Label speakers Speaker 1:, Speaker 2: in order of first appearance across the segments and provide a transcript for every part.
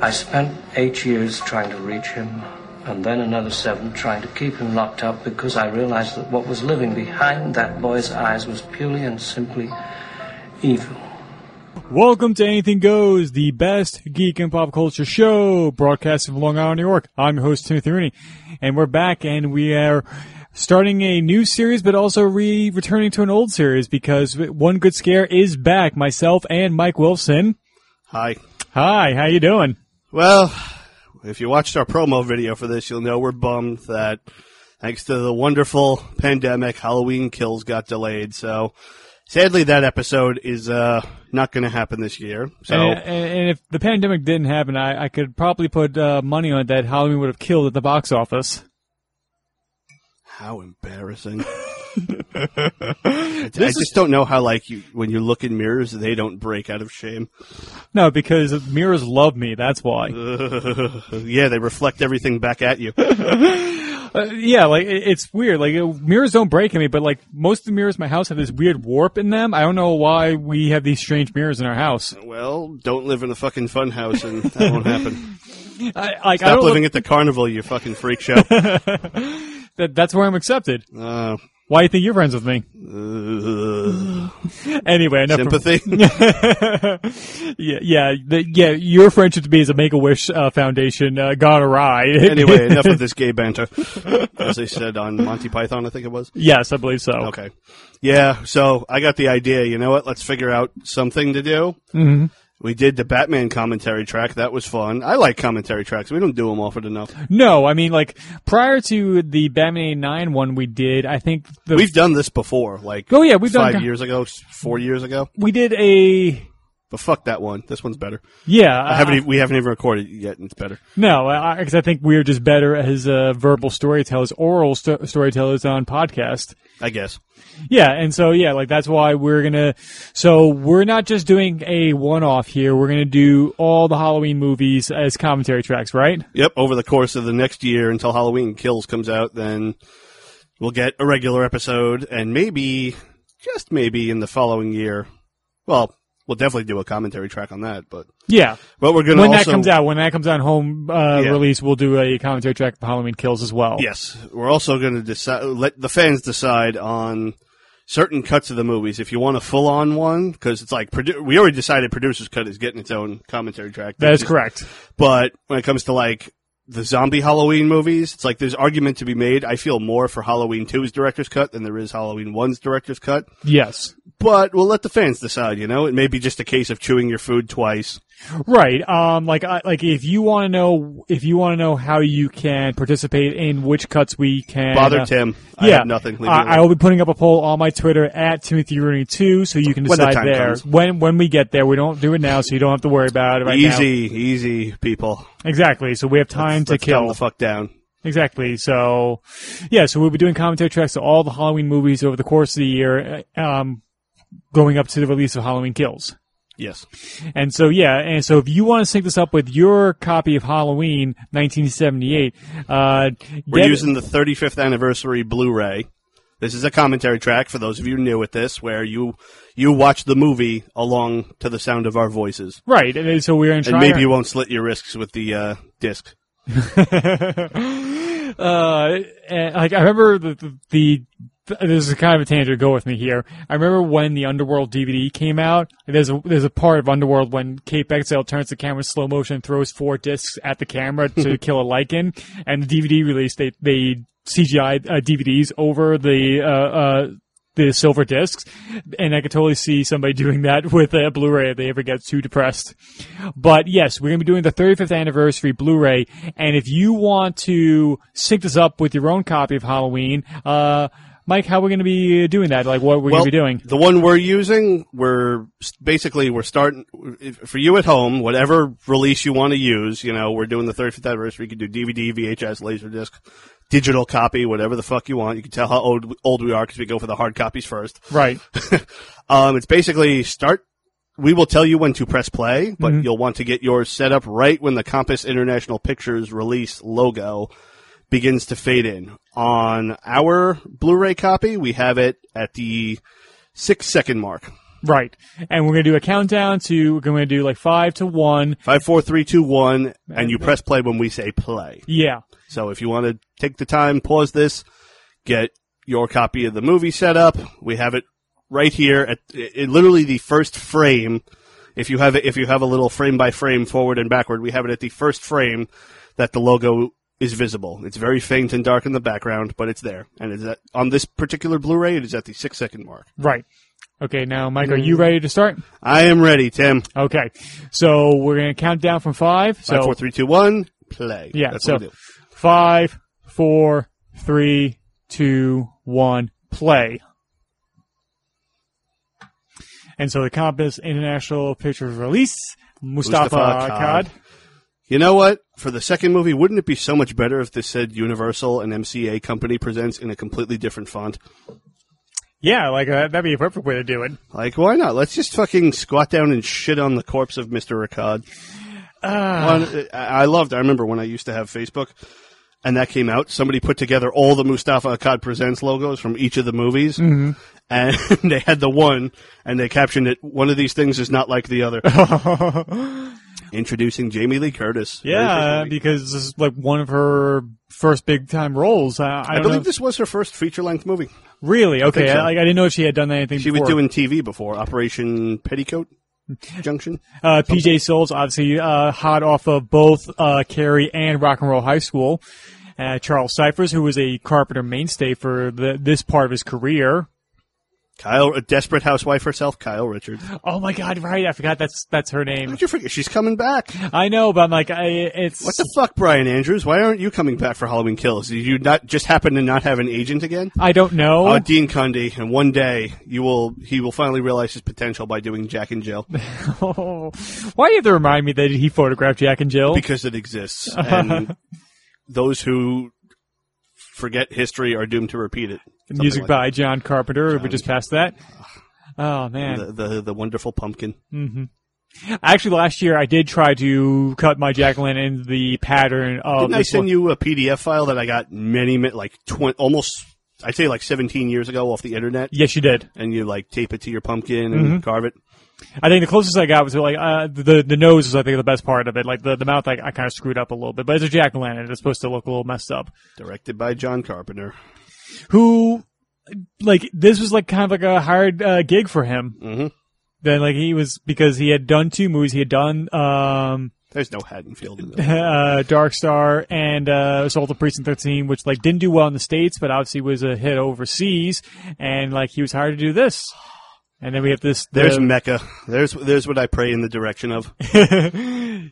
Speaker 1: I spent eight years trying to reach him and then another seven trying to keep him locked up because I realized that what was living behind that boy's eyes was purely and simply evil.
Speaker 2: Welcome to Anything Goes, the best geek and pop culture show, broadcasting from Long Island, New York. I'm your host, Timothy Rooney, and we're back, and we are starting a new series, but also re- returning to an old series because One Good Scare is back. Myself and Mike Wilson.
Speaker 3: Hi.
Speaker 2: Hi, how you doing?
Speaker 3: Well, if you watched our promo video for this, you'll know we're bummed that thanks to the wonderful pandemic, Halloween Kills got delayed. So sadly, that episode is uh, not going to happen this year. So
Speaker 2: And, and, and if the pandemic didn't happen, I, I could probably put uh, money on it that Halloween would have killed at the box office.
Speaker 3: how embarrassing. I just don't know how, like, you, when you look in mirrors, they don't break out of shame.
Speaker 2: No, because mirrors love me. That's why.
Speaker 3: yeah, they reflect everything back at you.
Speaker 2: Uh, yeah, like it, it's weird. Like uh, mirrors don't break in me, but like most of the mirrors in my house have this weird warp in them. I don't know why we have these strange mirrors in our house.
Speaker 3: well, don't live in a fucking funhouse, and that won't happen.
Speaker 2: I, like I
Speaker 3: Stop
Speaker 2: don't
Speaker 3: living
Speaker 2: look,
Speaker 3: at the carnival, you fucking freak show.
Speaker 2: that, that's where I'm accepted.
Speaker 3: Uh,
Speaker 2: Why do you think you're friends with me?
Speaker 3: uh,
Speaker 2: Anyway, enough.
Speaker 3: sympathy.
Speaker 2: From, yeah, yeah, the, yeah. Your friendship to me is a Make a Wish uh, Foundation uh, gone awry.
Speaker 3: anyway, enough of this gay banter. As they said on Monty Python, I think it was.
Speaker 2: yes, I believe so.
Speaker 3: Okay. Yeah, so I got the idea. You know what? Let's figure out something to do. Mm-hmm. We did the Batman commentary track. That was fun. I like commentary tracks. We don't do them often enough.
Speaker 2: No, I mean like prior to the Batman Nine one we did. I think the
Speaker 3: We've done this before, like
Speaker 2: Oh, yeah, we've done
Speaker 3: five
Speaker 2: co-
Speaker 3: years ago, s- four years ago.
Speaker 2: we did a
Speaker 3: But fuck that one. This one's better.
Speaker 2: yeah. uh,
Speaker 3: I haven't. e- we haven't even recorded it yet, and it's better.
Speaker 2: No, because I, think we're just better as uh, verbal storytellers, oral sto- storytellers on podcast.
Speaker 3: I guess.
Speaker 2: Yeah, and so yeah, like that's why we're gonna. So we're not just doing a one-off here. We're gonna do all the Halloween movies as commentary tracks, right?
Speaker 3: Yep. Over the course of the next year until Halloween Kills comes out, then we'll get a regular episode, and maybe, just maybe, in the following year. Well, we'll definitely do a commentary track on that, but
Speaker 2: Yeah.
Speaker 3: but we're gonna
Speaker 2: When that
Speaker 3: also,
Speaker 2: comes out, when that comes out home uh,
Speaker 3: Yeah.
Speaker 2: release, we'll do a commentary track for Halloween Kills as well.
Speaker 3: Yes, we're also going to decide. Let the fans decide on certain cuts of the movies. If you want a full-on one, because it's like produ- we already decided producer's cut is getting its own commentary track.
Speaker 2: that is
Speaker 3: Just-
Speaker 2: correct.
Speaker 3: But when it comes to like the zombie Halloween movies, it's like there's argument to be made. I feel more for Halloween 2's director's cut than there is Halloween 1's director's cut.
Speaker 2: Yes.
Speaker 3: But we'll let the fans decide, you know? It may be just a case of chewing your food twice.
Speaker 2: Right. Um. Like. I, like. If you want to know, if you want to know how you can participate in which cuts we can
Speaker 3: Bother
Speaker 2: uh,
Speaker 3: Tim. I
Speaker 2: yeah,
Speaker 3: have nothing. Leave me
Speaker 2: I, I
Speaker 3: alone.
Speaker 2: will be putting up a poll on my Twitter at Timothy Rooney two, so you can
Speaker 3: When the
Speaker 2: decide
Speaker 3: time
Speaker 2: there
Speaker 3: comes.
Speaker 2: when when we get there. We don't do it now, so you don't have to worry about it right now.
Speaker 3: easy, easy, people.
Speaker 2: Exactly. So we have time to
Speaker 3: Let's calm
Speaker 2: kill.
Speaker 3: the fuck down.
Speaker 2: Exactly. So, yeah. So we'll be doing commentary tracks to all the Halloween movies over the course of the year, uh, um, going up to the release of Halloween Kills.
Speaker 3: Yes.
Speaker 2: And so, yeah, and so if you want to sync this up with your copy of Halloween 1978, uh,
Speaker 3: We're
Speaker 2: get-
Speaker 3: using the 35th anniversary Blu-ray. This is a commentary track for those of you new at this, where you you watch the movie along to the sound of our voices,
Speaker 2: right. And then- so we're in
Speaker 3: and maybe you won't slit your wrists with the uh, disc.
Speaker 2: uh, and, like I remember the, the, the this is kind of a tangent. Go with me here. I remember when the Underworld DVD came out. There's a there's a part of Underworld when Kate Beckinsale turns the camera in slow motion, and throws four discs at the camera to kill a lichen, and the DVD release they they CGI uh, DVDs over the. Uh, uh, the silver discs, and I could totally see somebody doing that with a Blu-ray if they ever get too depressed. But yes, we're gonna be doing the 35th anniversary Blu-ray, and if you want to sync this up with your own copy of Halloween, uh, Mike, how are we going to be doing that? Like, what we're
Speaker 3: well,
Speaker 2: going to be doing?
Speaker 3: the one we're using, we're basically we're starting if- for you at home. Whatever release you want to use, you know, we're doing the 35th anniversary. You can do DVD, VHS, Laserdisc, digital copy, whatever the fuck you want. You can tell how old old we are because we go for the hard copies first.
Speaker 2: Right.
Speaker 3: Um, it's basically start. We will tell you when to press play, but you'll want to get yours set up right when the Compass International Pictures release logo begins to fade in. On our Blu-ray copy, we have it at the six second mark.
Speaker 2: Right. And we're going to do a countdown to, we're going to do like five to one.
Speaker 3: Five, four, three, two, one, and you press play when we say play.
Speaker 2: Yeah.
Speaker 3: So if you want to take the time, pause this, get your copy of the movie set up. We have it right here at it, literally the first frame. If you have it, if you have a little frame by frame forward and backward, we have it at the first frame that the logo is visible. It's very faint and dark in the background, but it's there. And it's at, on this particular Blu-ray, it is at the six second mark.
Speaker 2: Right. Okay. Now, Mike, are
Speaker 3: Mm.
Speaker 2: you ready to start?
Speaker 3: I am ready, Tim.
Speaker 2: Okay. So we're going to count down from five. So
Speaker 3: Five, four, three, two, one, play.
Speaker 2: Yeah,
Speaker 3: That's
Speaker 2: so
Speaker 3: what we do.
Speaker 2: five, four, three, two, one, play. And so the Compass International Pictures release, Mustafa,
Speaker 3: Mustafa
Speaker 2: Akkad.
Speaker 3: Akkad. You know what? For the second movie, wouldn't it be so much better if this said Universal and MCA Company presents in a completely different font?
Speaker 2: Yeah, like uh, that'd be a perfect way to do it.
Speaker 3: Like, why not? Let's just fucking squat down and shit on the corpse of Mr. Akkad. One- I I loved, I remember when I used to have Facebook and that came out, somebody put together all the Mustafa Akkad Presents logos from each of the movies. And they had the one, and they captioned it, one of these things is not like the other. Introducing Jamie Lee Curtis. Very first
Speaker 2: Yeah,
Speaker 3: movie.
Speaker 2: because this is like one of her first big time roles. I, I,
Speaker 3: I
Speaker 2: don't
Speaker 3: believe
Speaker 2: know.
Speaker 3: this was her first feature length movie.
Speaker 2: really? Okay,
Speaker 3: so.
Speaker 2: I, like, I didn't know if she had done anything.
Speaker 3: She was
Speaker 2: before.
Speaker 3: doing TV before Operation Petticoat Junction.
Speaker 2: Uh, PJ Souls, obviously uh, hot off of both uh, Carrie and Rock and Roll High School. Uh, Charles Cyphers, who was a Carpenter mainstay for the, this part of his career.
Speaker 3: Kyle, a desperate housewife herself, Kyle Richards.
Speaker 2: Oh my God! Right, I forgot that's that's her name.
Speaker 3: How'd you forget? She's coming back.
Speaker 2: I know, but I'm like, I, it's
Speaker 3: What the fuck, Brian Andrews? Why aren't you coming back for Halloween Kills? Did you not just happen to not have an agent again?
Speaker 2: I don't know.
Speaker 3: Uh, Dean Cundy, and one day you will he will finally realize his potential by doing Jack and Jill
Speaker 2: Why do you have to remind me that he photographed Jack and Jill?
Speaker 3: Oh, because it exists, and those who forget history are doomed to repeat it. Something
Speaker 2: Music
Speaker 3: like
Speaker 2: by John Carpenter. We just passed that. Oh man!
Speaker 3: the, the the wonderful pumpkin.
Speaker 2: Actually, last year I did try to cut my jack o' lantern in the pattern of.
Speaker 3: Didn't I
Speaker 2: Oh, this
Speaker 3: send
Speaker 2: one.
Speaker 3: you a PDF file that I got many, mi- like twen- almost, I'd say like 17 years ago off the internet?
Speaker 2: Yes, you did.
Speaker 3: And you like tape it to your pumpkin
Speaker 2: Mm-hmm.
Speaker 3: and carve it.
Speaker 2: I think the closest I got was like uh, the the nose is I think the best part of it. Like the, the mouth, I, I kind of screwed up a little bit, but it's a jack o' lantern. It's supposed to look a little messed up.
Speaker 3: Directed by John Carpenter.
Speaker 2: Who, like this was like kind of like a hired uh, gig for him.
Speaker 3: Mhm.
Speaker 2: Then like he was because he had done two movies. He had done um,
Speaker 3: There's no Haddonfield in that.
Speaker 2: uh, Dark Star and uh, Assault of Precinct 13, which like didn't do well in the states, but obviously was a hit overseas, and like he was hired to do this. And then we have this. the-
Speaker 3: There's Mecca. There's there's what I pray in the direction of.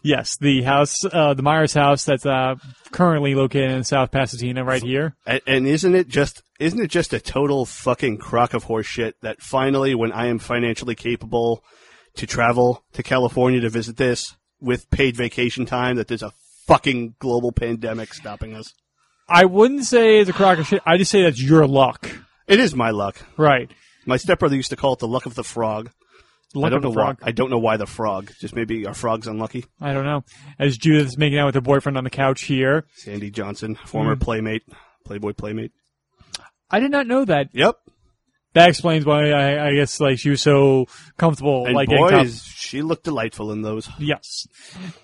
Speaker 2: yes, the house, uh, the Myers house that's uh, currently located in South Pasadena, right here.
Speaker 3: And, and isn't it just isn't it just a total fucking crock of horse shit that finally when I am financially capable to travel to California to visit this with paid vacation time that there's a fucking global pandemic stopping us.
Speaker 2: I wouldn't say it's a crock of shit. I just say that's your luck,
Speaker 3: It is my luck.
Speaker 2: right?
Speaker 3: My stepbrother used to call it the luck of the frog.
Speaker 2: Luck
Speaker 3: I don't
Speaker 2: of the
Speaker 3: know
Speaker 2: frog.
Speaker 3: why. I don't know why the frog. Just maybe our frog's unlucky.
Speaker 2: I don't know. As Judith is making out with her boyfriend on the couch here,
Speaker 3: Sandy Johnson, former
Speaker 2: Hmm.
Speaker 3: playmate, Playboy playmate.
Speaker 2: I did not know that.
Speaker 3: Yep.
Speaker 2: That explains why I, I guess like she was so comfortable,
Speaker 3: And
Speaker 2: like getting
Speaker 3: boy,
Speaker 2: top-
Speaker 3: is she looked delightful in those.
Speaker 2: Yes.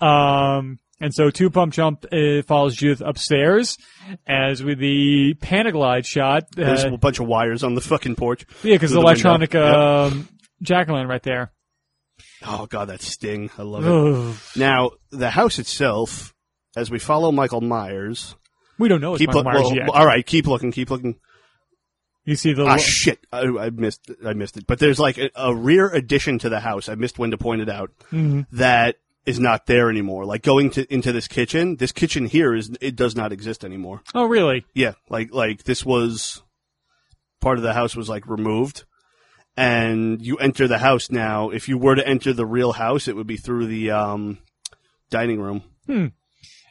Speaker 2: Um, and so two pump jump uh, follows Judith upstairs as with the panaglide shot.
Speaker 3: There's
Speaker 2: Uh,
Speaker 3: a bunch of wires on the fucking porch.
Speaker 2: yeah, because the
Speaker 3: through the
Speaker 2: electronic
Speaker 3: window.
Speaker 2: um, Jacqueline right there.
Speaker 3: Oh god, that sting. I love it.
Speaker 2: Ugh.
Speaker 3: Now the house itself, as we follow Michael Myers,
Speaker 2: We don't know it's
Speaker 3: keep
Speaker 2: Michael
Speaker 3: look-
Speaker 2: Myers
Speaker 3: well,
Speaker 2: yet.
Speaker 3: all right, keep looking, keep looking.
Speaker 2: you see the
Speaker 3: Ah shit, I, I missed, I missed it. But there's like a, a rear addition to the house. I missed when to point it out.
Speaker 2: Mhm.
Speaker 3: that is not there anymore. Like going to into this kitchen, this kitchen here is it does not exist anymore.
Speaker 2: Oh, really?
Speaker 3: Yeah, like like this was part of the house was like removed, and you enter the house now. If you were to enter the real house, it would be through the um, dining room.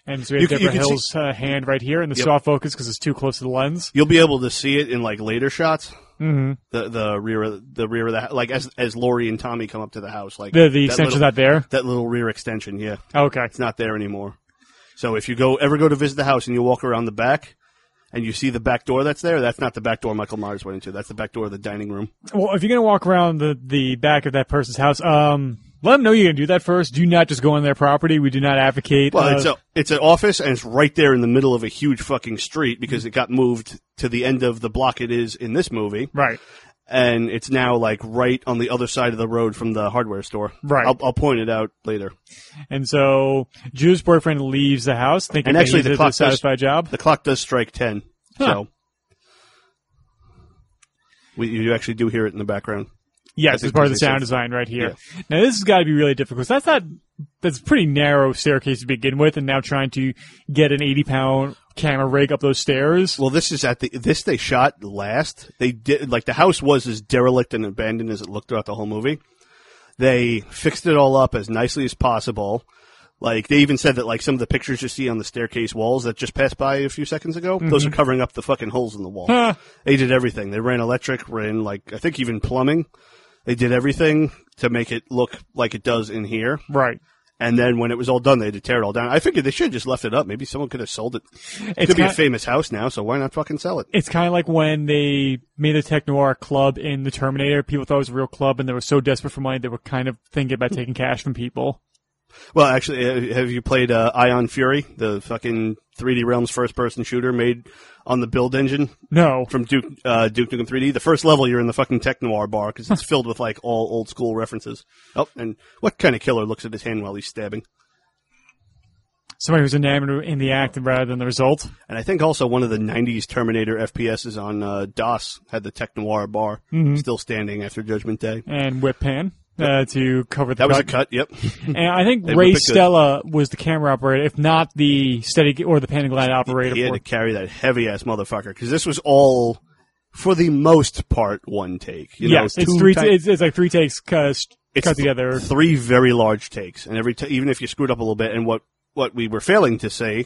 Speaker 2: And so we
Speaker 3: You
Speaker 2: have
Speaker 3: can- you
Speaker 2: Deborah
Speaker 3: can see-
Speaker 2: Hill's uh, hand right here in the
Speaker 3: Yep.
Speaker 2: soft focus because it's too close to the lens.
Speaker 3: You'll be able to see it in like later shots.
Speaker 2: Mm-hmm.
Speaker 3: The the rear of the rear of the hou- like as as Lori and Tommy come up to the house like
Speaker 2: The, the
Speaker 3: that
Speaker 2: extension's
Speaker 3: little-
Speaker 2: not there.
Speaker 3: that little rear extension. Yeah,
Speaker 2: Okay.
Speaker 3: it's not there anymore. So if you go ever go to visit the house and you walk around the back. And you see the back door that's there. That's not the back door Michael Myers went into. That's the back door of the dining room.
Speaker 2: Well, if you're gonna walk around the the back of that person's house, um, let them know you're gonna do that first. Do not just go on their property. We do not advocate.
Speaker 3: Well,
Speaker 2: uh,
Speaker 3: it's a it's an office, and it's right there in the middle of a huge fucking street because it got moved to the end of the block it is in this movie,
Speaker 2: right.
Speaker 3: and it's now like right on the other side of the road from the hardware store.
Speaker 2: Right.
Speaker 3: I'll, I'll point it out later.
Speaker 2: And so Jew's boyfriend leaves the house, thinking
Speaker 3: And
Speaker 2: that
Speaker 3: actually
Speaker 2: he
Speaker 3: the
Speaker 2: did
Speaker 3: clock
Speaker 2: a
Speaker 3: does-
Speaker 2: satisfied job.
Speaker 3: The clock does strike ten,
Speaker 2: Huh.
Speaker 3: so we, you actually do hear it in the background.
Speaker 2: Yes,
Speaker 3: think
Speaker 2: it's part of the
Speaker 3: that's what
Speaker 2: sound
Speaker 3: it says.
Speaker 2: design right here. Now this has got to be really difficult. 'cause That's not. That's a pretty narrow staircase to begin with, and now trying to get an 80 pound camera rig up those stairs.
Speaker 3: Well, this is at the this they shot last. They did like the house was as derelict and abandoned as it looked throughout the whole movie. They fixed it all up as nicely as possible. Like they even said that like some of the pictures you see on the staircase walls that just passed by a few seconds ago, those are covering up the fucking holes in the wall.
Speaker 2: Huh.
Speaker 3: They did everything. They ran electric, ran like I think even plumbing. They did everything to make it look like it does in here.
Speaker 2: Right.
Speaker 3: And then when it was all done, they had to tear it all down. I figured they should have just left it up. Maybe someone could have sold it. It
Speaker 2: It's
Speaker 3: could be a
Speaker 2: ki-
Speaker 3: famous house now, so why not fucking sell it?
Speaker 2: It's kind of like when they made the tech noir club in the Terminator. People thought it was a real club, and they were so desperate for money they were kind of thinking about taking cash from people.
Speaker 3: Well, actually, uh, have you played uh, Ion Fury, the fucking 3D Realms first-person shooter made on the build engine
Speaker 2: No,
Speaker 3: from Duke uh, Duke Nukem 3D? The first level, you're in the fucking Tech Noir bar because it's filled with like all old school references. Oh, and what kind of killer looks at his hand while he's stabbing?
Speaker 2: somebody who's enamored in the act rather than the result.
Speaker 3: And I think also one of the 90s Terminator FPSs on uh, DOS had the Tech Noir bar
Speaker 2: Mm-hmm.
Speaker 3: still standing after Judgment Day.
Speaker 2: And whip pan uh, to cover the.
Speaker 3: That was a
Speaker 2: cut.
Speaker 3: cut. Yep.
Speaker 2: and I think
Speaker 3: whip it
Speaker 2: Ray
Speaker 3: good.
Speaker 2: Stella was the camera operator, if not the steady or the pan glide operator.
Speaker 3: He had
Speaker 2: for
Speaker 3: to carry that heavy ass motherfucker because this was all, for the most part, one take. You know,
Speaker 2: yes, it's
Speaker 3: two
Speaker 2: three.
Speaker 3: ti-
Speaker 2: it's, it's like three takes cut, cut together.
Speaker 3: Three very large takes, and every t- even if you screwed up a little bit, and what what we were failing to say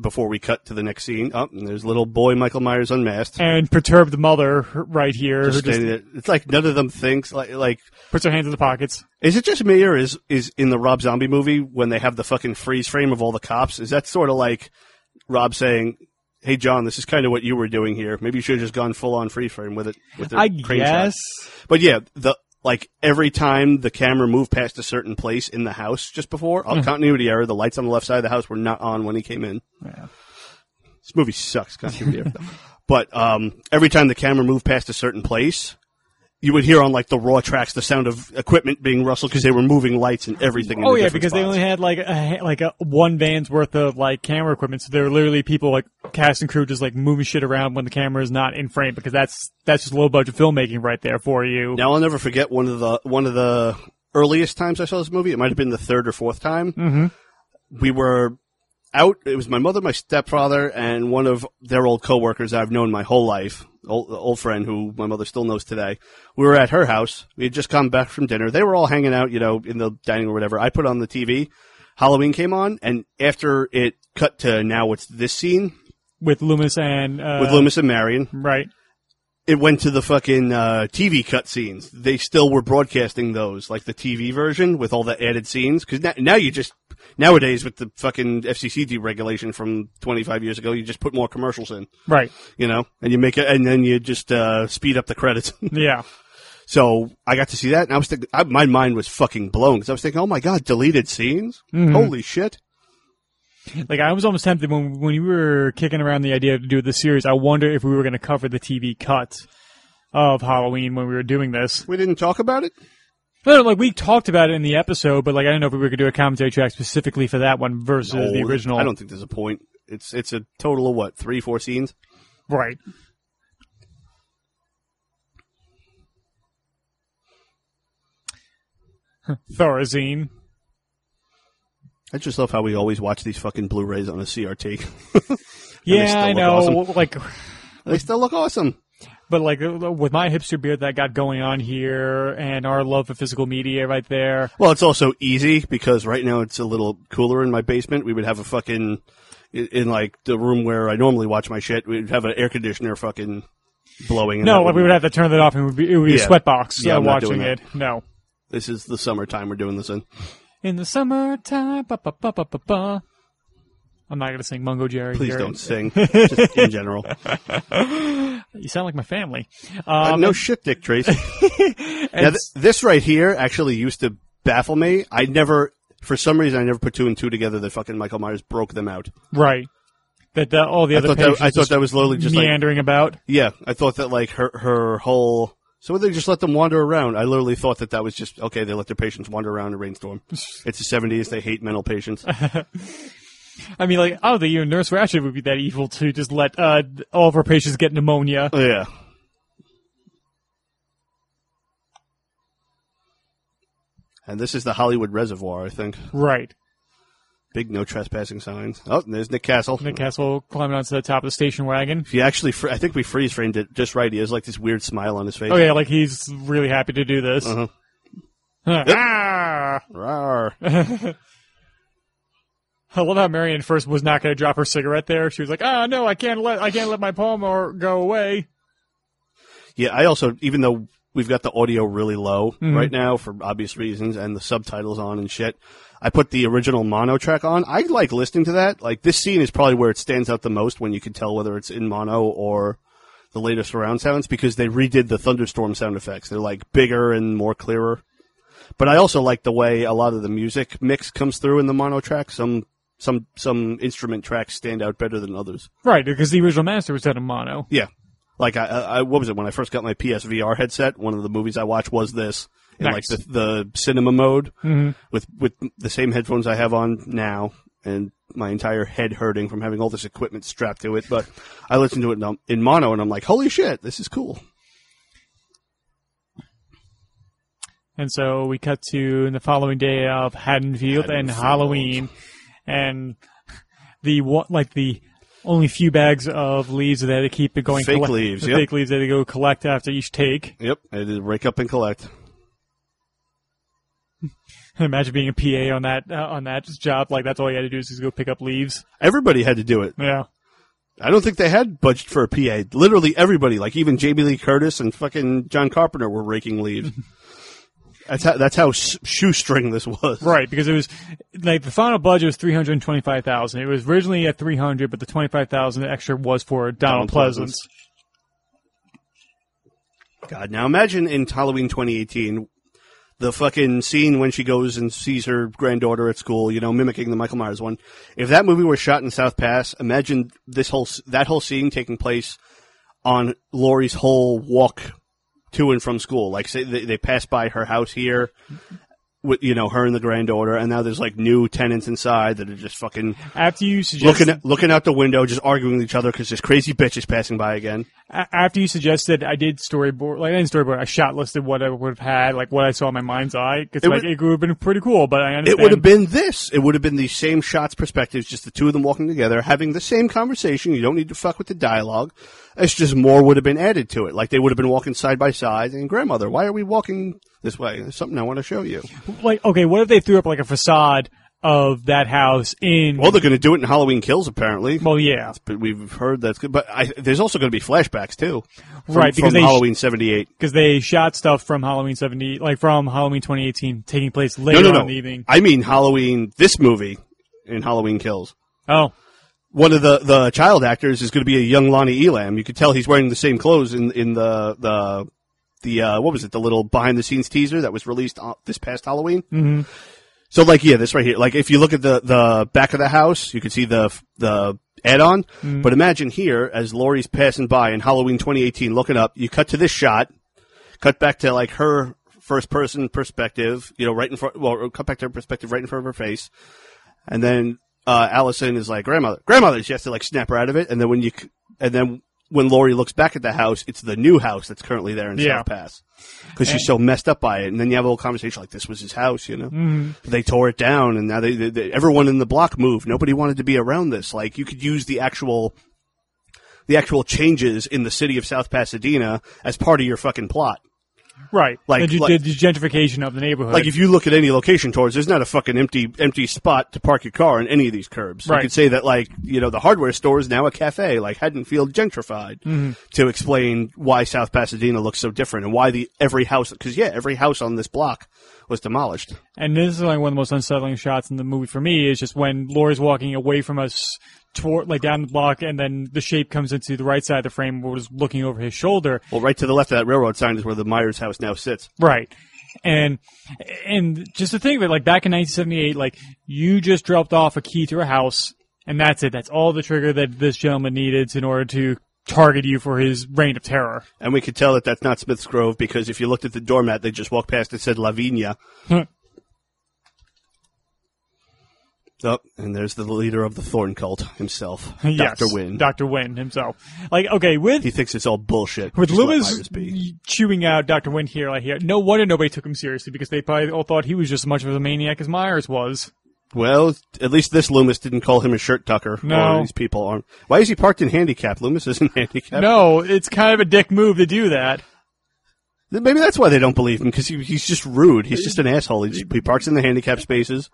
Speaker 3: before we cut to the next scene. Oh, and there's little boy Michael Myers unmasked.
Speaker 2: and perturbed mother right here
Speaker 3: Just
Speaker 2: who just
Speaker 3: standing there. It's like none of them thinks like like
Speaker 2: puts her hands in the pockets.
Speaker 3: is it just me or is is in the Rob Zombie movie when they have the fucking freeze frame of all the cops? Is that sort of like Rob saying? Hey John, this is kind of what you were doing here. Maybe you should have just gone full on freeze frame with it. With the
Speaker 2: I
Speaker 3: crane shot.
Speaker 2: guess.
Speaker 3: But yeah, the like every time the camera moved past a certain place in the house just before,
Speaker 2: Mm-hmm.
Speaker 3: on continuity error, the lights on the left side of the house were not on when he came in. This movie sucks, continuity error. though. But um, every time the camera moved past a certain place, you would hear on like the raw tracks the sound of equipment being rustled because they were moving lights and everything. in
Speaker 2: Oh
Speaker 3: the
Speaker 2: yeah,
Speaker 3: different
Speaker 2: because they
Speaker 3: spots.
Speaker 2: only had like a, ha- like a one van's worth of like camera equipment, so there were literally people like cast and crew just like moving shit around when the camera is not in frame because that's that's just low budget filmmaking right there for you.
Speaker 3: Now I'll never forget one of the one of the earliest times I saw this movie. It might have been the third or fourth time. Mm-hmm. We were out. It was my mother, my stepfather, and one of their old coworkers I've known my whole life, old, old friend who my mother still knows today. We were at her house. We had just come back from dinner. They were all hanging out, you know, in the dining room or whatever. I put on the TV. Halloween came on, and after it cut to now, it's this scene
Speaker 2: With Loomis and uh,
Speaker 3: with Loomis and Marion
Speaker 2: right?
Speaker 3: it went to the fucking uh, TV cutscenes. They still were broadcasting those, like the TV version with all the added scenes. Because now, now you just nowadays with the fucking FCC deregulation from 25 years ago, you just put more commercials in,
Speaker 2: Right?
Speaker 3: you know, and you make it, and then you just uh, speed up the credits.
Speaker 2: Yeah.
Speaker 3: so I got to see that, and I was thinking, I, my mind was fucking blown because I was thinking, oh my god, deleted scenes,
Speaker 2: Mm-hmm.
Speaker 3: holy shit.
Speaker 2: Like I was almost tempted when when you were kicking around the idea to do the series. I wonder if we were going to cover the TV cut of Halloween when we were doing this.
Speaker 3: We didn't talk about it.
Speaker 2: No, no, like we talked about it in the episode, but like I don't know if we were going to do a commentary track specifically for that one versus the
Speaker 3: No,
Speaker 2: original.
Speaker 3: I don't think there's a point. It's it's a total of what three, four scenes.
Speaker 2: Right. Thorazine.
Speaker 3: I just love how we always watch these fucking Blu-rays on a CRT.
Speaker 2: Yeah,
Speaker 3: still
Speaker 2: I
Speaker 3: look
Speaker 2: know.
Speaker 3: awesome.
Speaker 2: Like,
Speaker 3: they still look awesome.
Speaker 2: But like with my hipster beard that I got going on here and our love for physical media right there.
Speaker 3: Well, it's also easy because right now it's a little cooler in my basement. We would have a fucking in, in like the room where I normally watch my shit. We'd have an air conditioner fucking blowing. and
Speaker 2: No,
Speaker 3: that
Speaker 2: like we would have to turn that off and it would be, it would be
Speaker 3: Yeah.
Speaker 2: a sweatbox
Speaker 3: Yeah,
Speaker 2: uh,
Speaker 3: I'm not doing
Speaker 2: watching
Speaker 3: that.
Speaker 2: it. No.
Speaker 3: This is the summertime we're doing this in.
Speaker 2: In the summertime, ba ba ba ba ba ba. I'm not gonna sing Mungo Jerry.
Speaker 3: Please
Speaker 2: You're-
Speaker 3: don't sing. Just in general.
Speaker 2: Um, You sound like my family.
Speaker 3: Uh,
Speaker 2: Um,
Speaker 3: no shit, Dick Tracy. Now, th-
Speaker 2: it's-
Speaker 3: this right here actually used to baffle me. I never, for some reason, I never put two and two together that fucking Michael Myers broke them out.
Speaker 2: right. That the, all the
Speaker 3: I
Speaker 2: other
Speaker 3: thought, that,
Speaker 2: patients
Speaker 3: I thought
Speaker 2: just
Speaker 3: that was literally just like,
Speaker 2: meandering about.
Speaker 3: yeah, I thought that like her, her whole, so they just let them wander around. I literally thought that that was just, okay, they let their patients wander around in a rainstorm. it's the 70s. They hate mental patients.
Speaker 2: I mean, like oh, I don't think even Nurse Ratched would be that evil to just let uh, all of her patients get pneumonia.
Speaker 3: Oh, yeah. And this is the Hollywood Reservoir, I think.
Speaker 2: Right.
Speaker 3: Big no trespassing signs. Oh, and there's Nick Castle.
Speaker 2: Nick Castle climbing onto the top of the station wagon.
Speaker 3: If you actually, fr- I think we freeze framed it just right. He has like this weird smile on his face.
Speaker 2: Oh yeah, like he's really happy to do this.
Speaker 3: Uh-huh.
Speaker 2: Ah!
Speaker 3: Rawr.
Speaker 2: I love how Marion first was not going to drop her cigarette there. She was like, "Ah, no, I can't let I can't let my Palmer go away."
Speaker 3: Yeah, I also, even though we've got the audio really low right now for obvious reasons and the subtitles on and shit, I put the original mono track on. I like listening to that. Like, this scene is probably where it stands out the most when you can tell whether it's in mono or the later surround sounds because they redid the thunderstorm sound effects. They're like bigger and more clearer. But I also like the way a lot of the music mix comes through in the mono track. Some some some instrument tracks stand out better than others.
Speaker 2: Right, because the original master was done in mono.
Speaker 3: Yeah. Like I, I, what was it when I first got my PSVR headset? One of the movies I watched was this in
Speaker 2: Nice.
Speaker 3: like the, the cinema mode with with the same headphones I have on now, and my entire head hurting from having all this equipment strapped to it. But I listened to it in, um, in mono, and I'm like, holy shit, this is cool.
Speaker 2: And so we cut to the following day of Haddonfield, and
Speaker 3: Haddonfield.
Speaker 2: Halloween, and the what like the only few bags of leaves that they had to keep going
Speaker 3: Fake
Speaker 2: collect-
Speaker 3: leaves,
Speaker 2: the
Speaker 3: yep.
Speaker 2: fake leaves that they go collect after each take.
Speaker 3: Yep, I did rake up and collect.
Speaker 2: Imagine being a PA on that uh, on that job. Like that's all you had to do is just go pick up leaves.
Speaker 3: Everybody had to do it.
Speaker 2: Yeah.
Speaker 3: I don't think they had budget for a PA. Literally everybody, like even Jamie Lee Curtis and fucking John Carpenter, were raking leaves. that's how that's how s- shoestring this was.
Speaker 2: Right, because it was like the final budget was three hundred twenty-five thousand. It was originally at three hundred, but the twenty-five thousand extra was for Donald,
Speaker 3: Donald Pleasance.
Speaker 2: Pleasance.
Speaker 3: God, now imagine in Halloween 2018, the fucking scene when she goes and sees her granddaughter at school, you know, mimicking the Michael Myers one. If that movie were shot in South Pass, imagine this whole s- that whole scene taking place on Laurie's whole walk to and from school. Like, say they, they pass by her house here. With, you know, her and the granddaughter, and now there's like new tenants inside that are just fucking
Speaker 2: After you suggest,
Speaker 3: looking at, looking out the window, just arguing with each other because this crazy bitch is passing by again.
Speaker 2: a- after you suggested, I did storyboard, like I didn't storyboard, I shot listed what I would have had, like what I saw in my mind's eye. Because
Speaker 3: It
Speaker 2: like
Speaker 3: would-
Speaker 2: it would have been pretty cool, but I understand.
Speaker 3: It would have been this. It would have been the same shots, perspectives, just the two of them walking together, having the same conversation. You don't need to fuck with the dialogue. It's just more would have been added to it. Like they would have been walking side by side. And grandmother, why are we walking this way? There's something I want to show you.
Speaker 2: like okay, what if they threw up like a facade of that house in?
Speaker 3: Well, they're going to do it in Halloween Kills, apparently.
Speaker 2: well yeah,
Speaker 3: But we've heard that's good. But I, there's also going to be flashbacks too, from,
Speaker 2: Right, because
Speaker 3: from
Speaker 2: they-
Speaker 3: Halloween '78.
Speaker 2: because they shot stuff from Halloween seventy, like from Halloween twenty eighteen, taking place
Speaker 3: No,
Speaker 2: later
Speaker 3: no,
Speaker 2: on
Speaker 3: no.
Speaker 2: in the evening.
Speaker 3: I mean Halloween. This movie in Halloween Kills.
Speaker 2: Oh,
Speaker 3: one of the, the child actors is going to be a young Lonnie Elam. You could tell he's wearing the same clothes in in the the the uh, what was it? The little behind the scenes teaser that was released uh, this past Halloween. Mm-hmm. So like yeah, this right here. Like if you look at the the back of the house, you can see the the add on. But imagine here as Laurie's passing by in Halloween 2018, looking up. You cut to this shot. Cut back to like her first person perspective. You know, right in front. Well, cut back to her perspective right in front of her face. And then uh, Allison is like, grandmother, grandmother. She has to like snap her out of it. And then when you, c- and then when Lori looks back at the house, it's the new house that's currently there in
Speaker 2: Yeah.
Speaker 3: South Pass because she's so messed up by it. And then you have a whole conversation like, this was his house, you know? They tore it down, and now they, they, they everyone in the block moved. Nobody wanted to be around this. Like you could use the actual the actual changes in the city of South Pasadena as part of your fucking plot.
Speaker 2: Right.
Speaker 3: Like-
Speaker 2: Like, you
Speaker 3: like-
Speaker 2: did the gentrification of the neighborhood.
Speaker 3: Like if you look at any location towards, there's not a fucking empty empty spot to park your car in any of these curbs. You
Speaker 2: Right.
Speaker 3: could say that like you know the hardware store is now a cafe, like Haddonfield gentrified, to explain why South Pasadena looks so different and why the every house because yeah every house on this block was demolished.
Speaker 2: and this is like one of the most unsettling shots in the movie for me is just when Laura's walking away from us toward like down the block and then the shape comes into the right side of the frame where was looking over his shoulder.
Speaker 3: Well, right to the left of that railroad sign is where the Myers house now sits.
Speaker 2: Right. And and just to think of it, like back in 1978, like you just dropped off a key to a house, and that's it. That's all the trigger that this gentleman needed in order to target you for his reign of terror.
Speaker 3: And we could tell that that's not Smith's Grove because if you looked at the doormat, they just walked past it said Lavinia.
Speaker 2: Huh.
Speaker 3: Oh, and there's the leader of the Thorn cult himself,
Speaker 2: yes,
Speaker 3: Dr. Wynn.
Speaker 2: Doctor Wynn himself. Like okay, with
Speaker 3: he thinks it's all bullshit.
Speaker 2: with
Speaker 3: Just let
Speaker 2: Lewis
Speaker 3: Myers be.
Speaker 2: chewing out Doctor Wynn here, like here, no wonder nobody took him seriously because they probably all thought he was just as much of a maniac as Myers was.
Speaker 3: Well, at least this Loomis didn't call him a shirt tucker.
Speaker 2: No.
Speaker 3: Or these people aren't. Why is he parked in handicap? Loomis isn't handicapped.
Speaker 2: No, it's kind of a dick move to do that.
Speaker 3: Maybe that's why they don't believe him because he, he's just rude. He's just an asshole. He, just, he parks in the handicap spaces.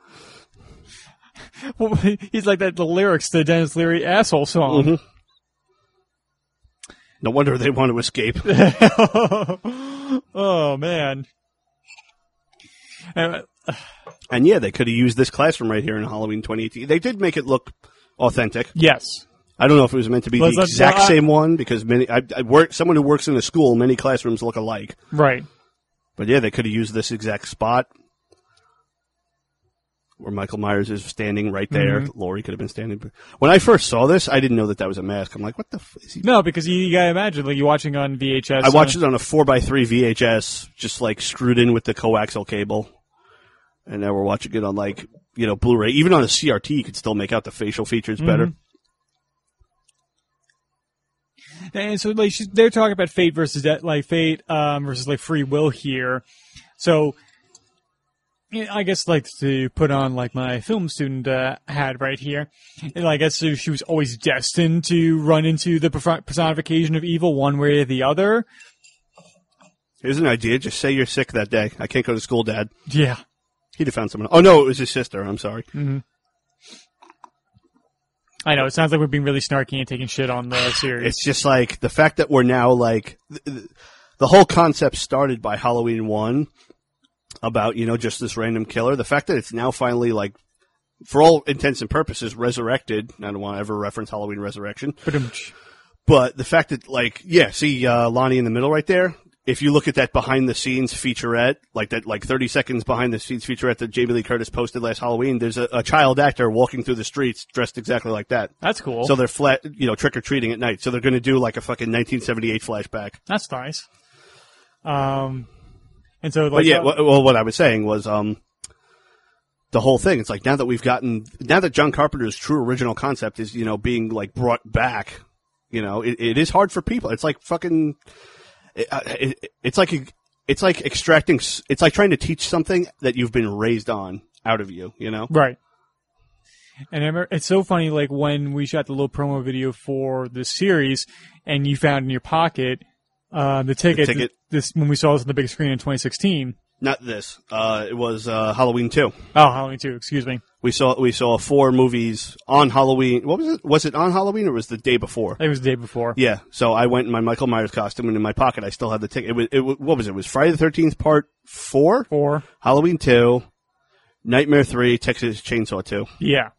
Speaker 2: Well, he's like that the lyrics to Dennis Leary asshole song.
Speaker 3: No wonder they want to escape. Mm-hmm.
Speaker 2: oh man. Uh,
Speaker 3: And yeah, they could have used this classroom right here in Halloween 2018. They did make it look authentic.
Speaker 2: yes.
Speaker 3: I don't know if it was meant to be
Speaker 2: Well,
Speaker 3: the
Speaker 2: that's-
Speaker 3: exact
Speaker 2: well, I-
Speaker 3: same one because many I, I work someone who works in a school, many classrooms look alike.
Speaker 2: Right.
Speaker 3: But yeah, they could have used this exact spot where Michael Myers is standing right there. Laurie could have been standing. When I first saw this, I didn't know that that was a mask. I'm like, what the? F- is he?
Speaker 2: No, because you, you gotta imagine like you're watching on VHS.
Speaker 3: I watched
Speaker 2: uh,
Speaker 3: it on a four x three VHS, just like screwed in with the coaxial cable, and now we're watching it on like you know Blu-ray. Even on a CRT, you could still make out the facial features better.
Speaker 2: and so like she's, they're talking about fate versus de- like fate um, versus like free will here. So yeah, I guess like to put on like my film student uh, had right here. And, I guess so she was always destined to run into the perf- personification of evil one way or the other.
Speaker 3: Here's an idea: just say you're sick that day. I can't go to school, Dad.
Speaker 2: Yeah.
Speaker 3: He'd have found someone. Oh no, it was his sister. I'm sorry.
Speaker 2: I know. It sounds like we're being really snarky and taking shit on the series.
Speaker 3: It's just like the fact that we're now like th- th- the whole concept started by Halloween one about you know just this random killer. The fact that it's now finally like. For all intents and purposes, resurrected. I don't want to ever reference Halloween Resurrection,
Speaker 2: Ba-dum-tsh.
Speaker 3: but the fact that, like, yeah, see uh, Lonnie in the middle right there. If you look at that behind the scenes featurette, like that, like thirty seconds behind the scenes featurette that Jamie Lee Curtis posted last Halloween, there's a, a child actor walking through the streets dressed exactly like that.
Speaker 2: That's cool.
Speaker 3: So they're flat, you know, trick or treating at night. So they're going to do like a fucking 1978 flashback.
Speaker 2: That's nice. Um, and so like
Speaker 3: But yeah,
Speaker 2: uh,
Speaker 3: wh- well, what I was saying was, um, the whole thing. It's like now that we've gotten, now that John Carpenter's true original concept is, you know, being like brought back. You know, it, it is hard for people. It's like fucking, it, uh, it, it's like a- it's like extracting. s- It's like trying to teach something that you've been raised on out of you. You know,
Speaker 2: right. And I remember, it's so funny, like when we shot the little promo video for the series, and you found in your pocket uh, the ticket.
Speaker 3: ticket.
Speaker 2: This when we saw this on the big screen in 2016.
Speaker 3: not this. Uh, it was uh, Halloween two.
Speaker 2: Oh, Halloween two. Excuse me.
Speaker 3: We saw we saw four movies on Halloween. What was it? Was it on Halloween or was it the day before?
Speaker 2: I think it was the day before.
Speaker 3: Yeah. So I went in my Michael Myers costume, and in my pocket I still had the ticket. It was it, wa- what was it? It was Friday the Thirteenth Part Four,
Speaker 2: Or
Speaker 3: Halloween Two, Nightmare Three, Texas Chainsaw Two.
Speaker 2: yeah.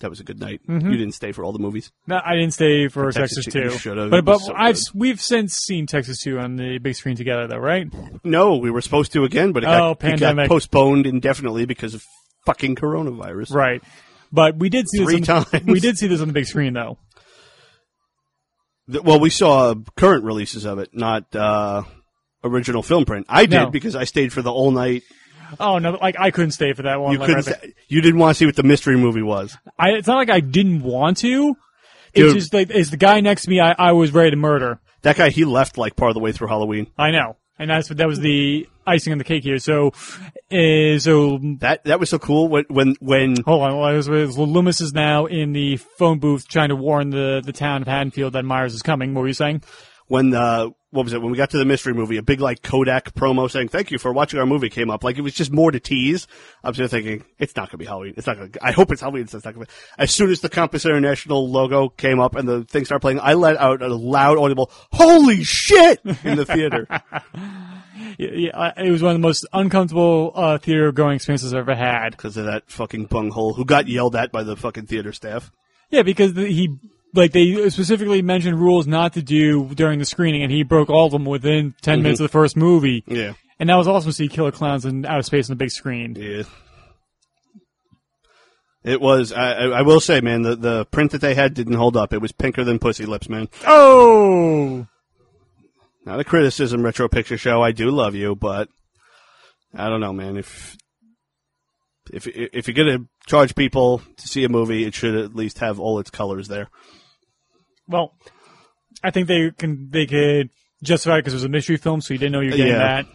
Speaker 3: That was a good night.
Speaker 2: Mhm.
Speaker 3: You didn't stay for all the movies.
Speaker 2: No, I didn't stay for,
Speaker 3: Texas
Speaker 2: Texas,
Speaker 3: Chicken, you
Speaker 2: two.
Speaker 3: should've. It
Speaker 2: But but
Speaker 3: was so
Speaker 2: I've
Speaker 3: good.
Speaker 2: we've since seen Texas two on the big screen together though, right?
Speaker 3: No, we were supposed to again, but it,
Speaker 2: Oh,
Speaker 3: got, it got
Speaker 2: pandemic.
Speaker 3: postponed indefinitely because of fucking coronavirus.
Speaker 2: Right. But we did see
Speaker 3: Three
Speaker 2: this on,
Speaker 3: times.
Speaker 2: We did see this on the big screen though.
Speaker 3: Th- Well, we saw current releases of it, not uh, original film print. I did
Speaker 2: No.
Speaker 3: because I stayed for the all night.
Speaker 2: Oh no! Like I couldn't stay for that one.
Speaker 3: You
Speaker 2: like,
Speaker 3: couldn't.
Speaker 2: right
Speaker 3: sta- you didn't want to see what the mystery movie was.
Speaker 2: there. I, it's not like I didn't want to.
Speaker 3: Dude.
Speaker 2: It's just like it's the guy next to me. I, I was ready to murder.
Speaker 3: That guy, he left like part of the way through Halloween.
Speaker 2: I know. and that's that was the icing on the cake here. So, uh, so
Speaker 3: That that was so cool when when when
Speaker 2: hold on. Well, it was, it was- Loomis is now in the phone booth trying to warn the the town of Haddonfield that Myers is coming. What were you saying?
Speaker 3: when the what was it when we got to the mystery movie a big like kodak promo saying thank you for watching our movie came up like it was just more to tease i'm just thinking it's not gonna be halloween it's not gonna i hope it's halloween so it's not gonna be as soon as the compass international logo came up and the thing started playing i let out a loud audible holy shit in the theater
Speaker 2: Yeah, yeah, I- it was one of the most uncomfortable uh, theater going experiences I've ever had.
Speaker 3: because of that fucking bunghole who got yelled at by the fucking theater staff
Speaker 2: Yeah, because the, he like they specifically mentioned rules not to do during the screening, and he broke all of them within 10 minutes of the first movie.
Speaker 3: yeah
Speaker 2: And that was awesome to see Killer Clowns in outer space on the big screen.
Speaker 3: Yeah. It was. I, I I will say, man, the, the print that they had didn't hold up. It was pinker than pussy lips, man.
Speaker 2: Oh,
Speaker 3: Not a criticism, retro picture show. I do love you, but I don't know, man. If if if you're gonna charge people to see a movie, it should at least have all its colors there.
Speaker 2: well, I think they can they could justify it because it was a mystery film, so you didn't know you were getting
Speaker 3: Yeah.
Speaker 2: that.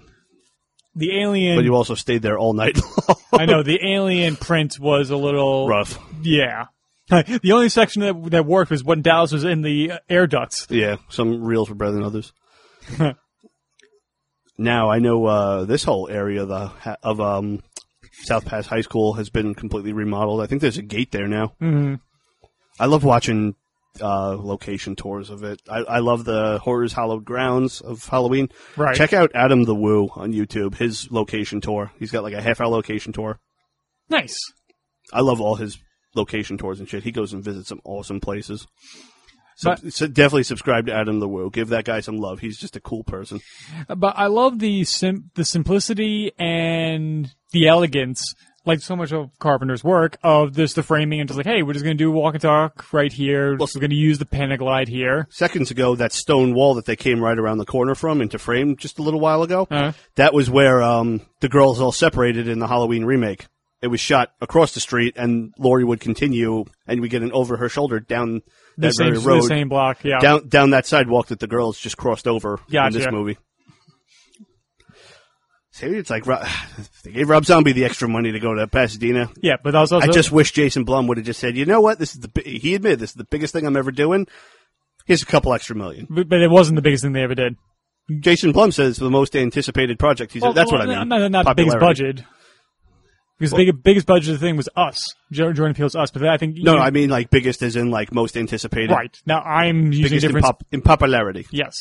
Speaker 2: The alien,
Speaker 3: But you also stayed there all night long.
Speaker 2: I know the alien print was a little
Speaker 3: Rough.
Speaker 2: Yeah, the only section that that worked was when Dallas was in the uh, air ducts.
Speaker 3: Yeah, some reels were better than others. now I know uh, this whole area of, the, ha- of um, South Pass High School has been completely remodeled. I think there's a gate there now. Mm-hmm. I love watching uh, location tours of it. I, I love the Horrors Hallowed Grounds of Halloween.
Speaker 2: Right.
Speaker 3: Check out Adam the Woo on YouTube. His location tour. He's got like a half hour location tour.
Speaker 2: Nice.
Speaker 3: I love all his location tours and shit. He goes and visits some awesome places. So,
Speaker 2: But-
Speaker 3: so definitely subscribe to Adam the Woo. Give that guy some love. He's just a cool person.
Speaker 2: But I love the sim- the simplicity and the elegance, like so much of Carpenter's work, of just the framing and just like, hey, we're just going to do walk and talk right here. we're going to use the pentaglide here.
Speaker 3: Seconds ago, that stone wall that they came right around the corner from into frame just a little while ago,
Speaker 2: Uh-huh.
Speaker 3: that was where um, the girls all separated in the Halloween remake. It was shot across the street, and Lori would continue, and we get an over her shoulder down
Speaker 2: The,
Speaker 3: that
Speaker 2: same,
Speaker 3: very
Speaker 2: the
Speaker 3: road,
Speaker 2: same block. Yeah.
Speaker 3: down down that sidewalk that the girls just crossed over in this
Speaker 2: Gotcha.
Speaker 3: movie. See, it's like Rob, they gave Rob Zombie the extra money to go to Pasadena.
Speaker 2: yeah, but that was also.
Speaker 3: I just wish Jason Blum would have just said, "You know what? This is the bi- he admitted this is the biggest thing I'm ever doing. Here's a couple extra million.
Speaker 2: but, but it wasn't the biggest thing they ever did.
Speaker 3: Jason Blum says the most anticipated project. He's that's what I mean.
Speaker 2: Not, not the biggest
Speaker 3: Popularity.
Speaker 2: budget. Because the big, biggest budget thing was us, Jo- Jordan Peele's Us. But that, I think
Speaker 3: No, no, I mean like biggest as in like most anticipated.
Speaker 2: right now I'm using
Speaker 3: Biggest in,
Speaker 2: different.
Speaker 3: pop, in popularity. Is
Speaker 2: yes,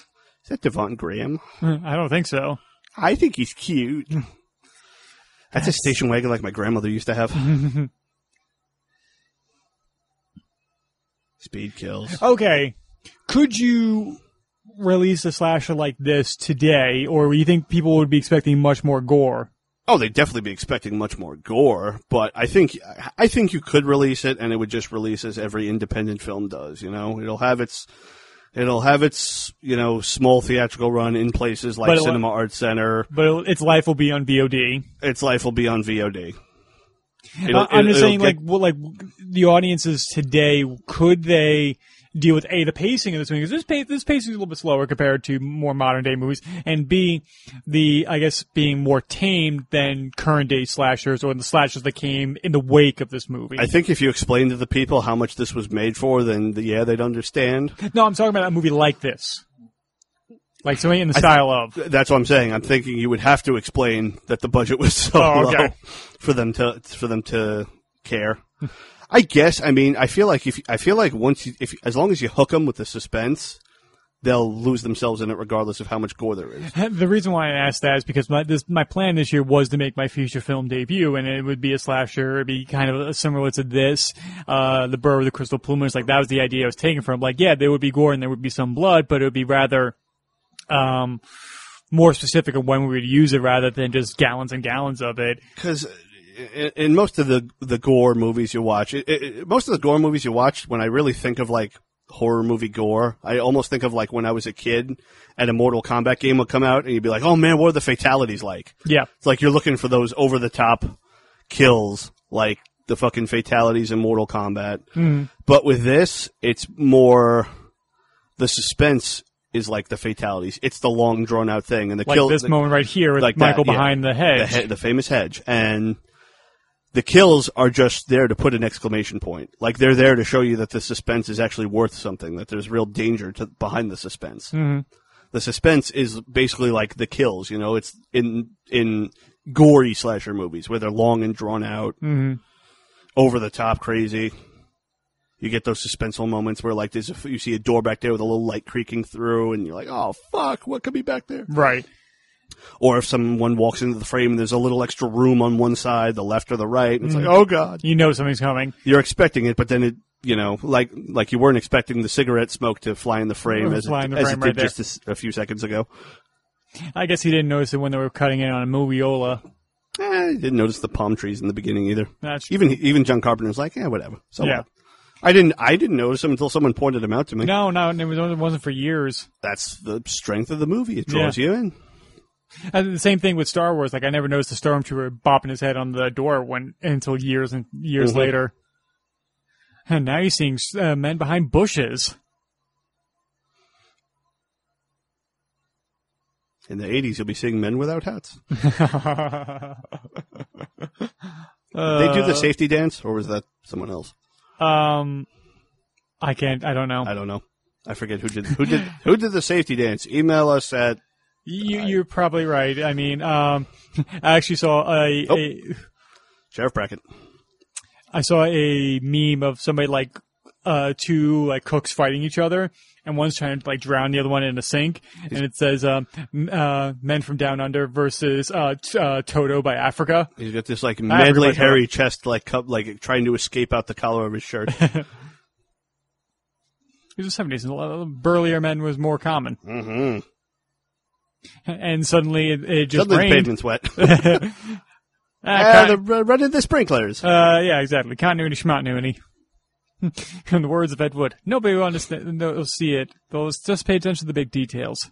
Speaker 3: that Devon Graham?
Speaker 2: I don't think so.
Speaker 3: I think he's cute.
Speaker 2: Hmm.
Speaker 3: That's a station wagon like my grandmother used to have. Speed kills.
Speaker 2: Okay. Could you release a slasher like this today, or you think people would be expecting much more gore?
Speaker 3: Oh, they'd definitely be expecting much more gore, but I think I think you could release it, and it would just release as every independent film does. You know, it'll have its it'll have its you know small theatrical run in places like
Speaker 2: But it'll-
Speaker 3: Cinema Arts Center.
Speaker 2: But it'll- its life will be on VOD.
Speaker 3: Its life will be on VOD. It'll-
Speaker 2: I- I'm just
Speaker 3: it'll
Speaker 2: saying,
Speaker 3: get-
Speaker 2: like, well, like the audiences today, could they deal with a the pacing of this movie? Because this pace, this pacing is a little bit slower compared to more modern day movies, and b the I guess being more tame than current day slashers or the slashers that came in the wake of this movie.
Speaker 3: I think if you explain to the people how much this was made for, then yeah, they'd understand.
Speaker 2: no, I'm talking about a movie like this, like something in the style of.
Speaker 3: That's what I'm saying. I'm thinking you would have to explain that the budget was so
Speaker 2: Oh, okay.
Speaker 3: low for them to for them to care. I guess. I mean, I feel like if I feel like once you, if as long as you hook them with the suspense, they'll lose themselves in it, regardless of how much gore there is.
Speaker 2: The reason why I asked that is because my this, my plan this year was to make my feature film debut, and it would be a slasher. It'd be kind of similar to this, uh, the Burrow of the Crystal Plumage. Like that was the idea I was taking from. Like, yeah, there would be gore and there would be some blood, but it would be rather, um, more specific of when we would use it rather than just gallons and gallons of it.
Speaker 3: Because in, in most of the the gore movies you watch, it, it, it- most of the gore movies you watch, when I really think of like horror movie gore, I almost think of like when I was a kid and a Mortal Kombat game would come out, and you'd be like, "Oh man, what are the fatalities like?"
Speaker 2: Yeah,
Speaker 3: It's like you're looking for those over the top kills, like the fucking fatalities in Mortal
Speaker 2: Hmm.
Speaker 3: Kombat. But with this, it's more the suspense is like the fatalities. It's the long drawn out thing, and the
Speaker 2: Like
Speaker 3: kill
Speaker 2: this
Speaker 3: the,
Speaker 2: moment right here with
Speaker 3: like that,
Speaker 2: Michael
Speaker 3: yeah.
Speaker 2: behind the hedge.
Speaker 3: the, he- the famous hedge, and the kills are just there to put an exclamation point. Like they're there to show you that the suspense is actually worth something. That there's real danger to behind the suspense. The suspense is basically like the kills. You know, it's in in gory slasher movies where they're long and drawn out, over the top, crazy. You get those suspenseful moments where like there's a, you see a door back there with a little light creaking through, and you're like, oh fuck, what could be back there?
Speaker 2: Right.
Speaker 3: or if someone walks into the frame and there's a little extra room on one side, the left or the right, and it's
Speaker 2: Mm.
Speaker 3: like, oh god,
Speaker 2: You know something's coming.
Speaker 3: you're expecting it, but then it, you know, like like you weren't expecting the cigarette smoke to fly in the frame as it,
Speaker 2: Mm, Fly in the
Speaker 3: as
Speaker 2: frame
Speaker 3: it did
Speaker 2: right there.
Speaker 3: just a s- a, few seconds ago.
Speaker 2: I guess he didn't notice it when they were cutting in on a moviola.
Speaker 3: Eh, I didn't notice the palm trees in the beginning either.
Speaker 2: That's
Speaker 3: Even even John Carpenter's like, yeah, whatever. So
Speaker 2: Yeah.
Speaker 3: what? I didn't I didn't notice them until someone pointed them out to me.
Speaker 2: No, no, it, was, it wasn't for years.
Speaker 3: That's the strength of the movie; it draws you in.
Speaker 2: And the same thing with Star Wars. Like I never noticed the stormtrooper bopping his head on the door when until years and years
Speaker 3: Mhm.
Speaker 2: later. And now you're seeing uh, men behind bushes.
Speaker 3: In the '80s, you'll be seeing men without hats.
Speaker 2: Uh,
Speaker 3: Did they do the safety dance, or was that someone else?
Speaker 2: Um, I can't. I don't know.
Speaker 3: I don't know. I forget who did who did who did the safety dance. Email us at
Speaker 2: you, you're probably right. I mean, um, I actually saw a,
Speaker 3: Oh.
Speaker 2: a
Speaker 3: Sheriff Brackett.
Speaker 2: I saw a meme of somebody like uh, two like cooks fighting each other, and one's trying to like drown the other one in a sink, and it says um, m- uh, "Men from Down Under" versus uh, t- uh, "Toto by Africa."
Speaker 3: He's got this like
Speaker 2: I
Speaker 3: medley
Speaker 2: remember
Speaker 3: hairy chest, like cup, like trying to escape out the collar of his shirt.
Speaker 2: It was the seventies, and a lot of burlier men was more common.
Speaker 3: mm-hmm.
Speaker 2: And suddenly it, it just
Speaker 3: Suddenly the
Speaker 2: rained.
Speaker 3: pavement's wet.
Speaker 2: Ah,
Speaker 3: ah,
Speaker 2: con-
Speaker 3: they're ru- running the sprinklers.
Speaker 2: Uh, yeah, exactly. Continuity, schmontinuity. In the words of Ed Wood, nobody will understand. They'll see it. They'll just pay attention to the big details.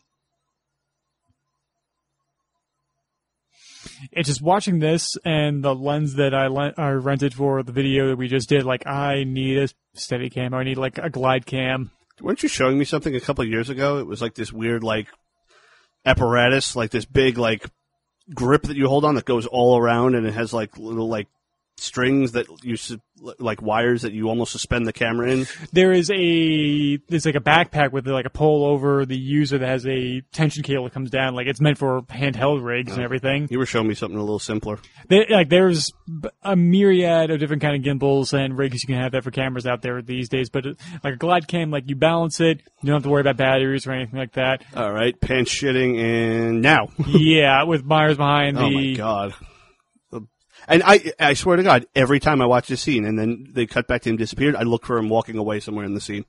Speaker 2: It's just watching this and the lens that I, le- I rented for the video that we just did. Like, I need a steady cam. I need like a glide cam.
Speaker 3: Weren't you showing me something a couple of years ago? It was like this weird like apparatus, like this big like grip that you hold on that goes all around, and it has like little like strings that you su- like wires that you almost suspend the camera in.
Speaker 2: There is a there's like a backpack with like a pole over the user that has a tension cable that comes down. Like it's meant for handheld rigs and everything.
Speaker 3: You were showing me something a little simpler.
Speaker 2: There, like there's b- a myriad of different kind of gimbals and rigs you can have that for cameras out there these days. But it, like a glide cam, like you balance it, you don't have to worry about batteries or anything like that.
Speaker 3: All right, pants shitting, and now.
Speaker 2: yeah, with Myers behind
Speaker 3: Oh my
Speaker 2: the
Speaker 3: god. And I, I swear to God, every time I watch this scene, and then they cut back to him disappeared, I look for him walking away somewhere in the scene.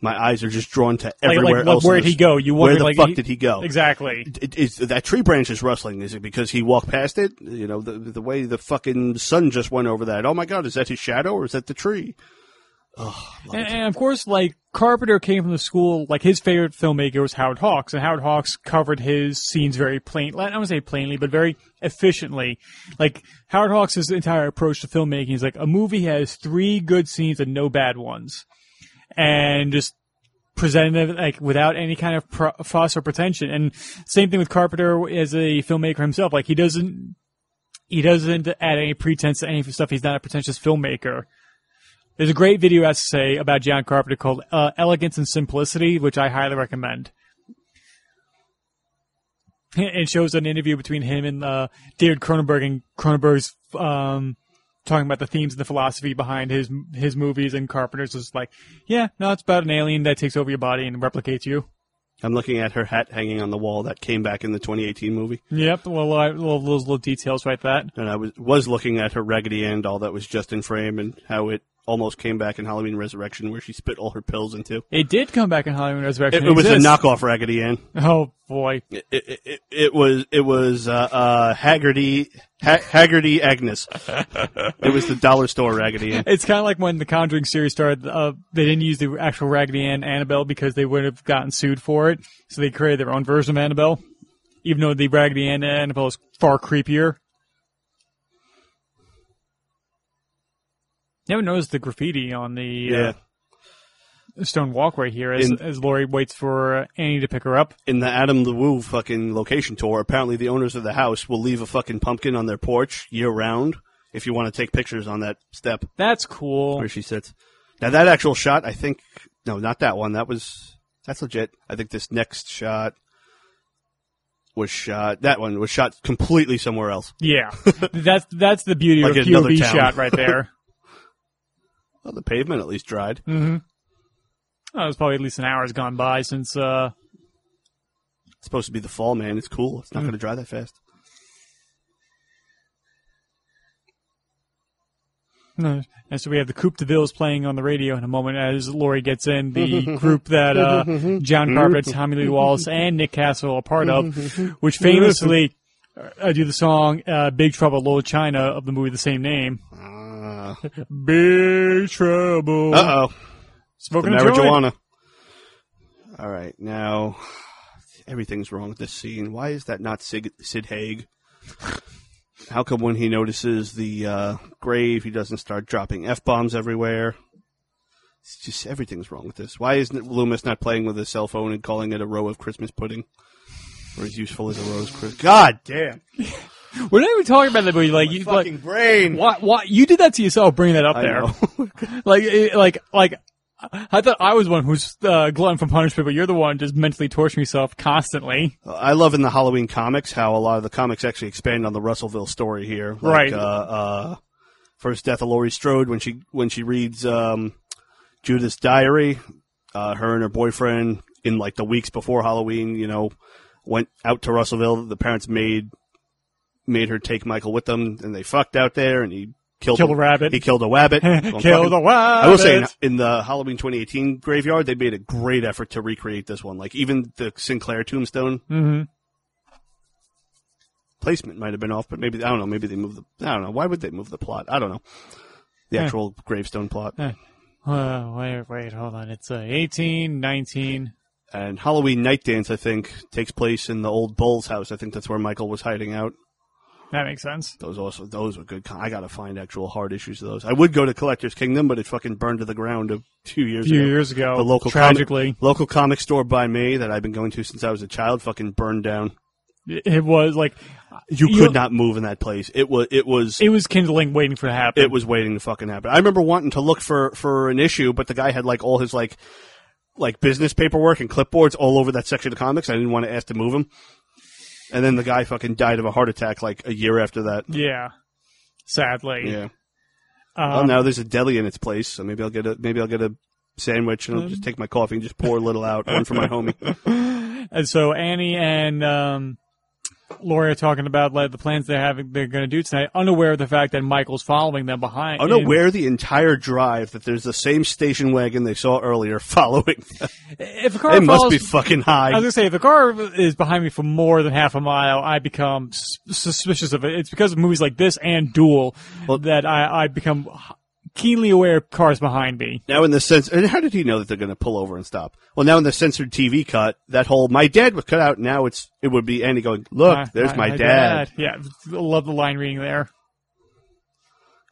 Speaker 3: My eyes are just drawn to
Speaker 2: like,
Speaker 3: everywhere
Speaker 2: like,
Speaker 3: else. in
Speaker 2: where'd
Speaker 3: this-
Speaker 2: he go? You
Speaker 3: Where
Speaker 2: wonder
Speaker 3: the
Speaker 2: like
Speaker 3: fuck did he go?
Speaker 2: exactly?
Speaker 3: It- it's- that tree branch is rustling. Is it because he walked past it? You know, the the way the fucking sun just went over that. Oh my God, is that his shadow or is that the tree?
Speaker 2: And, and of course, like Carpenter came from the school. Like his favorite filmmaker was Howard Hawks, and Howard Hawks covered his scenes very plain. I don't say plainly, but very efficiently. Like Howard Hawks' entire approach to filmmaking is like a movie has three good scenes and no bad ones, and just presenting them like without any kind of pro- fuss or pretension. And same thing with Carpenter as a filmmaker himself. Like he doesn't. He doesn't add any pretense to any of his stuff. He's not a pretentious filmmaker. There's a great video essay about John Carpenter called uh, "Elegance and Simplicity," which I highly recommend. It shows an interview between him and uh, David Cronenberg, and Cronenberg's um, talking about the themes and the philosophy behind his his movies, and Carpenter's just like, "Yeah, no, it's about an alien that takes over your body and replicates you."
Speaker 3: I'm looking at her hat hanging on the wall that came back in the 2018 movie,
Speaker 2: Yep, well, I, little, those little details right that.
Speaker 3: and I was was looking at her raggedy end, all that was just in frame, and how it almost came back in Halloween Resurrection, where she spit all her pills into.
Speaker 2: It did come back in Halloween
Speaker 3: It,
Speaker 2: Resurrection.
Speaker 3: it was a
Speaker 2: exists.
Speaker 3: knockoff Raggedy Ann.
Speaker 2: Oh boy,
Speaker 3: It, it, it, it was it was uh, uh, Haggerty ha- Haggerty Agnes. it was the dollar store Raggedy Ann.
Speaker 2: It's kind of like when the Conjuring series started. Uh, they didn't use the actual Raggedy Ann Annabelle because they would have gotten sued for it, so they created their own version of Annabelle. Even though the Raggedy Ann Annabelle is far creepier. Never noticed the graffiti on the. Uh,
Speaker 3: Yeah.
Speaker 2: stone walkway here as,
Speaker 3: In-
Speaker 2: as Lori waits for uh, Annie to pick her up.
Speaker 3: in the Adam the Woo fucking location tour, apparently the owners of the house will leave a fucking pumpkin on their porch year round if you want to take pictures on that step
Speaker 2: That's cool.
Speaker 3: where she sits. Now that actual shot, I think no, not that one. That was that's legit. I think this next shot was shot. That one was shot completely somewhere else.
Speaker 2: Yeah, that's that's the beauty
Speaker 3: Like
Speaker 2: of a
Speaker 3: another
Speaker 2: POV
Speaker 3: town.
Speaker 2: shot right there.
Speaker 3: Well, the pavement at least dried.
Speaker 2: mm-hmm. Oh, it's probably at least an hour's gone by since uh,
Speaker 3: It's supposed to be the fall, man. It's cool. It's not going to dry that fast.
Speaker 2: and so we have the Coupe de Villes playing on the radio in a moment as Lori gets in the group that uh, John Carpenter, Tommy Lee Wallace, and Nick Castle are part of, which famously uh, do the song uh, "Big Trouble in Little China" of the movie the same name.
Speaker 3: Uh
Speaker 2: Big Trouble.
Speaker 3: oh. The
Speaker 2: Smoking a joint.
Speaker 3: marijuana. All right, now everything's wrong with this scene. Why is that not Sig- Sid Haig? How come when he notices the uh, grave, he doesn't start dropping f bombs everywhere? It's just everything's wrong with this. Why isn't Loomis not playing with his cell phone and calling it a row of Christmas pudding, or as useful as a rose? Chris- God damn,
Speaker 2: We're not even talking about that movie. Like you, like,
Speaker 3: fucking brain!
Speaker 2: why, why you did that to yourself? Bringing that up
Speaker 3: I
Speaker 2: there.
Speaker 3: know.
Speaker 2: like it- like like I thought I was one who's uh, glutton for punishment, but you're the one just mentally torturing yourself constantly.
Speaker 3: I love in the Halloween comics how a lot of the comics actually expand on the Russellville story here. Like,
Speaker 2: Right.
Speaker 3: Uh, uh, first death of Laurie Strode when she when she reads um, Judith's diary. Uh, her and her boyfriend in like the weeks before Halloween, you know, went out to Russellville. The parents made made her take Michael with them, and they fucked out there, and he killed
Speaker 2: Killed a rabbit.
Speaker 3: He killed a rabbit. Well,
Speaker 2: Kill
Speaker 3: fucking-
Speaker 2: the wild.
Speaker 3: I will say, in, in the Halloween 2018 graveyard, they made a great effort to recreate this one. Like even the Sinclair tombstone
Speaker 2: hmm
Speaker 3: placement might have been off, but maybe I don't know. Maybe they moved the. I don't know. Why would they move the plot? I don't know. The
Speaker 2: Eh.
Speaker 3: actual gravestone plot.
Speaker 2: Eh. wait, wait, hold on. It's uh, 18, 19.
Speaker 3: And Halloween Night Dance, I think, takes place in the old Bull's house. I think that's where Michael was hiding out.
Speaker 2: That makes sense.
Speaker 3: Those also, those were good. Con- I gotta find actual hard issues of those. I would go to Collector's Kingdom, but it fucking burned to the ground a few
Speaker 2: A
Speaker 3: years
Speaker 2: few
Speaker 3: ago.
Speaker 2: years ago,
Speaker 3: The local
Speaker 2: Oh, tragically,
Speaker 3: Local comic store by me that I've been going to since I was a child fucking burned down.
Speaker 2: it it was like
Speaker 3: You could
Speaker 2: You-
Speaker 3: not move in that place. It was, it was,
Speaker 2: it was kindling, waiting for it to happen.
Speaker 3: it was waiting to fucking happen. I remember wanting to look for for an issue, but the guy had like all his like like business paperwork and clipboards all over that section of comics. I didn't want to ask to move him. And then the guy fucking died of a heart attack like a year after that.
Speaker 2: yeah. Sadly,
Speaker 3: Yeah.
Speaker 2: Um,
Speaker 3: well, now there's a deli in its place, so maybe I'll get a maybe I'll get a sandwich and I'll just take my coffee and just pour a little out, one for my homie.
Speaker 2: and so Annie and um, Lori are talking about like the plans they're having they're going to do tonight, unaware of the fact that Michael's following them behind.
Speaker 3: Unaware the entire drive that there's the same station wagon they saw earlier following. them.
Speaker 2: If a car
Speaker 3: It must
Speaker 2: follows-
Speaker 3: be
Speaker 2: I
Speaker 3: fucking
Speaker 2: was
Speaker 3: high.
Speaker 2: gonna say if a car is behind me for more than half a mile, I become s- suspicious of it. It's because of movies like this and Duel that I, I become keenly aware of cars behind me.
Speaker 3: Now in the sense, and how did he know that they're going to pull over and stop? Well, now in the censored TV cut, that whole "my dad" was cut out. Now it's it would be Andy going, "Look,
Speaker 2: My-
Speaker 3: there's my, dad.
Speaker 2: Yeah, I love the line reading there.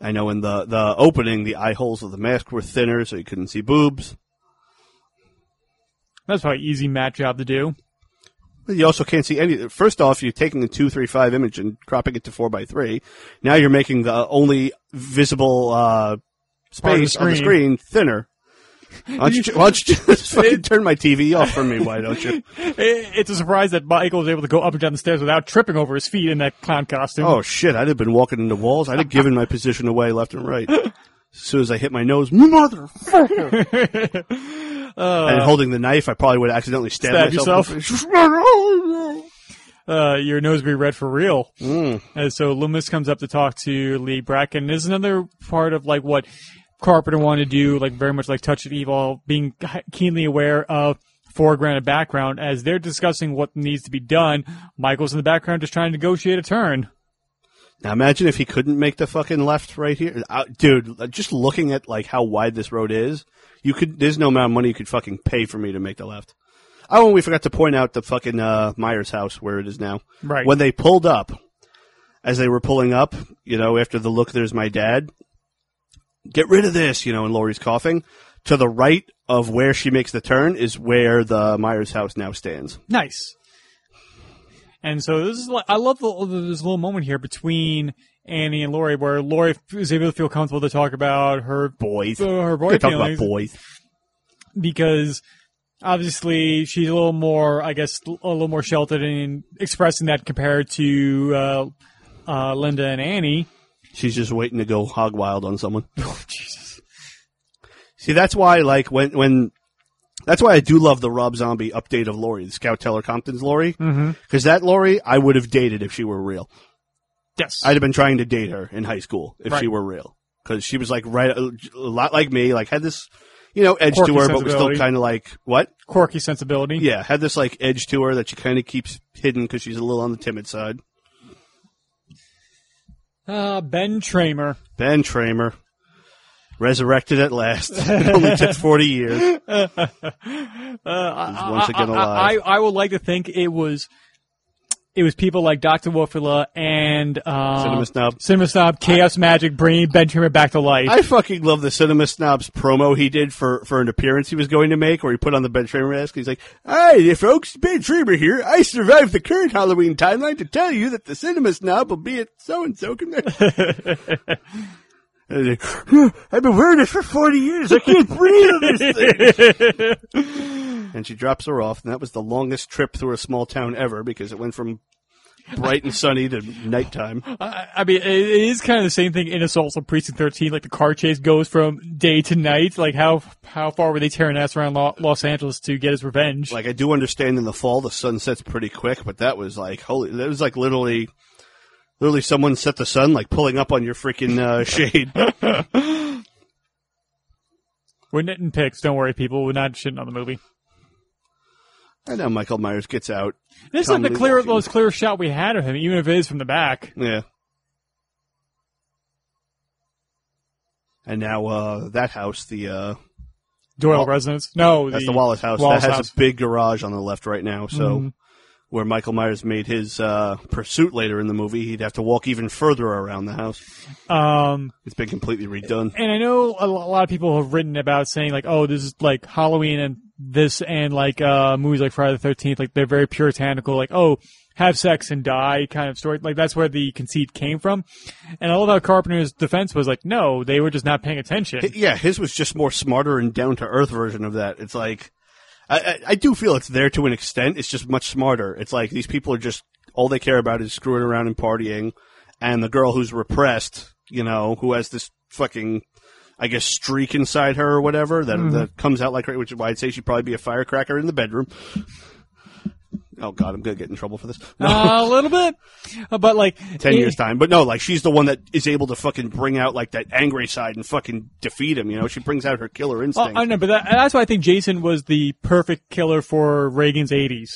Speaker 3: I know in the the opening, the eye holes of the mask were thinner, so you couldn't see boobs.
Speaker 2: That's probably an easy mat job to do.
Speaker 3: But you also can't see any. First off, you're taking a two three five image and cropping it to four by three. Now you're making the only visible uh,
Speaker 2: Part of the
Speaker 3: space on the
Speaker 2: screen.
Speaker 3: screen thinner. Why don't you, why don't you just fucking turn my TV off for me? Why don't you?
Speaker 2: It, it's a surprise that Michael was able to go up and down the stairs without tripping over his feet in that clown costume.
Speaker 3: Oh shit! I'd have been walking into walls. I'd have given my position away left and right. As soon as I hit my nose, mother, and holding the knife, I probably would have accidentally stabbed
Speaker 2: Uh, Stab
Speaker 3: myself.
Speaker 2: uh, your nose be red for real.
Speaker 3: Mm.
Speaker 2: And so Loomis comes up to talk to Lee Bracken. This is another part of like what Carpenter wanted to do, like very much like Touch of Evil, being keenly aware of foreground and background as they're discussing what needs to be done. Michael's in the background just trying to negotiate a turn.
Speaker 3: Now imagine if he couldn't make the fucking left right here, uh, dude. Just looking at like how wide this road is, you could. There's no amount of money you could fucking pay for me to make the left. Oh, and we forgot to point out the fucking uh, Myers house where it is now.
Speaker 2: Right.
Speaker 3: When they pulled up, as they were pulling up, you know, after the look, there's my dad. get rid of this, you know, and Laurie's coughing. To the right of where she makes the turn is where the Myers house now stands.
Speaker 2: Nice. And so this is like I love the, this little moment here between Annie and Lori, where Lori is able to feel comfortable to talk about her
Speaker 3: Boys.
Speaker 2: uh, her boy
Speaker 3: Good talk about
Speaker 2: feelings
Speaker 3: boys.
Speaker 2: because obviously she's a little more, I guess, a little more sheltered in expressing that compared to uh, uh, Linda and Annie.
Speaker 3: She's just waiting to go hog wild on someone.
Speaker 2: Oh, Jesus.
Speaker 3: See, that's why, like, when, when, that's why I do love the Rob Zombie update of Lori, the Scout Teller Compton's Lori.
Speaker 2: Mm-hmm.
Speaker 3: Because that Lori, I would have dated if she were real.
Speaker 2: Yes.
Speaker 3: I'd have been trying to date her in high school if she
Speaker 2: Right.
Speaker 3: were real. Because she was, like, right, a lot like me, like, had this, you know, edge
Speaker 2: Quirky
Speaker 3: to her, but was still
Speaker 2: sensibility.
Speaker 3: kind of like, what?
Speaker 2: Quirky sensibility.
Speaker 3: Yeah, had this, like, edge to her that she kind of keeps hidden because she's a little on the timid side.
Speaker 2: Uh, ben Tramer.
Speaker 3: Ben Tramer. Resurrected at last. It only took 40 years.
Speaker 2: Uh, I-
Speaker 3: once again
Speaker 2: I,
Speaker 3: alive.
Speaker 2: I, I would like to think it was it was people like Dr. Wolfula and uh,
Speaker 3: Cinema Snob.
Speaker 2: Cinema Snob, Chaos Magic, bringing Ben Trimmer back to life.
Speaker 3: I fucking love the Cinema Snobs promo he did for, for an appearance he was going to make, where he put on the Ben Tramer mask. He's like, "Hi, folks, Ben Tramer here. I survived the current Halloween timeline to tell you that the Cinema Snob will be at so and so convention." And he's like, "Huh, I've been wearing it for forty years. I can't breathe on this thing. and she drops her off, and that was the longest trip through a small town ever because it went from bright and sunny to nighttime.
Speaker 2: I, I mean, it, it is kind of the same thing in Assault on Precinct 13. Like the car chase goes from day to night. Like how how far were they tearing ass around Lo- Los Angeles to get his revenge?
Speaker 3: like I do understand in the fall the sun sets pretty quick, but that was like holy. That was like literally, literally someone set the sun like pulling up on your freaking uh, shade.
Speaker 2: We're knitting picks. Don't worry, people. We're not shitting on the movie.
Speaker 3: and now Michael Myers gets out.
Speaker 2: This is
Speaker 3: Tom
Speaker 2: like the
Speaker 3: Lee
Speaker 2: clear,
Speaker 3: walking.
Speaker 2: most clear shot we had of him, even if it is from the back.
Speaker 3: Yeah. And now uh, that house, the uh,
Speaker 2: Doyle
Speaker 3: Well,
Speaker 2: residence. No,
Speaker 3: that's the Wallace house.
Speaker 2: Wallace
Speaker 3: that has
Speaker 2: house. Mm-hmm.
Speaker 3: a big garage on the left right now. So where Michael Myers made his uh, pursuit later in the movie, he'd have to walk even further around the house.
Speaker 2: Um,
Speaker 3: It's been completely redone.
Speaker 2: and I know a lo- a lot of people have written about saying like, oh, this is like Halloween and this and like uh, movies like Friday the Thirteenth, like they're very puritanical, like oh, have sex and die kind of story. Like that's where the conceit came from. And I love how Carpenter's defense was like, no, they were just not paying attention.
Speaker 3: Yeah, his was just more smarter and down to earth version of that. It's like, I, I, I do feel it's there to an extent. It's just much smarter. It's like these people are just all they care about is screwing around and partying, and the girl who's repressed, you know, who has this fucking, I guess, streak inside her or whatever that
Speaker 2: Mm-hmm.
Speaker 3: that comes out like, cra- which is why I'd say she'd probably be a firecracker in the bedroom. Oh God, I'm gonna get in trouble for this. No.
Speaker 2: Uh, a little bit, Uh, but like
Speaker 3: Ten
Speaker 2: it-
Speaker 3: years time, but no, like she's the one that is able to fucking bring out like that angry side and fucking defeat him. You know, she brings out her killer
Speaker 2: Well,
Speaker 3: instinct.
Speaker 2: Uh, I know, but that, that's why I think Jason was the perfect killer for Reagan's '80s,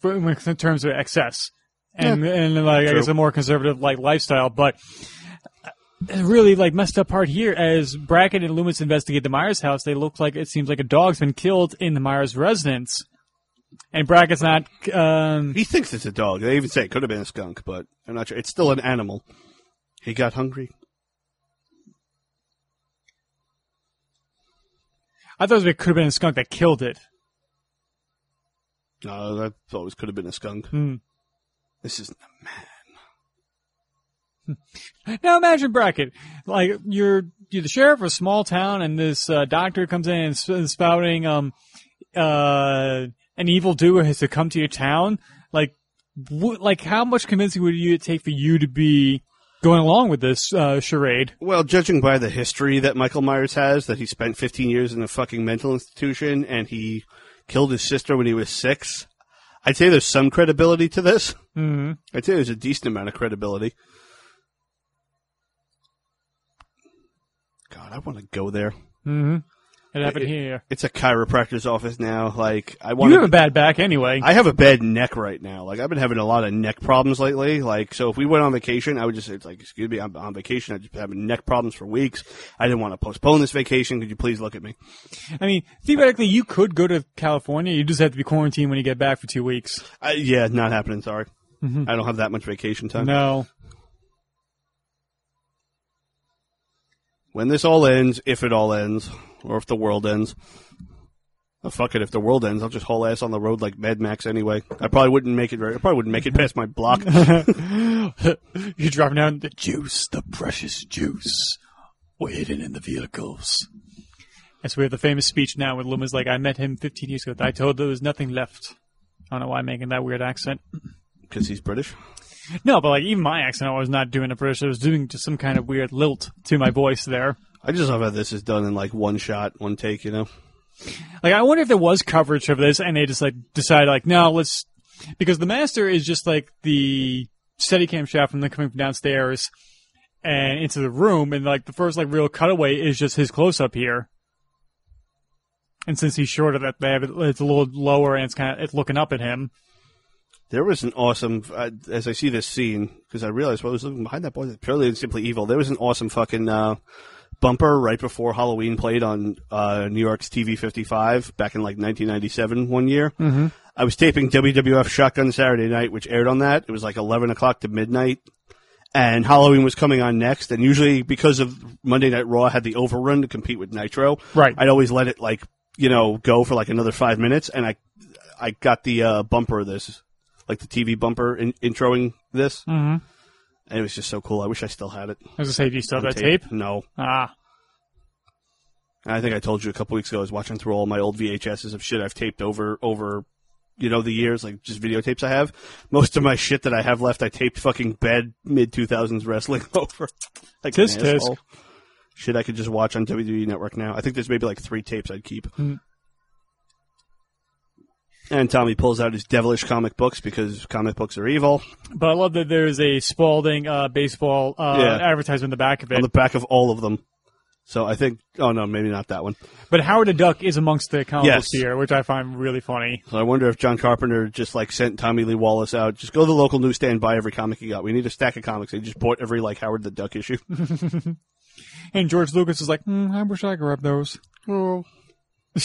Speaker 2: for, in terms of excess and and like I
Speaker 3: True.
Speaker 2: guess a more conservative like lifestyle. But uh, really, like messed up part here as Brackett and Loomis investigate the Myers house, they look like it seems like a dog's been killed in the Myers residence, and Brackett's not. Um,
Speaker 3: He thinks it's a dog. They even say it could have been a skunk, but I'm not sure. It's still an animal. He got hungry.
Speaker 2: I thought it could have been a skunk that killed it.
Speaker 3: No, that always could have been a skunk.
Speaker 2: Hmm.
Speaker 3: This is a man.
Speaker 2: Now imagine Brackett, like you're you're the sheriff of a small town, and this uh, doctor comes in and sp- spouting, um, uh, an evil doer has to come to your town. Like, wh- like how much convincing would you take for you to be going along with this uh, charade?
Speaker 3: Well, judging by the history that Michael Myers has, that he spent 15 years in a fucking mental institution and he killed his sister when he was six, I'd say there's some credibility to this.
Speaker 2: Mm-hmm.
Speaker 3: I'd say there's a decent amount of credibility. God, I want to go there.
Speaker 2: Mm-hmm. It happened
Speaker 3: It-
Speaker 2: here.
Speaker 3: It's a chiropractor's office now. Like, I want
Speaker 2: You have a bad back anyway.
Speaker 3: I have a bad neck right now. Like I've been having a lot of neck problems lately. Like so, if we went on vacation, I would just it's like, "Excuse me, I'm on vacation. I've just been having neck problems for weeks. I didn't want to postpone this vacation. Could you please look at me?"
Speaker 2: I mean, theoretically, you could go to California. You just have to be quarantined when you get back for two weeks.
Speaker 3: I, Uh, yeah, not happening. Sorry, I don't have Uh, that much vacation time.
Speaker 2: No.
Speaker 3: when this all ends, if it all ends, or if the world ends. Oh, fuck it, if the world ends, I'll just haul ass on the road like Mad Max anyway. I probably wouldn't make it. Very, I probably wouldn't make it past my block.
Speaker 2: You're dropping down the
Speaker 4: Juice, the precious juice. We're hidden in the vehicles.
Speaker 2: And so we have the famous speech now where Luma's like, I met him 15 years ago. I told her there was nothing left. I don't know why I'm making that weird accent.
Speaker 3: Because he's British.
Speaker 2: No, but like even my accent, I was not doing a British. I was doing just some kind of weird lilt to my voice there.
Speaker 3: I just love how this is done in like one shot, one take. You know,
Speaker 2: Like I wonder if there was coverage of this, and they just like decided like, no, let's because the master is just like the Steadicam shot from them coming from downstairs and into the room, and like the first like real cutaway is just his close up here. And since he's shorter, that they have it, it's a little lower, and it's kind of it's looking up at him.
Speaker 3: there was an awesome. I, as I see this scene, because I realized what was looking behind that boy is purely and simply evil. There was an awesome fucking uh, bumper right before Halloween played on uh, New York's TV 55 back in like 1997. One year, mm-hmm. I was taping WWF Shotgun Saturday Night, which aired on that. It was like 11 o'clock to midnight. and Halloween was coming on next. And usually, because of Monday Night Raw had the overrun to compete with Nitro,
Speaker 2: Right.
Speaker 3: I'd always let it like you know go for like another five minutes, and I I got the uh, bumper of this, like the TV bumper in- introing this, mm-hmm. and it was just so cool. I wish I still had it.
Speaker 2: I was gonna say, do you still have
Speaker 3: On
Speaker 2: that tape?
Speaker 3: No,
Speaker 2: Ah,
Speaker 3: I think I told you a couple weeks ago. I was watching through all my old VHSs of shit I've taped over over, you know, the years, like just videotapes I have. Most of my shit that I have left, I taped fucking bad mid two thousands wrestling over. like
Speaker 2: Tisk,
Speaker 3: an
Speaker 2: tisk.
Speaker 3: asshole. Shit I could just watch on WWE Network now. I think there's maybe like three tapes I'd keep.
Speaker 2: Hmm.
Speaker 3: And Tommy pulls out his devilish comic books because comic books are evil.
Speaker 2: but I love that there's a Spalding uh, baseball uh,
Speaker 3: Yeah.
Speaker 2: advertisement in the back of it.
Speaker 3: On the back of all of them. So I think, oh no, maybe not that one.
Speaker 2: But Howard the Duck is amongst the comic
Speaker 3: Yes.
Speaker 2: books here, which I find really funny.
Speaker 3: So I wonder if John Carpenter just like sent Tommy Lee Wallace out. Just go to the local newsstand, buy every comic you got. We need a stack of comics. They just bought every like Howard the Duck issue.
Speaker 2: And George Lucas is like, hmm, I wish I could rub those.
Speaker 3: Oh.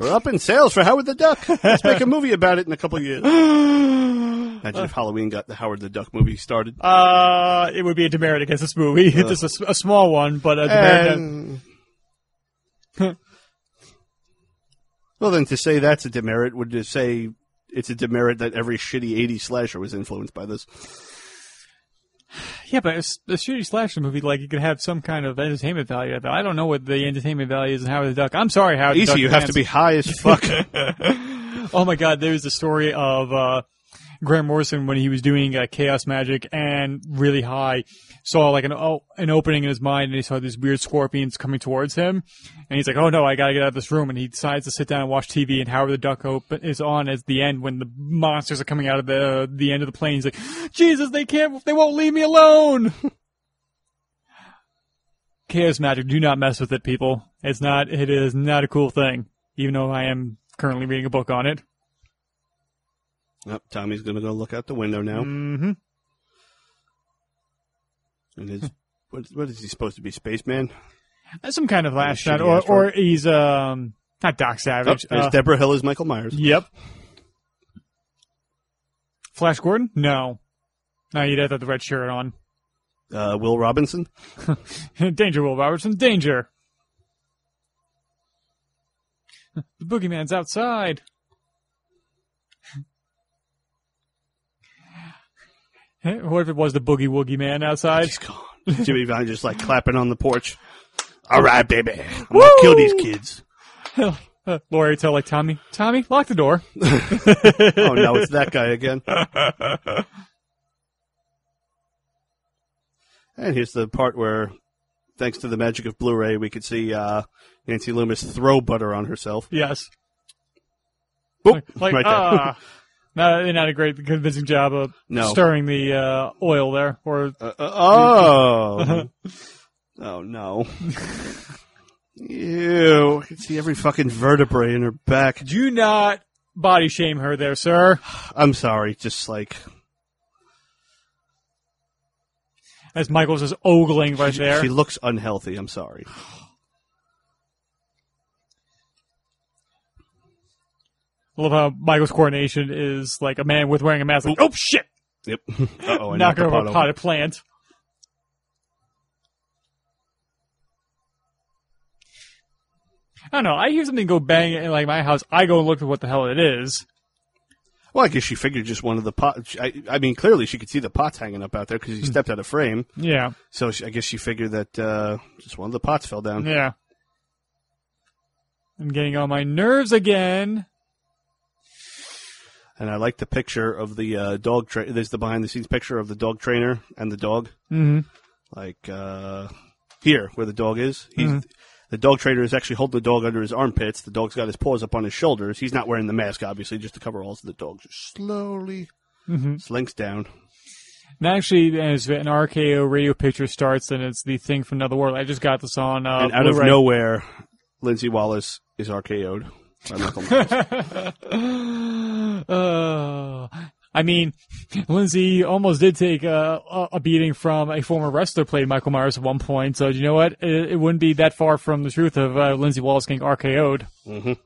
Speaker 3: We're up in sales for Howard the Duck. Let's make a movie about it in a couple of years. Imagine if Halloween got the Howard the Duck movie started.
Speaker 2: Uh, it would be a demerit against this movie. It's just a s- a, small one, but a demerit.
Speaker 3: And- well, then to say that's a demerit would to say it's a demerit that every shitty 80s slasher was influenced by this.
Speaker 2: yeah, but it's a shitty slasher movie. Like, you could have some kind of entertainment value. I don't know what the entertainment value is in Howard the Duck. I'm sorry, Howard the
Speaker 3: Easy,
Speaker 2: Duck.
Speaker 3: you have to be
Speaker 2: fans.
Speaker 3: high as fuck.
Speaker 2: Oh my god, there's the story of, uh, Graham Morrison when he was doing uh, chaos magic and really high saw like an oh, an opening in his mind and he saw these weird scorpions coming towards him and he's like oh no I gotta get out of this room and he decides to sit down and watch TV and Howard the Duck open is on at the end when the monsters are coming out of the the end of the plane he's like Jesus they can't they won't leave me alone chaos magic do not mess with it people it's not it is not a cool thing even though I am currently reading a book on it
Speaker 3: Oh, Tommy's going to go look out the window now.
Speaker 2: mm-hmm.
Speaker 3: And his, what, what is he supposed to be, spaceman?
Speaker 2: Some kind of last
Speaker 3: shitty
Speaker 2: shot, or, or
Speaker 3: asteroid.
Speaker 2: he's um not Doc
Speaker 3: Oh,
Speaker 2: Savage.
Speaker 3: there's
Speaker 2: uh,
Speaker 3: Deborah Hill as Michael Myers.
Speaker 2: yep. Flash Gordon? No, no, you'd have to have the red shirt on.
Speaker 3: Uh, Will Robinson.
Speaker 2: danger, Will Robertson, danger! The boogeyman's outside. Eh, What if it was the boogie woogie man outside?
Speaker 3: He's gone. Jimmy Vine just like clapping on the porch. All right, baby. I'm going to kill these kids.
Speaker 2: Uh, Laurie tell like Tommy, Tommy, lock the door.
Speaker 3: Oh, now it's that guy again. and here's the part where, thanks to the magic of Blu ray, we could see uh, Nancy Loomis throw butter on herself.
Speaker 2: Yes.
Speaker 3: Boop.
Speaker 2: Like,
Speaker 3: right there.
Speaker 2: ah. no, they're not a great convincing job of
Speaker 3: uh, No.
Speaker 2: stirring the uh, oil there. Or
Speaker 3: Uh, uh, oh. oh no. Ew. I can see every fucking vertebrae in her back.
Speaker 2: do not body shame her there, sir.
Speaker 3: I'm sorry, just like
Speaker 2: As Michael's just ogling right there.
Speaker 3: she looks unhealthy, I'm sorry.
Speaker 2: I love how Michael's coronation is like a man with wearing a mask. Like, oh shit!
Speaker 3: Yep. Uh oh, I knocked
Speaker 2: Knocking
Speaker 3: the
Speaker 2: over
Speaker 3: pot
Speaker 2: a
Speaker 3: over.
Speaker 2: potted plant. I don't know. I hear something go bang in like my house. I go and look at what the hell it is.
Speaker 3: Well, I guess she figured just one of the pots. I, I mean, clearly she could see the pots hanging up out there
Speaker 2: Hmm.
Speaker 3: because he stepped out of frame.
Speaker 2: Yeah,
Speaker 3: So she, I guess she figured that uh, just one of the pots fell down.
Speaker 2: yeah. I'm getting on my nerves again.
Speaker 3: And I like the picture of the uh, dog. Tra- there's the behind the scenes picture of the dog trainer and the dog.
Speaker 2: hmm
Speaker 3: Like uh, here, where the dog is. He's, The dog trainer is actually holding the dog under his armpits. The dog's got his paws up on his shoulders. He's not wearing the mask, obviously, just to cover all. So the dog just slowly
Speaker 2: hmm
Speaker 3: slinks down.
Speaker 2: And actually, as an RKO radio picture starts, and it's the thing from another world. I just got this on. Uh,
Speaker 3: and out of
Speaker 2: Blu-ray.
Speaker 3: nowhere, Lindsay Wallace is RKO'd by Michael Myers.
Speaker 2: uh, I mean, Lindsay almost did take uh, a, a beating from a former wrestler played Michael Myers at one point. So you know what? It, it wouldn't be that far from the truth of uh, Lindsay Wallace getting RKO'd.
Speaker 3: Mhm.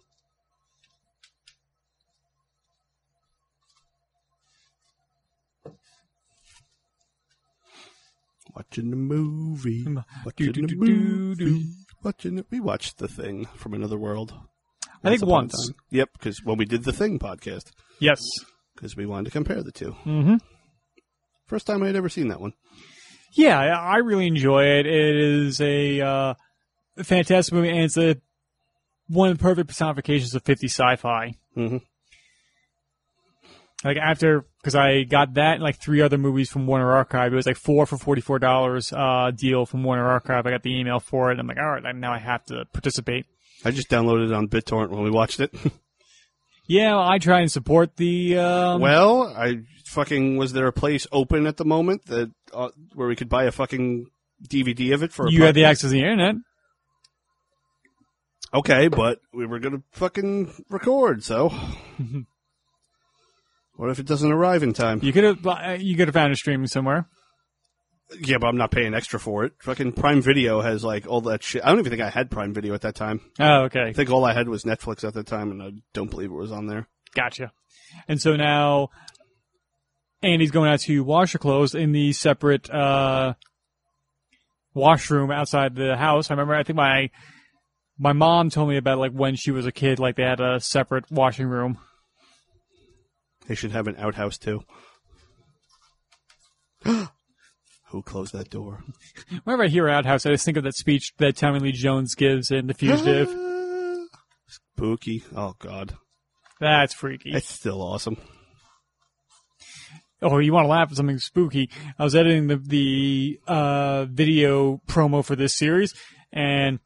Speaker 3: Watching the movie.
Speaker 2: Mm-hmm.
Speaker 3: Watching the
Speaker 2: do-do-do-do-do.
Speaker 3: movie. Watching it. We watched The Thing from Another World.
Speaker 2: I think
Speaker 3: upon a
Speaker 2: once.
Speaker 3: time. Yep, because when we did The Thing podcast,
Speaker 2: Yes.
Speaker 3: because we wanted to compare the two.
Speaker 2: Mm-hmm.
Speaker 3: First time I had ever seen that one.
Speaker 2: Yeah, I I really enjoy it. It is a uh, fantastic movie, and it's a one of the perfect personifications of 50 sci-fi.
Speaker 3: Mhm.
Speaker 2: Like after, because I got that and like three other movies from Warner Archive. It was like four for forty-four dollars uh, deal from Warner Archive. I got the email for it. And I'm like, all right, like, now I have to participate.
Speaker 3: I just downloaded it on BitTorrent when we watched it.
Speaker 2: Yeah, I try and support the. Um,
Speaker 3: Well, I fucking was there a place open at the moment that uh, where we could buy a fucking DVD of it for? A
Speaker 2: you had the
Speaker 3: podcast?
Speaker 2: access to the internet.
Speaker 3: Okay, but we were gonna fucking record, so what if it doesn't arrive in time?
Speaker 2: You could have. You could have found it streaming somewhere.
Speaker 3: Yeah, but I'm not paying extra for it. Fucking Prime Video has like all that shit. I don't even think I had Prime Video at that time.
Speaker 2: Oh, okay.
Speaker 3: I think all I had was Netflix at that time, and I don't believe it was on there.
Speaker 2: Gotcha. And so now Andy's going out to wash her clothes in the separate uh, washroom outside the house. I remember I think my my mom told me about like when she was a kid, like they had a separate washing room.
Speaker 3: They should have an outhouse too. Who closed that door?
Speaker 2: Whenever I hear outhouse, I just think of that speech that Tommy Lee Jones gives in The Fugitive.
Speaker 3: Spooky. Oh god.
Speaker 2: That's freaky.
Speaker 3: It's still awesome.
Speaker 2: Oh, you want to laugh at something spooky? I was editing the the uh, video promo for this series, and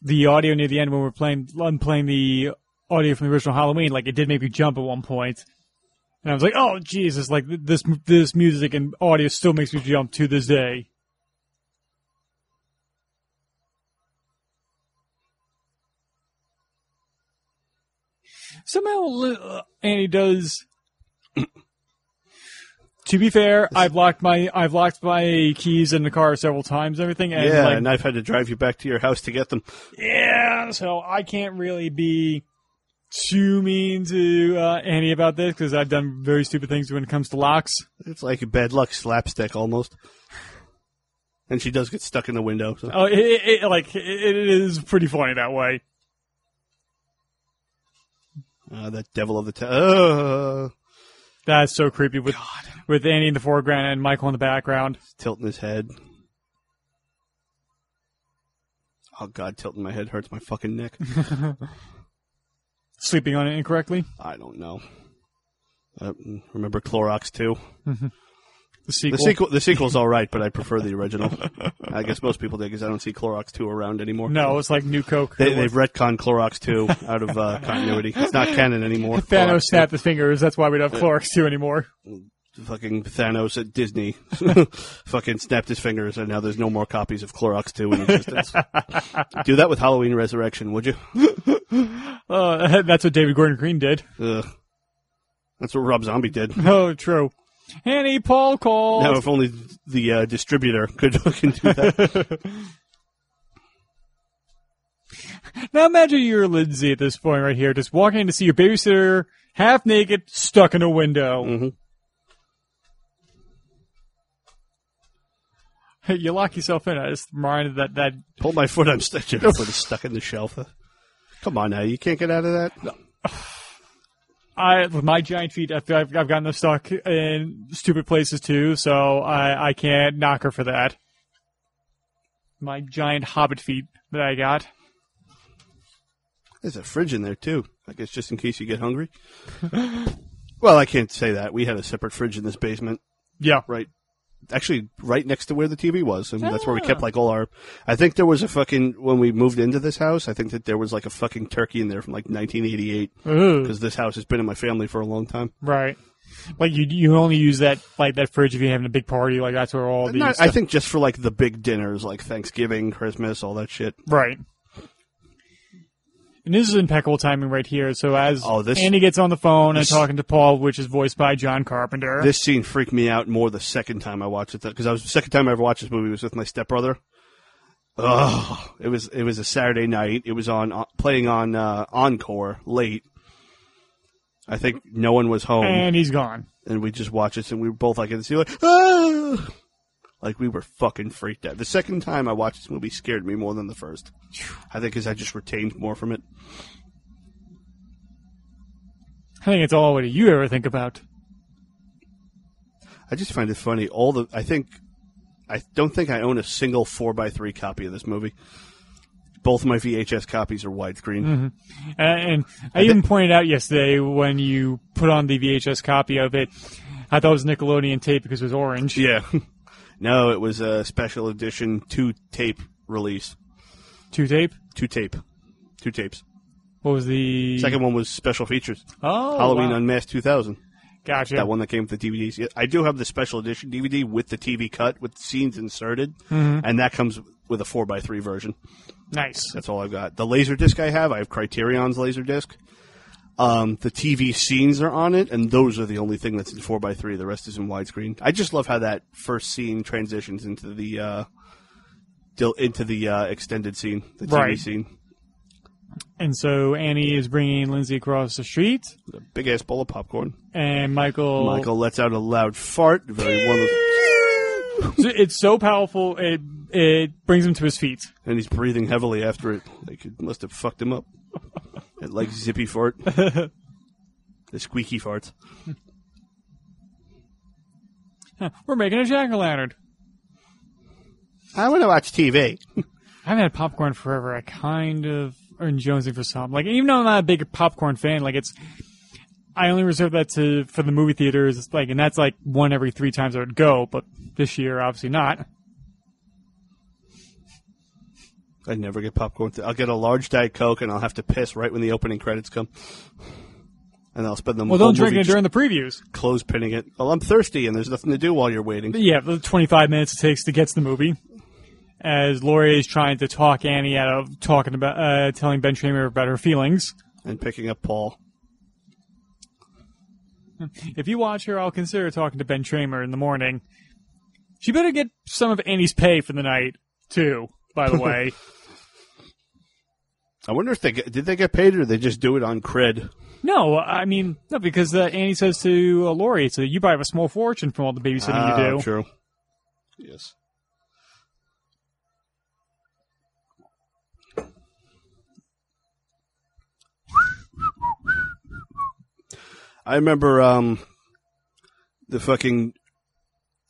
Speaker 2: the audio near the end when we were playing I'm playing the audio from the original Halloween, like it did make me jump at one point. And I was like, "Oh Jesus!" Like th- this this music and audio still makes me jump to this day. Somehow, li- uh, Annie does to be fair, I've locked my I've locked my keys in the car several times, and everything, and
Speaker 3: yeah,
Speaker 2: like,
Speaker 3: and I've had to drive you back to your house to get them.
Speaker 2: yeah, so I can't really be too mean to uh, Annie about this because I've done very stupid things when it comes to locks.
Speaker 3: It's like bad luck slapstick almost. And she does get stuck in the window. so-
Speaker 2: Oh, it, it, it- like it, it is pretty funny that way. Oh.
Speaker 3: Ah, that devil of the town. Uh,
Speaker 2: That's so creepy with with Annie in the foreground and Michael in the background.
Speaker 3: tilting his head. Oh god, tilting my head hurts my fucking neck.
Speaker 2: Sleeping on it incorrectly.
Speaker 3: I don't know. Uh, remember Clorox too.
Speaker 2: The
Speaker 3: The
Speaker 2: sequel.
Speaker 3: sequel, the sequel's all right, but I prefer the original. I guess most people do because I don't see Clorox two around anymore.
Speaker 2: No, it's like New Coke.
Speaker 3: They, they've retconned Clorox 2 out of uh, continuity. It's not canon anymore.
Speaker 2: Thanos
Speaker 3: Clorox
Speaker 2: snapped his fingers. That's why we don't have Clorox 2 anymore.
Speaker 3: 2. Fucking Thanos at Disney fucking snapped his fingers, and now there's no more copies of Clorox 2 in existence. Do that with Halloween Resurrection, would you?
Speaker 2: Uh, that's what David Gordon Green did.
Speaker 3: Ugh. That's what Rob Zombie did.
Speaker 2: Oh, true. Annie Paul called.
Speaker 3: Now, if only the uh, distributor could fucking do that.
Speaker 2: Now imagine you're Lindsay at this point right here, just walking in to see your babysitter half naked, stuck in a window.
Speaker 3: Mhm.
Speaker 2: Hey, you lock yourself in. I just reminded that that
Speaker 3: Pull my foot, I'm st- your foot is stuck in the shelf. Come on now, you can't get out of that.
Speaker 2: I with my giant feet, I feel I've, I've gotten them stuck in stupid places too, so I I can't knock her for that. My giant hobbit feet that I got.
Speaker 3: There's a fridge in there too. I guess just in case you get hungry. well, I can't say that. We had a separate fridge in this basement,
Speaker 2: Yeah,
Speaker 3: right? Actually, right next to where the TV was, and that's where we kept
Speaker 2: Ah.
Speaker 3: like all our. I think there was a fucking when we moved into this house. I think that there was like a fucking turkey in there from like 1988
Speaker 2: Ooh,
Speaker 3: because this house has been in my family for a long time.
Speaker 2: right. Like you, you only use that like that fridge if you're having a big party. Like that's where all these.
Speaker 3: Not- I think just for like the big dinners, like Thanksgiving, Christmas, all that shit.
Speaker 2: Right. And this is impeccable timing right here. So as
Speaker 3: Oh, this-
Speaker 2: Andy gets on the phone
Speaker 3: this-
Speaker 2: and talking to Paul, which is voiced by John Carpenter.
Speaker 3: This scene freaked me out more the second time I watched it because I was the second time I ever watched this movie was with my stepbrother. Oh, it was it was a Saturday night. It was on playing on uh, Encore late. I think no one was home,
Speaker 2: and he's gone.
Speaker 3: and we just watched this, and we were both like in the scene like, ah! like we were fucking freaked out. The second time I watched this movie scared me more than the first. I think because I just retained more from it.
Speaker 2: I think it's all what you ever think about.
Speaker 3: I just find it funny. All the I think I don't think I own a single four x three copy of this movie. Both my VHS copies are widescreen.
Speaker 2: Uh, and I even pointed out yesterday when you put on the VHS copy of it, I thought it was Nickelodeon tape because it was orange.
Speaker 3: Yeah. no, it was a special edition two tape release.
Speaker 2: Two tape.
Speaker 3: Two tape. Two tapes.
Speaker 2: What was the
Speaker 3: Second one was special features.
Speaker 2: Oh,
Speaker 3: Halloween
Speaker 2: wow.
Speaker 3: Unmasked 2000.
Speaker 2: Gotcha.
Speaker 3: That one that came with the DVDs. Yeah, I do have the special edition DVD with the TV cut with scenes inserted,
Speaker 2: Mm-hmm.
Speaker 3: and that comes with a 4x3 version.
Speaker 2: Nice.
Speaker 3: That's all I've got. The laser disc I have, I have Criterion's laser disc. Um, the TV scenes are on it, and those are the only thing that's in four x three. The rest is in widescreen. I just love how that first scene transitions into the uh, dil- into the uh, extended scene, the TV
Speaker 2: Right.
Speaker 3: scene.
Speaker 2: And so Annie is bringing Lindsay across the street,
Speaker 3: The big ass bowl of popcorn.
Speaker 2: and Michael.
Speaker 3: Michael lets out a loud fart. Very one of-
Speaker 2: So it's so powerful. It it brings him to his feet.
Speaker 3: and he's breathing heavily after it. Like it must have fucked him up. It like zippy fart. the squeaky farts.
Speaker 2: Huh, We're making a jack o' lantern.
Speaker 3: I want to watch TV.
Speaker 2: I haven't had popcorn forever. I kind of am jonesing for some. Like even though I'm not a big popcorn fan, like it's I only reserve that to for the movie theaters. It's Like and that's like one every three times I would go, but this year obviously not.
Speaker 3: I never get popcorn. I'll get a large diet coke, and I'll have to piss right when the opening credits come, and I'll spend the
Speaker 2: Well,
Speaker 3: whole
Speaker 2: don't drink
Speaker 3: movie
Speaker 2: it during the previews.
Speaker 3: just close pinning it. Well, I'm thirsty, and there's nothing to do while you're waiting.
Speaker 2: But yeah, the 25 minutes it takes to get to the movie. As Laurie is trying to talk Annie out of talking about uh, telling Ben Tramer about her feelings.
Speaker 3: And picking up Paul.
Speaker 2: If you watch her, I'll consider talking to Ben Tramer in the morning. She better get some of Annie's pay for the night, too, by the way.
Speaker 3: I wonder if they get, did they get paid, or they just do it on cred.
Speaker 2: no, I mean, no, because uh, Annie says to uh, Lori, so you probably have a small fortune from all the babysitting you
Speaker 3: Ah,
Speaker 2: do.
Speaker 3: True. Yes. I remember um, the fucking.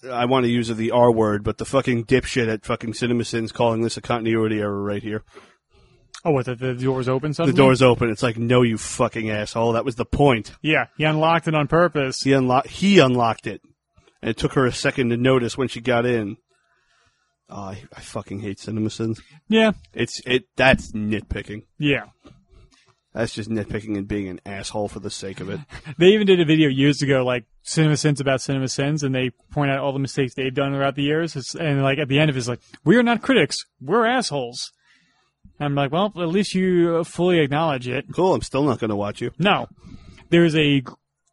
Speaker 3: I want to use the R word, but the fucking dipshit at fucking CinemaSins calling this a continuity error right here.
Speaker 2: Oh, what, the, the door's open
Speaker 3: The
Speaker 2: suddenly?
Speaker 3: door's open. It's like, no, you fucking asshole. That was the point.
Speaker 2: Yeah, he unlocked it on purpose.
Speaker 3: He unlocked. He unlocked it, and it took her a second to notice when she got in. Oh, I, I fucking hate CinemaSins.
Speaker 2: Yeah,
Speaker 3: It's it. That's nitpicking.
Speaker 2: yeah.
Speaker 3: That's just nitpicking and being an asshole for the sake of it.
Speaker 2: They even did a video years ago, like CinemaSins about CinemaSins, and they point out all the mistakes they've done throughout the years. It's, and like at the end of it, it's like, we are not critics, we're assholes. And I'm like, well, at least you uh, fully acknowledge it.
Speaker 3: Cool. I'm still not going to watch you.
Speaker 2: No, there's a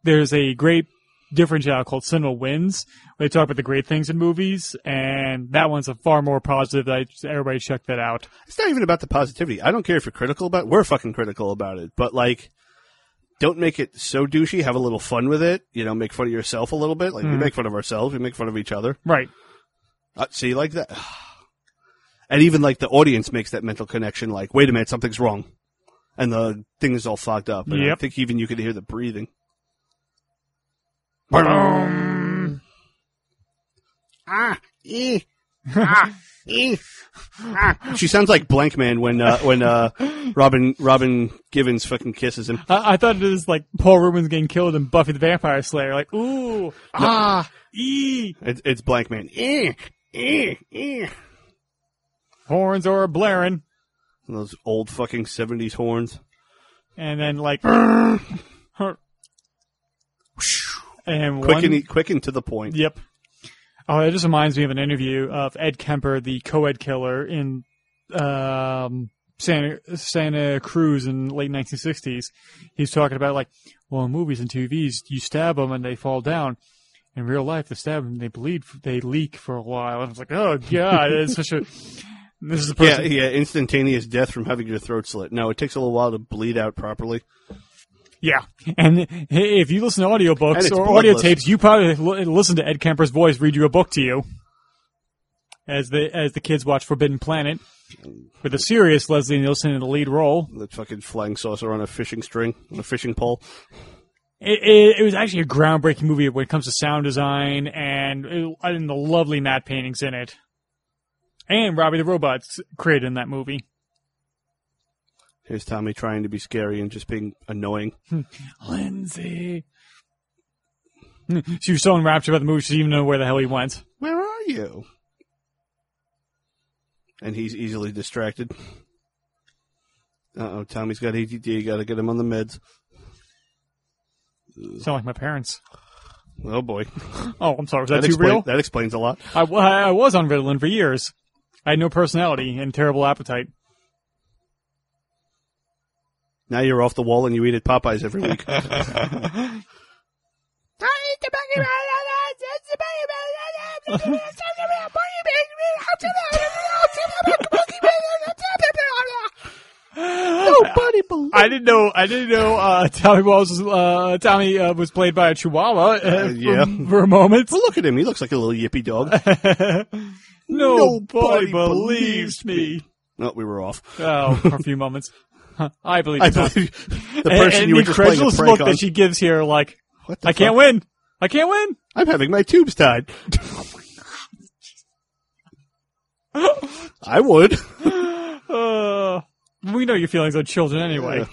Speaker 2: there's a great different channel called Cinema Wins where they talk about the great things in movies, and that one's a far more positive. I everybody check that out.
Speaker 3: It's not even about the positivity. I don't care if you're critical about. We're fucking critical about it, but like. Don't make it so douchey. Have a little fun with it. You know, make fun of yourself a little bit. Like we make fun of ourselves. We make fun of each other.
Speaker 2: Right.
Speaker 3: Uh, see, like that. And even like the audience makes that mental connection. Like, wait a minute, something's wrong. and the thing is all fogged up. And I
Speaker 2: Yep.
Speaker 3: think even you could hear the breathing. Ah, eh, ah, eh, ah. She sounds like Blank Man when uh, when uh, Robin Robin Givens fucking kisses him.
Speaker 2: I, I thought it was like Paul Rubens getting killed in Buffy the Vampire Slayer. Like, ooh, ah, ee,
Speaker 3: It, it's Blank Man. Eh, eh, eh.
Speaker 2: horns are blaring.
Speaker 3: Those old fucking seventies horns.
Speaker 2: And then like, her- and
Speaker 3: Quick
Speaker 2: one,
Speaker 3: and e- quick and to the point.
Speaker 2: Yep. Oh, it just reminds me of an interview of Ed Kemper, the co-ed killer in um, Santa Santa Cruz in late 1960s. He's talking about like, well, in movies and TVs, you stab them and they fall down. In real life, they stab them, and they bleed, they leak for a while. And I was like, oh god, it's such a. This is the
Speaker 3: Yeah,
Speaker 2: person.
Speaker 3: yeah, instantaneous death from having your throat slit. No, it takes a little while to bleed out properly.
Speaker 2: Yeah. And hey, if you listen to
Speaker 3: And
Speaker 2: audiobooks
Speaker 3: it's
Speaker 2: or audio
Speaker 3: bloodless.
Speaker 2: tapes, you probably li- listen to Ed Kemper's voice read you a book to you. As the as the kids watch Forbidden Planet with a serious Leslie Nielsen in the lead role.
Speaker 3: That fucking flying saucer on a fishing string, on a fishing pole.
Speaker 2: It, it, it was actually a groundbreaking movie when it comes to sound design and, uh, and the lovely matte paintings in it. And Robbie the Robot's created in that movie.
Speaker 3: Here's Tommy trying to be scary and just being annoying.
Speaker 2: Lindsay. She was so enraptured by the movie, she didn't even know where the hell he went.
Speaker 3: Where are you? And he's easily distracted. Uh oh, Tommy's got ADD. Got to get him on the meds.
Speaker 2: Sound like my parents.
Speaker 3: Oh boy,
Speaker 2: Oh, I'm sorry. Was that,
Speaker 3: that,
Speaker 2: too
Speaker 3: explain-
Speaker 2: real?
Speaker 3: that explains a lot.
Speaker 2: I, wa- I was on Ritalin for years. I had no personality and terrible appetite.
Speaker 3: Now you're off the wall and you eat at Popeyes every week.
Speaker 2: Nobody believes.
Speaker 3: Oh,
Speaker 2: I didn't know. I didn't know uh, Tommy Walls. Uh, Tommy uh, was played by a Chihuahua. Uh, for-
Speaker 3: yeah.
Speaker 2: for, a moment.
Speaker 3: well, look at him. He looks like a little yippy dog.
Speaker 2: Nobody,
Speaker 3: Nobody
Speaker 2: believes
Speaker 3: believes
Speaker 2: me.
Speaker 3: No, we were off.
Speaker 2: Oh, for a few moments. Huh, I believe.
Speaker 3: I
Speaker 2: it's not.
Speaker 3: believe the
Speaker 2: And-
Speaker 3: person
Speaker 2: and
Speaker 3: you were
Speaker 2: the
Speaker 3: just playing a
Speaker 2: incredulous
Speaker 3: prank
Speaker 2: look
Speaker 3: on.
Speaker 2: that she gives here, like
Speaker 3: What the
Speaker 2: I can't
Speaker 3: fuck?
Speaker 2: win. I can't win.
Speaker 3: I'm having my tubes tied. I would.
Speaker 2: Uh, we know your feelings on children anyway.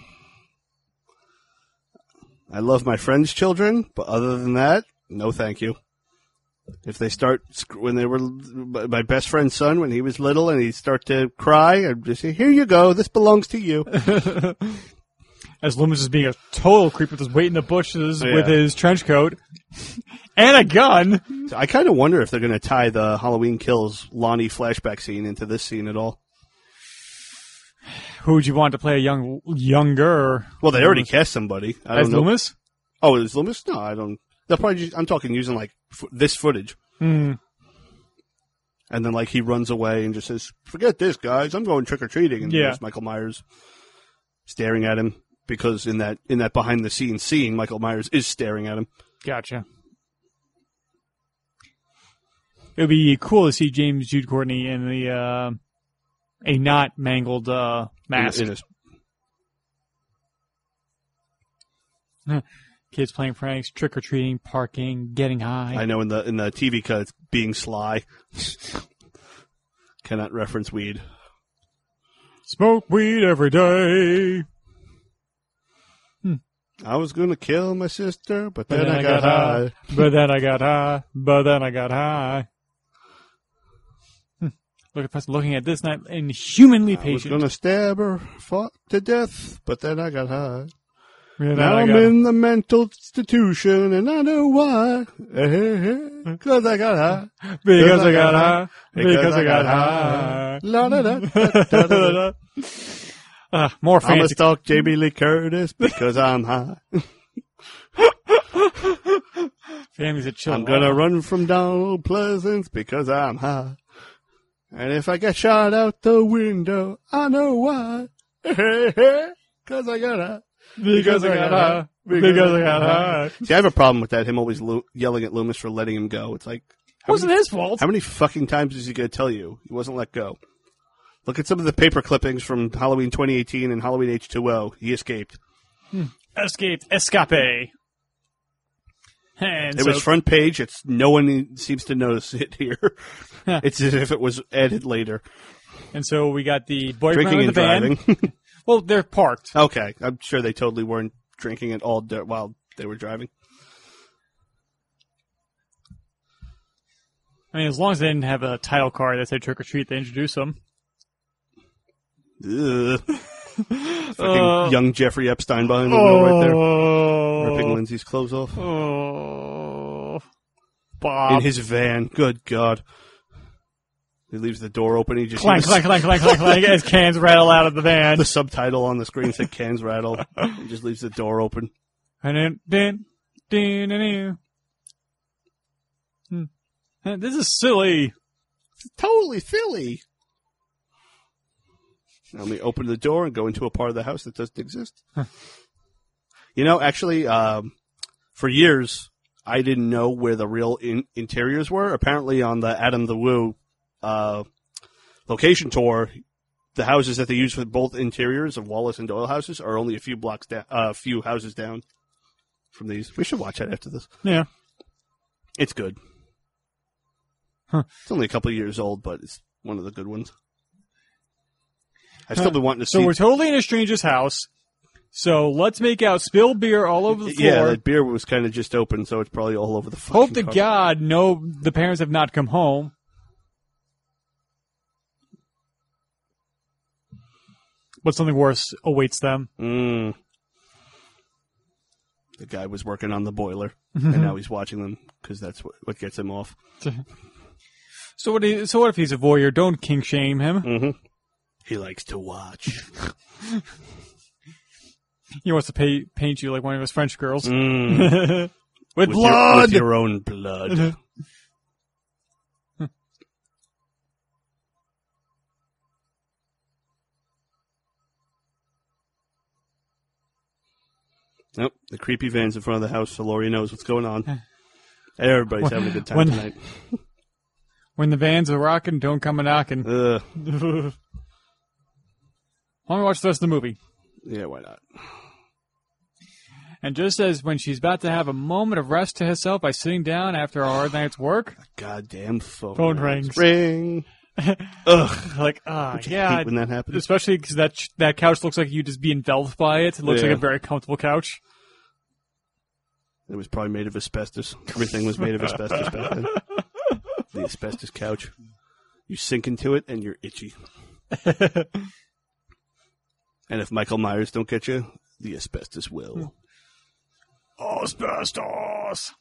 Speaker 3: I love my friends' children, but other than that, no thank you. If they start sc- when they were my best friend's son when he was little and he'd start to cry, I'd just say, "Here you go, this belongs to you."
Speaker 2: As Loomis is being a total creep with his weight in the bushes
Speaker 3: Yeah.
Speaker 2: with his trench coat and a gun.
Speaker 3: So I kind of wonder if they're going to tie the Halloween Kills Lonnie flashback scene into this scene at all.
Speaker 2: Who would you want to play a young younger?
Speaker 3: Well, they already cast somebody. I don't
Speaker 2: as
Speaker 3: know.
Speaker 2: Loomis?
Speaker 3: Oh, is Loomis? No, I don't. They'll probably. Just, I'm talking using like f- this footage,
Speaker 2: Hmm.
Speaker 3: and then like he runs away and just says, "Forget this, guys. I'm going trick or treating." And
Speaker 2: Yeah.
Speaker 3: there's Michael Myers staring at him because in that in that behind the scenes scene, Michael Myers is staring at him.
Speaker 2: Gotcha. It would be cool to see James Jude Courtney in the uh, a not mangled uh, mask.
Speaker 3: In- in his-
Speaker 2: Kids playing pranks, trick or treating, parking, getting high.
Speaker 3: I know in the in the TV cut, it's being sly. Cannot reference weed.
Speaker 2: Smoke weed every day.
Speaker 3: I was gonna kill my sister, but
Speaker 2: But
Speaker 3: then, I, got, high.
Speaker 2: But then I got high. But then I got high. Hmm. Look, if I was looking at this, not inhumanly
Speaker 3: I was
Speaker 2: patient.
Speaker 3: gonna stab her fought to death, but then I got high.
Speaker 2: And then
Speaker 3: Now
Speaker 2: I
Speaker 3: I'm
Speaker 2: got-
Speaker 3: in the mental institution, and I know why. Eh, Because I got high.
Speaker 2: because I got high. Because I got high.
Speaker 3: La, da, da, da, da, da, da.
Speaker 2: Uh, more
Speaker 3: I'm a
Speaker 2: fancy.
Speaker 3: stalk Jamie Lee Curtis because I'm high.
Speaker 2: Families at chill.
Speaker 3: I'm gonna run from Donald Pleasance because I'm high. And if I get shot out the window, I know why. Because I got high.
Speaker 2: Because I got high. Because I got high.
Speaker 3: See, I have a problem with that. Him always lo- yelling at Loomis for letting him go. It's like,
Speaker 2: Wasn't his fault.
Speaker 3: How many fucking times is he going to tell you he wasn't let go? Look at some of the paper clippings from Halloween 2018 and Halloween H2O. He escaped.
Speaker 2: Escape, escape. And
Speaker 3: It
Speaker 2: so,
Speaker 3: was front page. It's no one e-, seems to notice it here. it's as if it was added later.
Speaker 2: and so we got the boyfriend
Speaker 3: Drinking
Speaker 2: with the
Speaker 3: and
Speaker 2: van.
Speaker 3: driving.
Speaker 2: Well, they're parked.
Speaker 3: okay, I'm sure they totally weren't drinking at all dur- while they were driving.
Speaker 2: I mean, as long as they didn't have a title card that said trick or treat, they introduced them.
Speaker 3: Ugh. Fucking
Speaker 2: Uh,
Speaker 3: young Jeffrey Epstein behind the wheel right there, ripping Lindsay's clothes off
Speaker 2: Oh,
Speaker 3: in
Speaker 2: Bob.
Speaker 3: his van. Good God. He leaves the door open. He just
Speaker 2: clank, clank, clank, clank, clank, clank, as cans rattle out of the van.
Speaker 3: the subtitle on the screen said "Cans rattle." He just leaves the door open.
Speaker 2: And then, then, then, then, then. Hmm. Uh, This is silly.
Speaker 3: Totally silly. Now we open the door and go into a part of the house that doesn't exist. you know, actually, um, for years I didn't know where the real in- interiors were. Apparently, on the Adam the Woo uh, location tour, the houses that they use for both interiors of Wallace and Doyle houses are only a few blocks down, a few houses down from these. We should watch that after this.
Speaker 2: Yeah.
Speaker 3: It's good.
Speaker 2: Huh.
Speaker 3: It's only a couple of years old, but it's one of the good ones. I've still
Speaker 2: Huh.
Speaker 3: been wanting to
Speaker 2: So
Speaker 3: see.
Speaker 2: we're totally in a stranger's house. So let's make out, spill beer all over the floor.
Speaker 3: yeah, that beer was kind of just open, so it's probably all over the. fucking
Speaker 2: Hope to
Speaker 3: carpet.
Speaker 2: God no, the parents have not come home. But something worse awaits them.
Speaker 3: Mm. The guy was working on the boiler,
Speaker 2: Mm-hmm.
Speaker 3: and now he's watching them because that's what, what gets him off.
Speaker 2: So what? i- So what if he's a voyeur? Don't kink shame him.
Speaker 3: Mm. He likes to watch.
Speaker 2: He wants to pay, paint you like one of his French girls
Speaker 3: Mm.
Speaker 2: with
Speaker 3: With, your,
Speaker 2: blood. Uh-huh.
Speaker 3: with your own blood. Hmm. Nope, the creepy van's in front of the house, so Lori knows what's going on. Everybody's having a good time
Speaker 2: When-
Speaker 3: tonight.
Speaker 2: when the vans are rocking, don't come a knocking.
Speaker 3: Ugh.
Speaker 2: Why don't we watch the rest of the movie?
Speaker 3: Yeah, why not?
Speaker 2: And just as when she's about to have a moment of rest to herself by sitting down after a hard night's work,
Speaker 3: Goddamn phone.
Speaker 2: Phone rings.
Speaker 3: Ring. Ugh.
Speaker 2: like, ah,
Speaker 3: I
Speaker 2: yeah.
Speaker 3: hate when that happens.
Speaker 2: Especially because that, ch- that couch looks like you just be enveloped by it. It looks
Speaker 3: Yeah.
Speaker 2: like a very comfortable couch.
Speaker 3: It was probably made of asbestos. Everything was made of asbestos back then. The asbestos couch. You sink into it and you're itchy. and if Michael Myers don't get you, the asbestos will.
Speaker 2: Asbestos!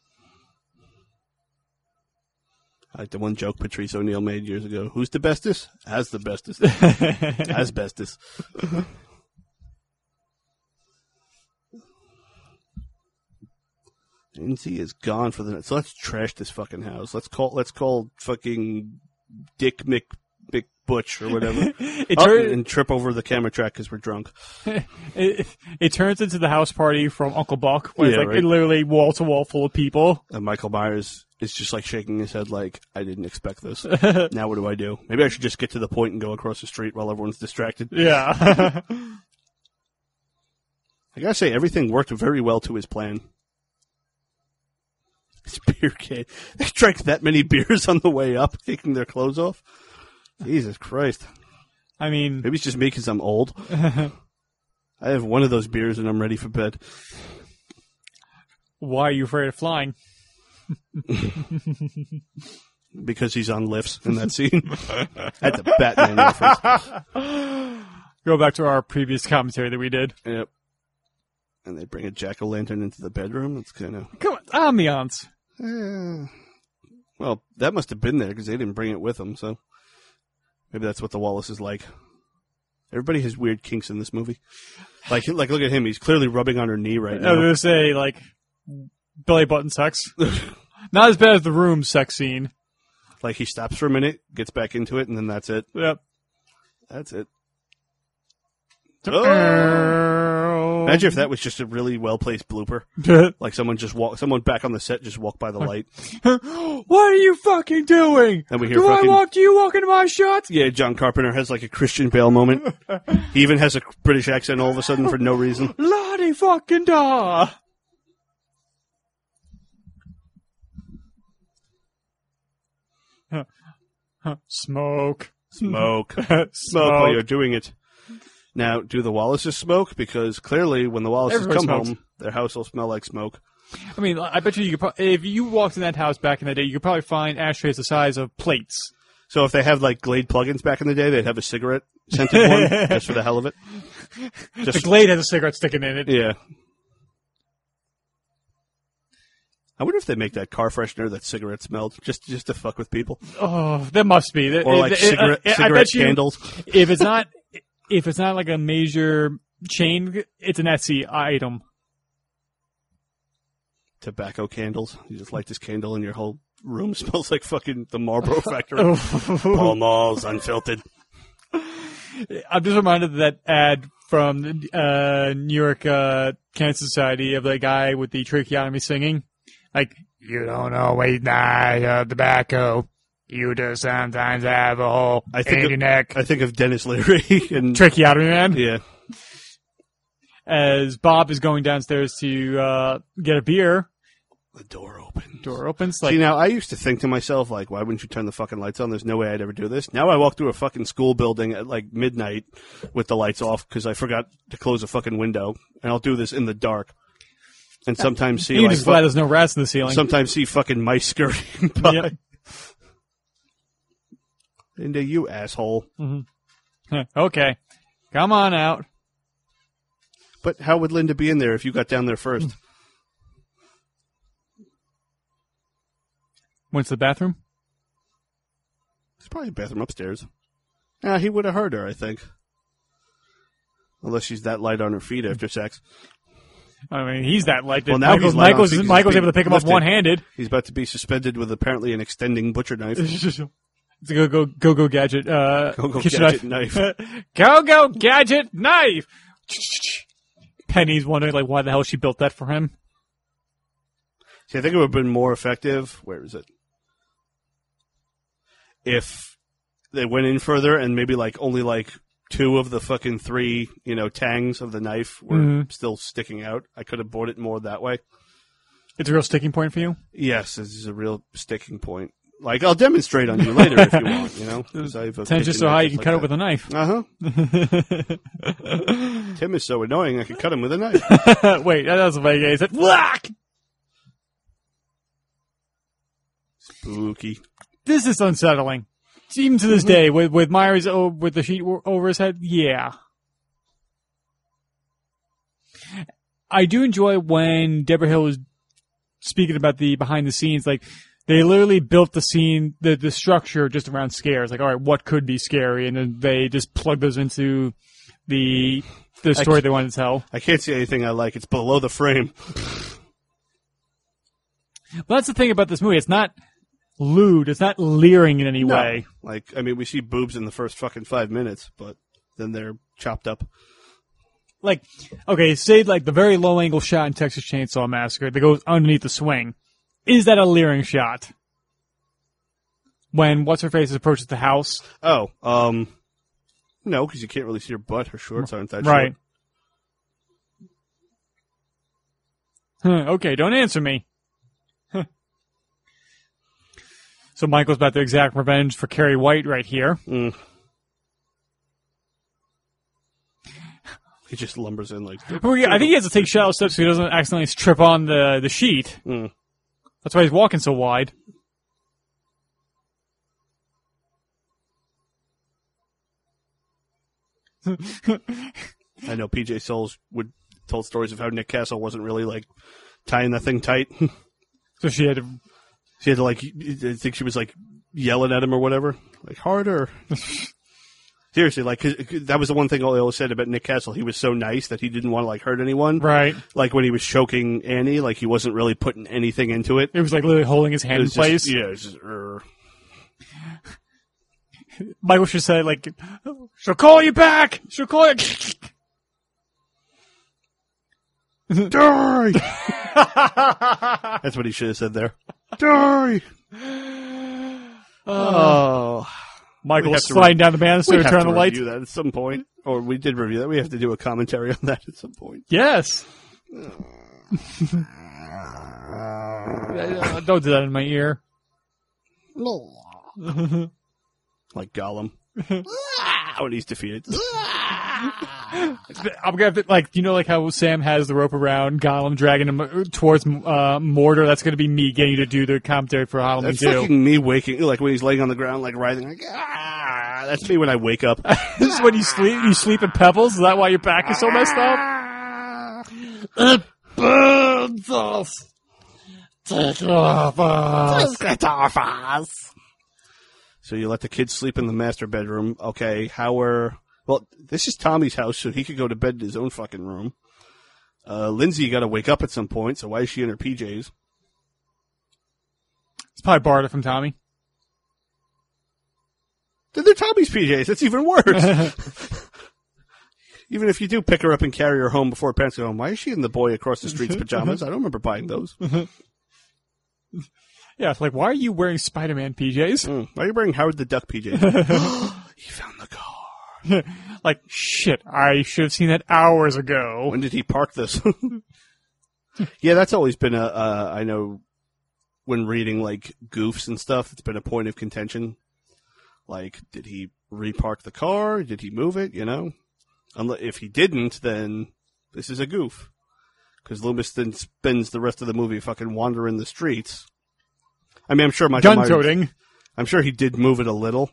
Speaker 3: Like the one joke Patrice O'Neill made years ago. Who's the bestest? As the bestest. asbestos. Lindsay is gone for the night. So let's trash this fucking house. Let's call let's call fucking Dick Mc McButch or whatever.
Speaker 2: It,
Speaker 3: Oh,
Speaker 2: tur-
Speaker 3: and trip over the camera track because we're drunk.
Speaker 2: it, it turns into the house party from Uncle Buck, where it's
Speaker 3: Yeah,
Speaker 2: like
Speaker 3: right.
Speaker 2: literally wall to wall full of people.
Speaker 3: And Michael Myers is just like shaking his head, like I didn't expect this. now what do I do? Maybe I should just get to the point and go across the street while everyone's distracted.
Speaker 2: Yeah.
Speaker 3: I gotta say, everything worked very well to his plan. This beer can. They drank that many beers on the way up, taking their clothes off. Jesus Christ.
Speaker 2: I mean,
Speaker 3: Maybe it's just me because I'm old. I have one of those beers and I'm ready for bed.
Speaker 2: why are you afraid of flying?
Speaker 3: Because he's on lifts in that scene. That's a Batman reference.
Speaker 2: Go back to our previous commentary that we did.
Speaker 3: Yep. And they bring a jack o' lantern into the bedroom. It's kind of.
Speaker 2: Come on, ambiance.
Speaker 3: Eh. Well, that must have been there because they didn't bring it with them. So maybe that's what the Wallace is like. Everybody has weird kinks in this movie. Like, like, look at him. He's clearly rubbing on her knee right
Speaker 2: I was
Speaker 3: now.
Speaker 2: gonna say like belly button sex. Not as bad as the room sex scene.
Speaker 3: Like, he stops for a minute, gets back into it, and then that's it.
Speaker 2: Yep.
Speaker 3: That's it. Oh! Imagine if that was just a really well placed blooper. Like someone just walk, someone back on the set just walked by the light.
Speaker 2: what are you fucking doing?
Speaker 3: And we hear
Speaker 2: Do
Speaker 3: fucking-
Speaker 2: I walk? Do you walk into my shots?
Speaker 3: Yeah, John Carpenter has like a Christian Bale moment. he even has a British accent all of a sudden for no reason.
Speaker 2: Lottie fucking da. Huh. Huh. Smoke.
Speaker 3: Smoke.
Speaker 2: Smoke.
Speaker 3: smoke while you're doing it. Now, do the Wallaces smoke? Because clearly, when the Wallaces
Speaker 2: Everybody
Speaker 3: come
Speaker 2: smokes.
Speaker 3: home, their house will smell like smoke.
Speaker 2: I mean, I bet you you could. Pro- if you walked in that house back in the day, you could probably find ashtrays the size of plates.
Speaker 3: So if they had like Glade plugins back in the day, they'd have a cigarette scented one just for the hell of it.
Speaker 2: The
Speaker 3: Just
Speaker 2: Glade has a cigarette sticking in it.
Speaker 3: yeah. I wonder if they make that car freshener that cigarette smelled just just to fuck with people,
Speaker 2: Oh, there must be. There-
Speaker 3: or like
Speaker 2: it- it-
Speaker 3: cigarette
Speaker 2: I- I
Speaker 3: cigarette
Speaker 2: bet you-
Speaker 3: candles.
Speaker 2: If it's not, if it's not like a major chain, it's an Etsy item.
Speaker 3: tobacco candles. You just light this candle, and your whole room smells like fucking the Marlboro factory.
Speaker 2: I'm
Speaker 3: Pall Malls, unfiltered.
Speaker 2: just reminded of that ad from uh, New York uh, Cancer Society of the guy with the tracheotomy singing, like you don't always die of tobacco. You just sometimes have a hole
Speaker 3: I think
Speaker 2: in
Speaker 3: it-
Speaker 2: your neck.
Speaker 3: I think of Dennis Leary and
Speaker 2: tracheotomy man.
Speaker 3: yeah.
Speaker 2: As Bob is going downstairs to uh, get a beer,
Speaker 3: The door open.
Speaker 2: door opens. Like
Speaker 3: See, now I used to think to myself, like, why wouldn't you turn the fucking lights on? There's no way I'd ever do this. Now I walk through a fucking school building at like midnight with the lights off because I forgot to close a fucking window, and I'll do this in the dark. And sometimes see
Speaker 2: you
Speaker 3: like
Speaker 2: just glad
Speaker 3: fuck,
Speaker 2: there's no rats in the ceiling.
Speaker 3: sometimes see fucking mice scurrying by.
Speaker 2: Yeah.
Speaker 3: Into you asshole.
Speaker 2: okay, come on out.
Speaker 3: But how would Linda be in there if you got down there
Speaker 2: Hmm.
Speaker 3: first?
Speaker 2: Went to the bathroom.
Speaker 3: There's probably a bathroom upstairs. Yeah, he would have heard her, I think. Unless she's that light on her feet after sex.
Speaker 2: I mean, he's that light. that
Speaker 3: Well, now
Speaker 2: Michael-
Speaker 3: he's light on
Speaker 2: Michael's,
Speaker 3: because he's
Speaker 2: Michael's
Speaker 3: being
Speaker 2: able to pick him
Speaker 3: lifted.
Speaker 2: up one-handed.
Speaker 3: He's about to be suspended with apparently an extending butcher knife.
Speaker 2: it's a go go go go gadget. Uh,
Speaker 3: Go-Go
Speaker 2: kitchen
Speaker 3: gadget
Speaker 2: go go gadget knife. Penny's wondering like why the hell she built that for him.
Speaker 3: See, I think it would have been more effective. Where is it? If they went in further and maybe like only like two of the fucking three, you know, tangs of the knife were
Speaker 2: Mhm.
Speaker 3: still sticking out, I could have bought it more that way.
Speaker 2: It's a real sticking point for you.
Speaker 3: Yes, this is a real sticking point. Like I'll demonstrate on you later if you want. You know, because I have a
Speaker 2: Tensions so high you can cut it with a knife.
Speaker 3: Uh huh. Uh-huh. Tim is so annoying. I could cut him with a knife.
Speaker 2: Wait, that doesn't make any sense. Whack!
Speaker 3: Spooky.
Speaker 2: This is unsettling. Even to this day, with with Myers o- with the sheet o- over his head, yeah. I do enjoy when Deborah Hill was speaking about the behind the scenes. Like they literally built the scene, the the structure just around scares. Like, all right, what could be scary, and then they just plug those into the the story they wanted to tell.
Speaker 3: I can't see anything I like. It's below the frame.
Speaker 2: Well, that's the thing about this movie. It's not lewd. It's not leering in any way.
Speaker 3: No. Like, I mean, we see boobs in the first fucking five minutes, but then they're chopped up.
Speaker 2: like okay, say like the very low angle shot in Texas Chainsaw Massacre that goes underneath the swing. Is that a leering shot? When what's her face approaches the house,
Speaker 3: Oh, um, no, because you can't really see her butt. Her shorts aren't that
Speaker 2: right?
Speaker 3: short.
Speaker 2: Huh, okay, don't answer me. Huh. so Michael's about to exact revenge for Carrie White right here.
Speaker 3: Mm. He just lumbers in like.
Speaker 2: Well, yeah, I think he has to take shallow steps so he doesn't accidentally trip on the the sheet.
Speaker 3: Mm.
Speaker 2: That's why he's walking so wide.
Speaker 3: I know PJ Souls would told stories of how Nick Castle wasn't really like tying that thing tight.
Speaker 2: So she had to
Speaker 3: she had to like. I think she was like yelling at him or whatever, like harder. Seriously, like 'cause- 'cause that was the one thing I always said about Nick Castle. He was so nice that he didn't want to like hurt anyone.
Speaker 2: right.
Speaker 3: like when he was choking Annie, like he wasn't really putting anything into it.
Speaker 2: It was like literally holding his hand
Speaker 3: It
Speaker 2: in
Speaker 3: was
Speaker 2: place.
Speaker 3: just, yeah, it was just, "Er."
Speaker 2: Michael should say like, "She'll call you back. She'll call you."
Speaker 3: Die! That's what he should have said there. Die! Oh.
Speaker 2: Michael
Speaker 3: have to
Speaker 2: sliding down the
Speaker 3: We
Speaker 2: banister
Speaker 3: have
Speaker 2: to
Speaker 3: to
Speaker 2: turn on the lights.
Speaker 3: review that at some point. Or we did review that. We have to do a commentary on that at some point.
Speaker 2: Yes. Uh, Don't do that in my ear.
Speaker 3: Like Gollum. Ah, when he's defeated.
Speaker 2: I'm gonna have to, like you know like how Sam has the rope around Gollum dragging him towards uh, Mortar. That's gonna be me getting you to do the commentary for Halloween
Speaker 3: That's
Speaker 2: too.
Speaker 3: fucking me waking, like when he's laying on the ground, like writhing, like, ah, that's me when I wake up.
Speaker 2: this is when you sleep. You sleep in pebbles. Is that why your back is so messed up?
Speaker 5: It burns us. Take it off us. Take it off us.
Speaker 3: so you let the kids sleep in the master bedroom. Okay, how are, well, this is Tommy's house, so he could go to bed in his own fucking room. Uh, Lindsay got to wake up at some point, so why is she in her PJs?
Speaker 2: It's probably borrowed it from Tommy.
Speaker 3: Then they're Tommy's PJs. That's even worse. even if you do pick her up and carry her home before parents go home, why is she in the boy across the street's pajamas? I don't remember buying those.
Speaker 2: Yeah, it's like why are you wearing Spider-Man PJs?
Speaker 3: Hmm, Why are you wearing Howard the Duck PJs? he found the car.
Speaker 2: Like shit, I should have seen that hours ago.
Speaker 3: When did he park this? yeah, that's always been a. Uh, I know when reading like goofs and stuff, it's been a point of contention. Like, did he repark the car? Did he move it? You know, Unle- if he didn't, then this is a goof because Loomis then spends the rest of the movie fucking wandering the streets. I mean, I'm sure Michael
Speaker 2: Gun
Speaker 3: Myers-
Speaker 2: toting.
Speaker 3: I'm sure he did move it a little.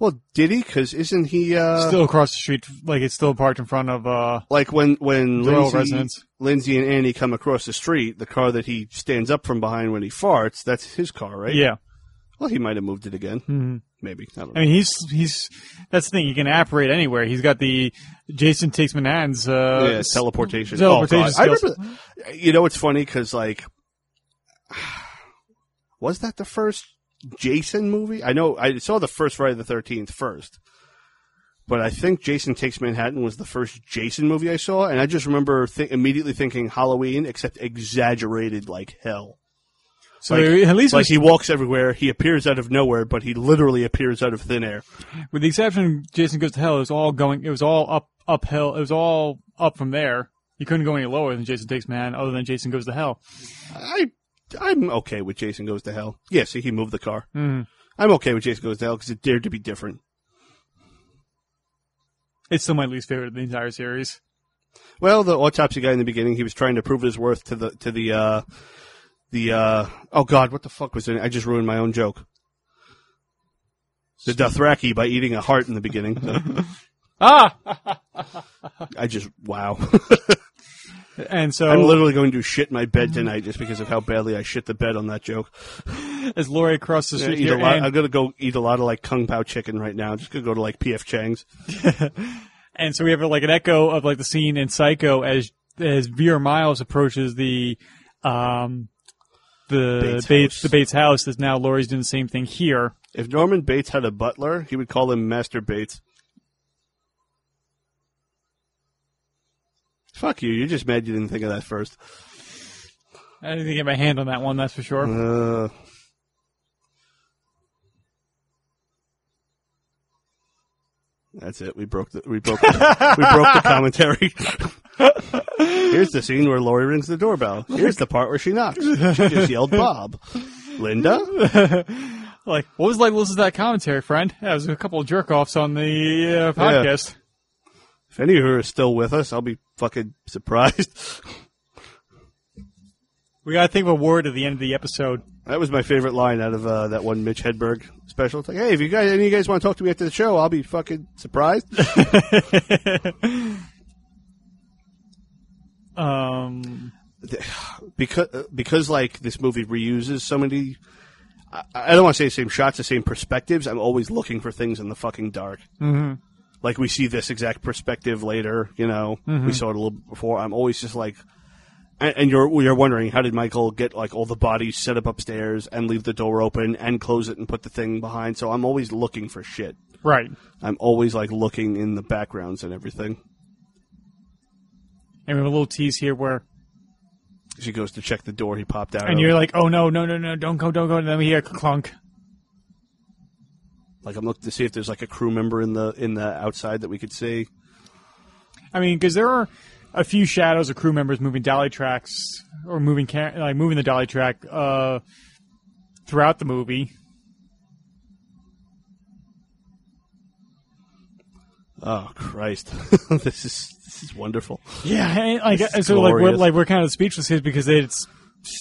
Speaker 3: Well, did he? Because isn't he uh,
Speaker 2: still across the street, like it's still parked in front of uh
Speaker 3: like when when
Speaker 2: the Royal
Speaker 3: Lindsay,
Speaker 2: Residence.
Speaker 3: Lindsay and Annie come across the street, the car that he stands up from behind when he farts, that's his car, right?
Speaker 2: Yeah,
Speaker 3: Well, he might have moved it again.
Speaker 2: Mhm.
Speaker 3: Maybe. I don't
Speaker 2: I
Speaker 3: know.
Speaker 2: mean he's he's that's the thing. He can operate anywhere. He's got the Jason takes Manhattan's uh,
Speaker 3: yeah, teleportation.
Speaker 2: teleportation
Speaker 3: oh, God. I
Speaker 2: skills.
Speaker 3: remember, you know, it's funny because, like, was that the first Jason movie? I know I saw the first Friday the 13th first, but I think Jason Takes Manhattan was the first Jason movie I saw, and I just remember th- immediately thinking Halloween, except exaggerated like hell.
Speaker 2: so
Speaker 3: like-
Speaker 2: at least
Speaker 3: Like
Speaker 2: with,
Speaker 3: he walks everywhere, he appears out of nowhere, but he literally appears out of thin air.
Speaker 2: with the exception of Jason goes to hell, it was all going. It was all up uphill. It was all up from there. You couldn't go any lower than Jason takes Manhattan, other than Jason goes to hell.
Speaker 3: I I'm okay with Jason Goes to Hell. Yeah, see, he moved the car.
Speaker 2: Mhm.
Speaker 3: I'm okay with Jason Goes to Hell because it dared to be different.
Speaker 2: It's still my least favorite of the entire series.
Speaker 3: Well, the autopsy guy in the beginning, he was trying to prove his worth to the to the uh the uh oh god, what the fuck was it? I just ruined my own joke. The Dothraki by eating a heart in the beginning.
Speaker 2: Ah,
Speaker 3: I just wow.
Speaker 2: and so
Speaker 3: I'm literally going to shit my bed tonight just because of how badly I shit the bed on that joke.
Speaker 2: as Laurie crosses the
Speaker 3: I'm
Speaker 2: street
Speaker 3: gonna eat a
Speaker 2: here,
Speaker 3: lot-
Speaker 2: and-
Speaker 3: I'm gonna go eat a lot of like kung pao chicken right now. just gonna go to like PF Chang's.
Speaker 2: And so we have like an echo of like the scene in Psycho as as Vera Miles approaches the um the
Speaker 3: Bates
Speaker 2: Bates,
Speaker 3: house.
Speaker 2: the Bates house is now Laurie's doing the same thing here.
Speaker 3: If Norman Bates had a butler, he would call him Master Bates. Fuck you. You're just mad you didn't think of that first.
Speaker 2: I didn't get my hand on that one, that's for sure.
Speaker 3: Uh, that's it. We broke the we broke the, we broke the commentary. Here's the scene where Lori rings the doorbell. Here's the part where she knocks. She just yelled, "Bob, Linda."
Speaker 2: like, what was it like listening to that commentary, friend? Yeah, it was a couple of jerk offs on the uh, podcast.
Speaker 3: If any of you are still with us, I'll be fucking surprised.
Speaker 2: We gotta think of a word at the end of the episode.
Speaker 3: That was my favorite line out of uh, that one Mitch Hedberg special. It's like, hey, if you guys, any of you guys want to talk to me after the show, I'll be fucking surprised.
Speaker 2: Um
Speaker 3: because because like this movie reuses so many. I, I don't want to say the same shots, the same perspectives. I'm always looking for things in the fucking dark. Mm-hmm. Like we see this exact perspective later. You know,
Speaker 2: Mm-hmm.
Speaker 3: we saw it a little bit before. I'm always just like. And, and you're you're wondering how did Michael get like all the bodies set up upstairs and leave the door open and close it and put the thing behind? So I'm always looking for shit.
Speaker 2: Right.
Speaker 3: I'm always like looking in the backgrounds and everything.
Speaker 2: And we have a little tease here where,
Speaker 3: She goes to check the door he popped out
Speaker 2: and
Speaker 3: of,
Speaker 2: you're like, oh no, no, no, no, don't go, don't go. And then we hear a clunk.
Speaker 3: like I'm looking to see if there's like a crew member in the in the outside that we could see.
Speaker 2: I mean, because there are a few shadows of crew members moving dolly tracks or moving ca- like moving the dolly track uh, throughout the movie.
Speaker 3: Oh Christ, this is this is wonderful.
Speaker 2: Yeah, and, like
Speaker 3: This is
Speaker 2: so, like we're
Speaker 3: glorious.
Speaker 2: like we're kind of speechless here because it's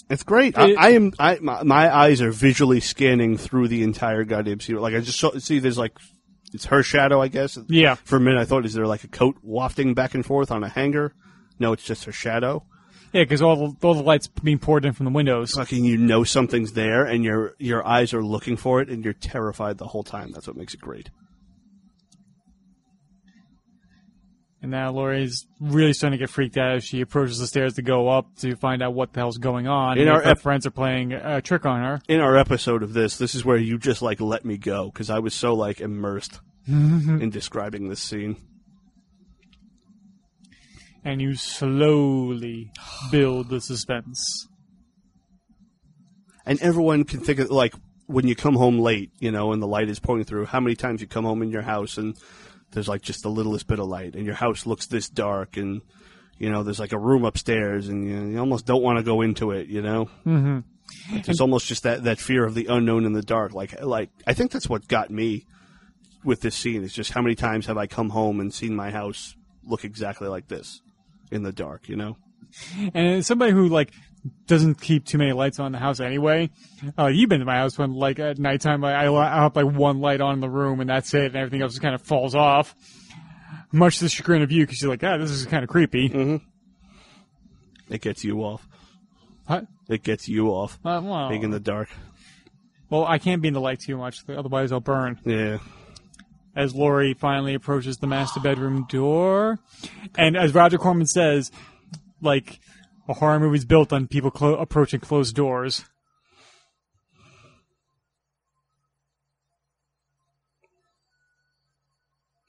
Speaker 3: It's great.
Speaker 2: It-
Speaker 3: I, I am. I my, my eyes are visually scanning through the entire goddamn scene. Like I just saw, see there's like it's her shadow, I guess.
Speaker 2: Yeah.
Speaker 3: For a minute, I thought is there like a coat wafting back and forth on a hanger? No, it's just her shadow.
Speaker 2: yeah, because all the, all the lights being poured in from the windows.
Speaker 3: Fucking, you know something's there, and your your eyes are looking for it, and you're terrified the whole time. That's what makes it great.
Speaker 2: And now Laurie's really starting to get freaked out as she approaches the stairs to go up to find out what the hell's going on.
Speaker 3: In
Speaker 2: and
Speaker 3: our
Speaker 2: if her
Speaker 3: ep-
Speaker 2: friends are playing a trick on her.
Speaker 3: In our episode of this, this is where you just like let me go because I was so like immersed in describing this scene.
Speaker 2: and you slowly build the suspense.
Speaker 3: and everyone can think of like when you come home late, you know, and the light is pouring through. How many times you come home in your house and there's like just the littlest bit of light, and your house looks this dark, and you know there's like a room upstairs, and you, you almost don't want to go into it, you know. Mm-hmm. There's almost just that that fear of the unknown in the dark. Like like I think that's what got me with this scene is just how many times have I come home and seen my house look exactly like this in the dark, you know.
Speaker 2: And as somebody who like doesn't keep too many lights on in the house anyway, uh, you've been to my house when like at nighttime I I I'll have like one light on in the room and that's it, and everything else just kind of falls off. Much to the chagrin of you, because you're like, ah, this is kind of creepy.
Speaker 3: It gets you off.
Speaker 2: What?
Speaker 3: It gets you off.
Speaker 2: Uh, well,
Speaker 3: Being in the dark.
Speaker 2: well, I can't be in the light too much, otherwise I'll burn.
Speaker 3: Yeah.
Speaker 2: as Laurie finally approaches the master bedroom door. And as Roger Corman says, like a horror movie's built on people clo- approaching closed doors.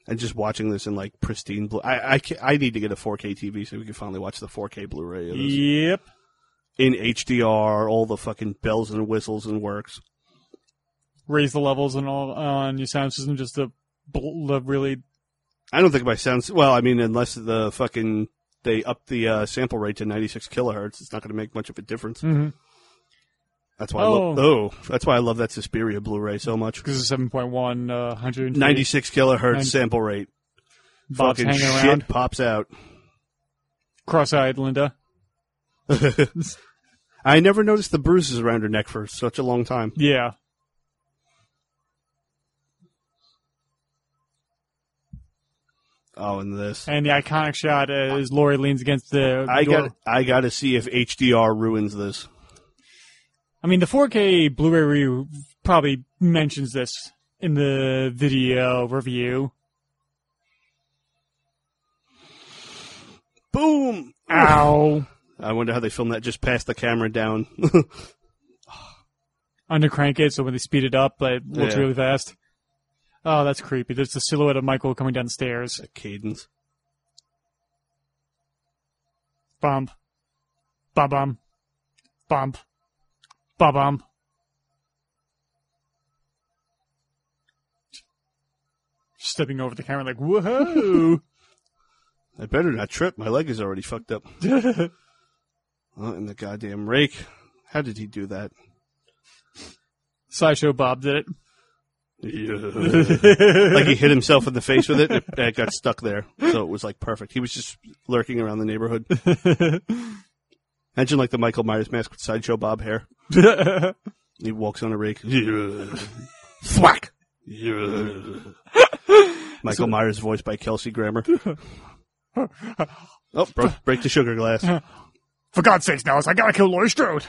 Speaker 3: and just watching this in like pristine blue. I I, ca- I need to get a 4K TV so we can finally watch the 4K Blu-ray of this.
Speaker 2: Yep.
Speaker 3: in HDR, all the fucking bells and whistles and works.
Speaker 2: Raise the levels and all on your sound system just to bl- to really.
Speaker 3: I don't think my sounds well. I mean, unless the fucking they up the uh, sample rate to 96 kilohertz, it's not going to make much of a difference.
Speaker 2: Mhm.
Speaker 3: That's why I love
Speaker 2: Oh.
Speaker 3: oh, that's why I love that Suspiria Blu-ray so much.
Speaker 2: Because it's 7.1, uh, 100.
Speaker 3: 96 kilohertz
Speaker 2: Nin-
Speaker 3: sample rate.
Speaker 2: Bob's
Speaker 3: fucking
Speaker 2: hanging
Speaker 3: shit
Speaker 2: around.
Speaker 3: pops out.
Speaker 2: Cross eyed Linda.
Speaker 3: I never noticed the bruises around her neck for such a long time.
Speaker 2: Yeah.
Speaker 3: Oh, and this.
Speaker 2: And the iconic shot is Laurie leans against the.
Speaker 3: I
Speaker 2: door.
Speaker 3: got I got to see if HDR ruins this.
Speaker 2: I mean, the 4K Blu-ray review probably mentions this in the video review.
Speaker 3: Boom!
Speaker 2: Ow!
Speaker 3: I wonder how they filmed that. Just pass the camera down.
Speaker 2: Undercrank it so when they speed it up, it looks
Speaker 3: Yeah.
Speaker 2: really fast. Oh, that's creepy. There's the silhouette of Michael coming down the stairs.
Speaker 3: the cadence.
Speaker 2: Bump. Ba bum. Bump. Ba bump. Stepping over the camera like, whoa!
Speaker 3: I better not trip. My leg is already fucked up. Oh, and the goddamn rake. How did he do that?
Speaker 2: Sideshow Bob did it.
Speaker 3: like he hit himself in the face with it. and It, it got stuck there, so it was like perfect. He was just lurking around the neighborhood. Imagine like the Michael Myers mask with sideshow bob hair. He walks on a rake. Thwack. Michael Myers voiced by Kelsey Grammer. oh, bro- break the sugar glass.
Speaker 2: For God's sakes, Nellis, I gotta kill Laurie Strode.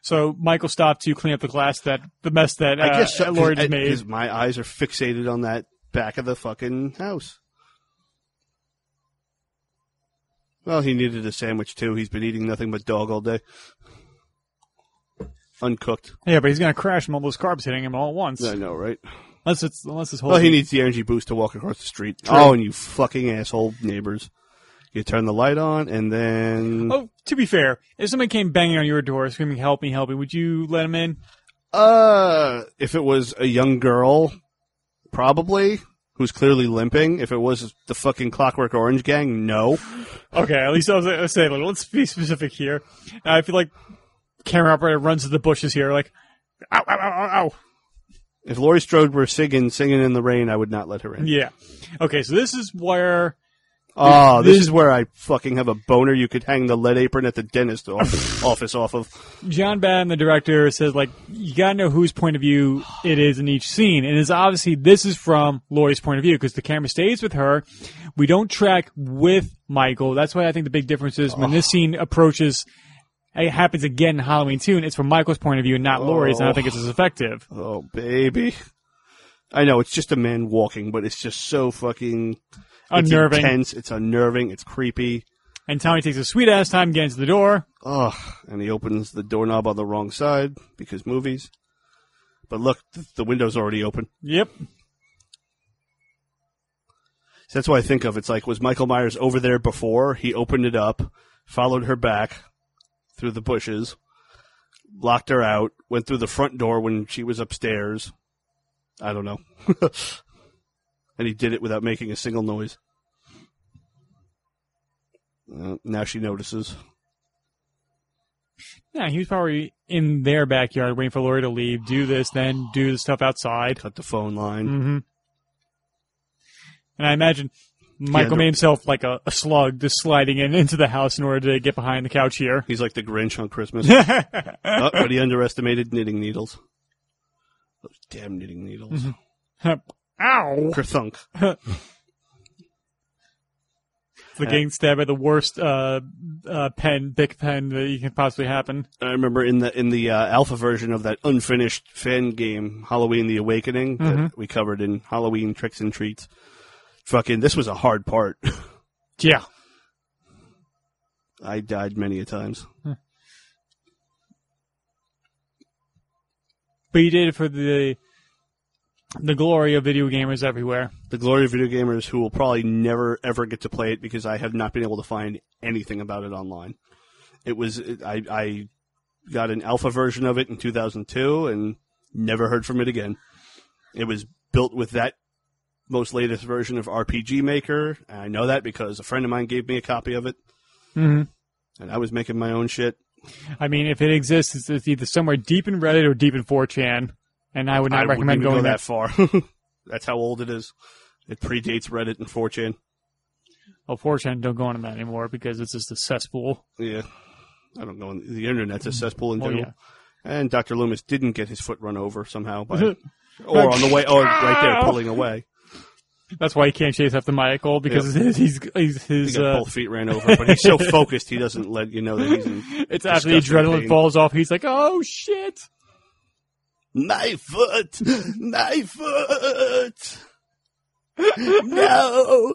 Speaker 2: So Michael stopped to clean up the glass that the mess that uh,
Speaker 3: I guess so,
Speaker 2: Laurie
Speaker 3: 'cause-
Speaker 2: just made.
Speaker 3: because my eyes are fixated on that back of the fucking house. Well, he needed a sandwich too. He's been eating nothing but dog all day, uncooked.
Speaker 2: Yeah, but he's gonna crash from all those carbs hitting him all at once.
Speaker 3: I know, right?
Speaker 2: Unless it's unless it's whole.
Speaker 3: Well, he needs the energy boost to walk across the street. Oh, and you fucking asshole neighbors. You turn the light on, and then
Speaker 2: Oh, to be fair, if somebody came banging on your door screaming "Help me, help me," would you let him in?
Speaker 3: Uh, if it was a young girl, probably who's clearly limping. If it was the fucking Clockwork Orange gang, no.
Speaker 2: Okay, at least I was, I was saying, like, let's be specific here. Uh, I feel like camera operator runs to the bushes here, like, ow, ow, ow, ow, ow.
Speaker 3: If Laurie Strode were singing "Singing in the Rain," I would not let her in.
Speaker 2: Yeah. Okay, so this is where
Speaker 3: Oh, this,
Speaker 2: This-
Speaker 3: is where I fucking have a boner. You could hang the lead apron at the dentist off, office off of.
Speaker 2: John Badham, the director, says, like, you gotta know whose point of view it is in each scene. And it's obviously, this is from Laurie's point of view, because the camera stays with her. We don't track with Michael. That's why I think the big difference is when this scene approaches, it happens again in Halloween 2, and it's from Michael's point of view and not Laurie's, and I don't think it's as effective.
Speaker 3: Oh, baby. I know it's just a man walking, but it's just so fucking it's
Speaker 2: Unnerving.
Speaker 3: intense. It's unnerving. It's creepy.
Speaker 2: And Tommy takes a sweet ass time getting to the door.
Speaker 3: Ugh, and he opens the doorknob on the wrong side because movies. But look, th- the window's already open.
Speaker 2: Yep.
Speaker 3: So that's what I think of. It's like, was Michael Myers over there before? He opened it up, followed her back through the bushes, locked her out, went through the front door when she was upstairs. I don't know. and he did it without making a single noise. Uh, now she notices.
Speaker 2: Yeah, he was probably in their backyard waiting for Lori to leave, do this, then do the stuff outside.
Speaker 3: Cut the phone line.
Speaker 2: Mm-hmm. And I imagine Michael
Speaker 3: they're-
Speaker 2: made himself like a, a slug just sliding in into the house in order to get behind the couch here.
Speaker 3: He's like the Grinch on Christmas.
Speaker 2: Huh,
Speaker 3: Oh, but he underestimated knitting needles. Those damn knitting needles.
Speaker 2: Ow!
Speaker 3: Kerthunk.
Speaker 2: The getting stabbed by the worst uh, uh, pen, big pen that you can possibly happen.
Speaker 3: I remember in the in the uh, alpha version of that unfinished fan game, Halloween: The Awakening, that we covered in Halloween Tricks and Treats. Fucking, this was a hard part.
Speaker 2: Yeah.
Speaker 3: I died many a times.
Speaker 2: But he did it for the the glory of video gamers everywhere.
Speaker 3: The glory of video gamers who will probably never ever get to play it because I have not been able to find anything about it online. It was I I got an alpha version of it in 2002 and never heard from it again. It was built with that most latest version of RPG Maker. And I know that because a friend of mine gave me a copy of it.
Speaker 2: Mm-hmm.
Speaker 3: and I was making my own shit.
Speaker 2: I mean, if it exists, it's, it's either somewhere deep in Reddit or deep in 4chan, and I would not
Speaker 3: I wouldn't
Speaker 2: recommend
Speaker 3: even
Speaker 2: going
Speaker 3: go
Speaker 2: there.
Speaker 3: that far. That's how old it is. It predates Reddit and 4chan.
Speaker 2: Well, 4chan Oh, don't go on that anymore because it's just a cesspool.
Speaker 3: Yeah, I don't know. The internet's a cesspool in
Speaker 2: Oh,
Speaker 3: general.
Speaker 2: yeah.
Speaker 3: And Dr. Loomis didn't get his foot run over somehow by, or on the way, or right there pulling away.
Speaker 2: That's why he can't chase after Michael because he's, he's
Speaker 3: He
Speaker 2: his.
Speaker 3: got
Speaker 2: Uh,
Speaker 3: both feet ran over, but he's so focused he doesn't let you know that he's in
Speaker 2: it's after the
Speaker 3: disgusting
Speaker 2: adrenaline
Speaker 3: pain.
Speaker 2: falls off. He's like, "Oh shit!"
Speaker 3: My foot! My foot! No!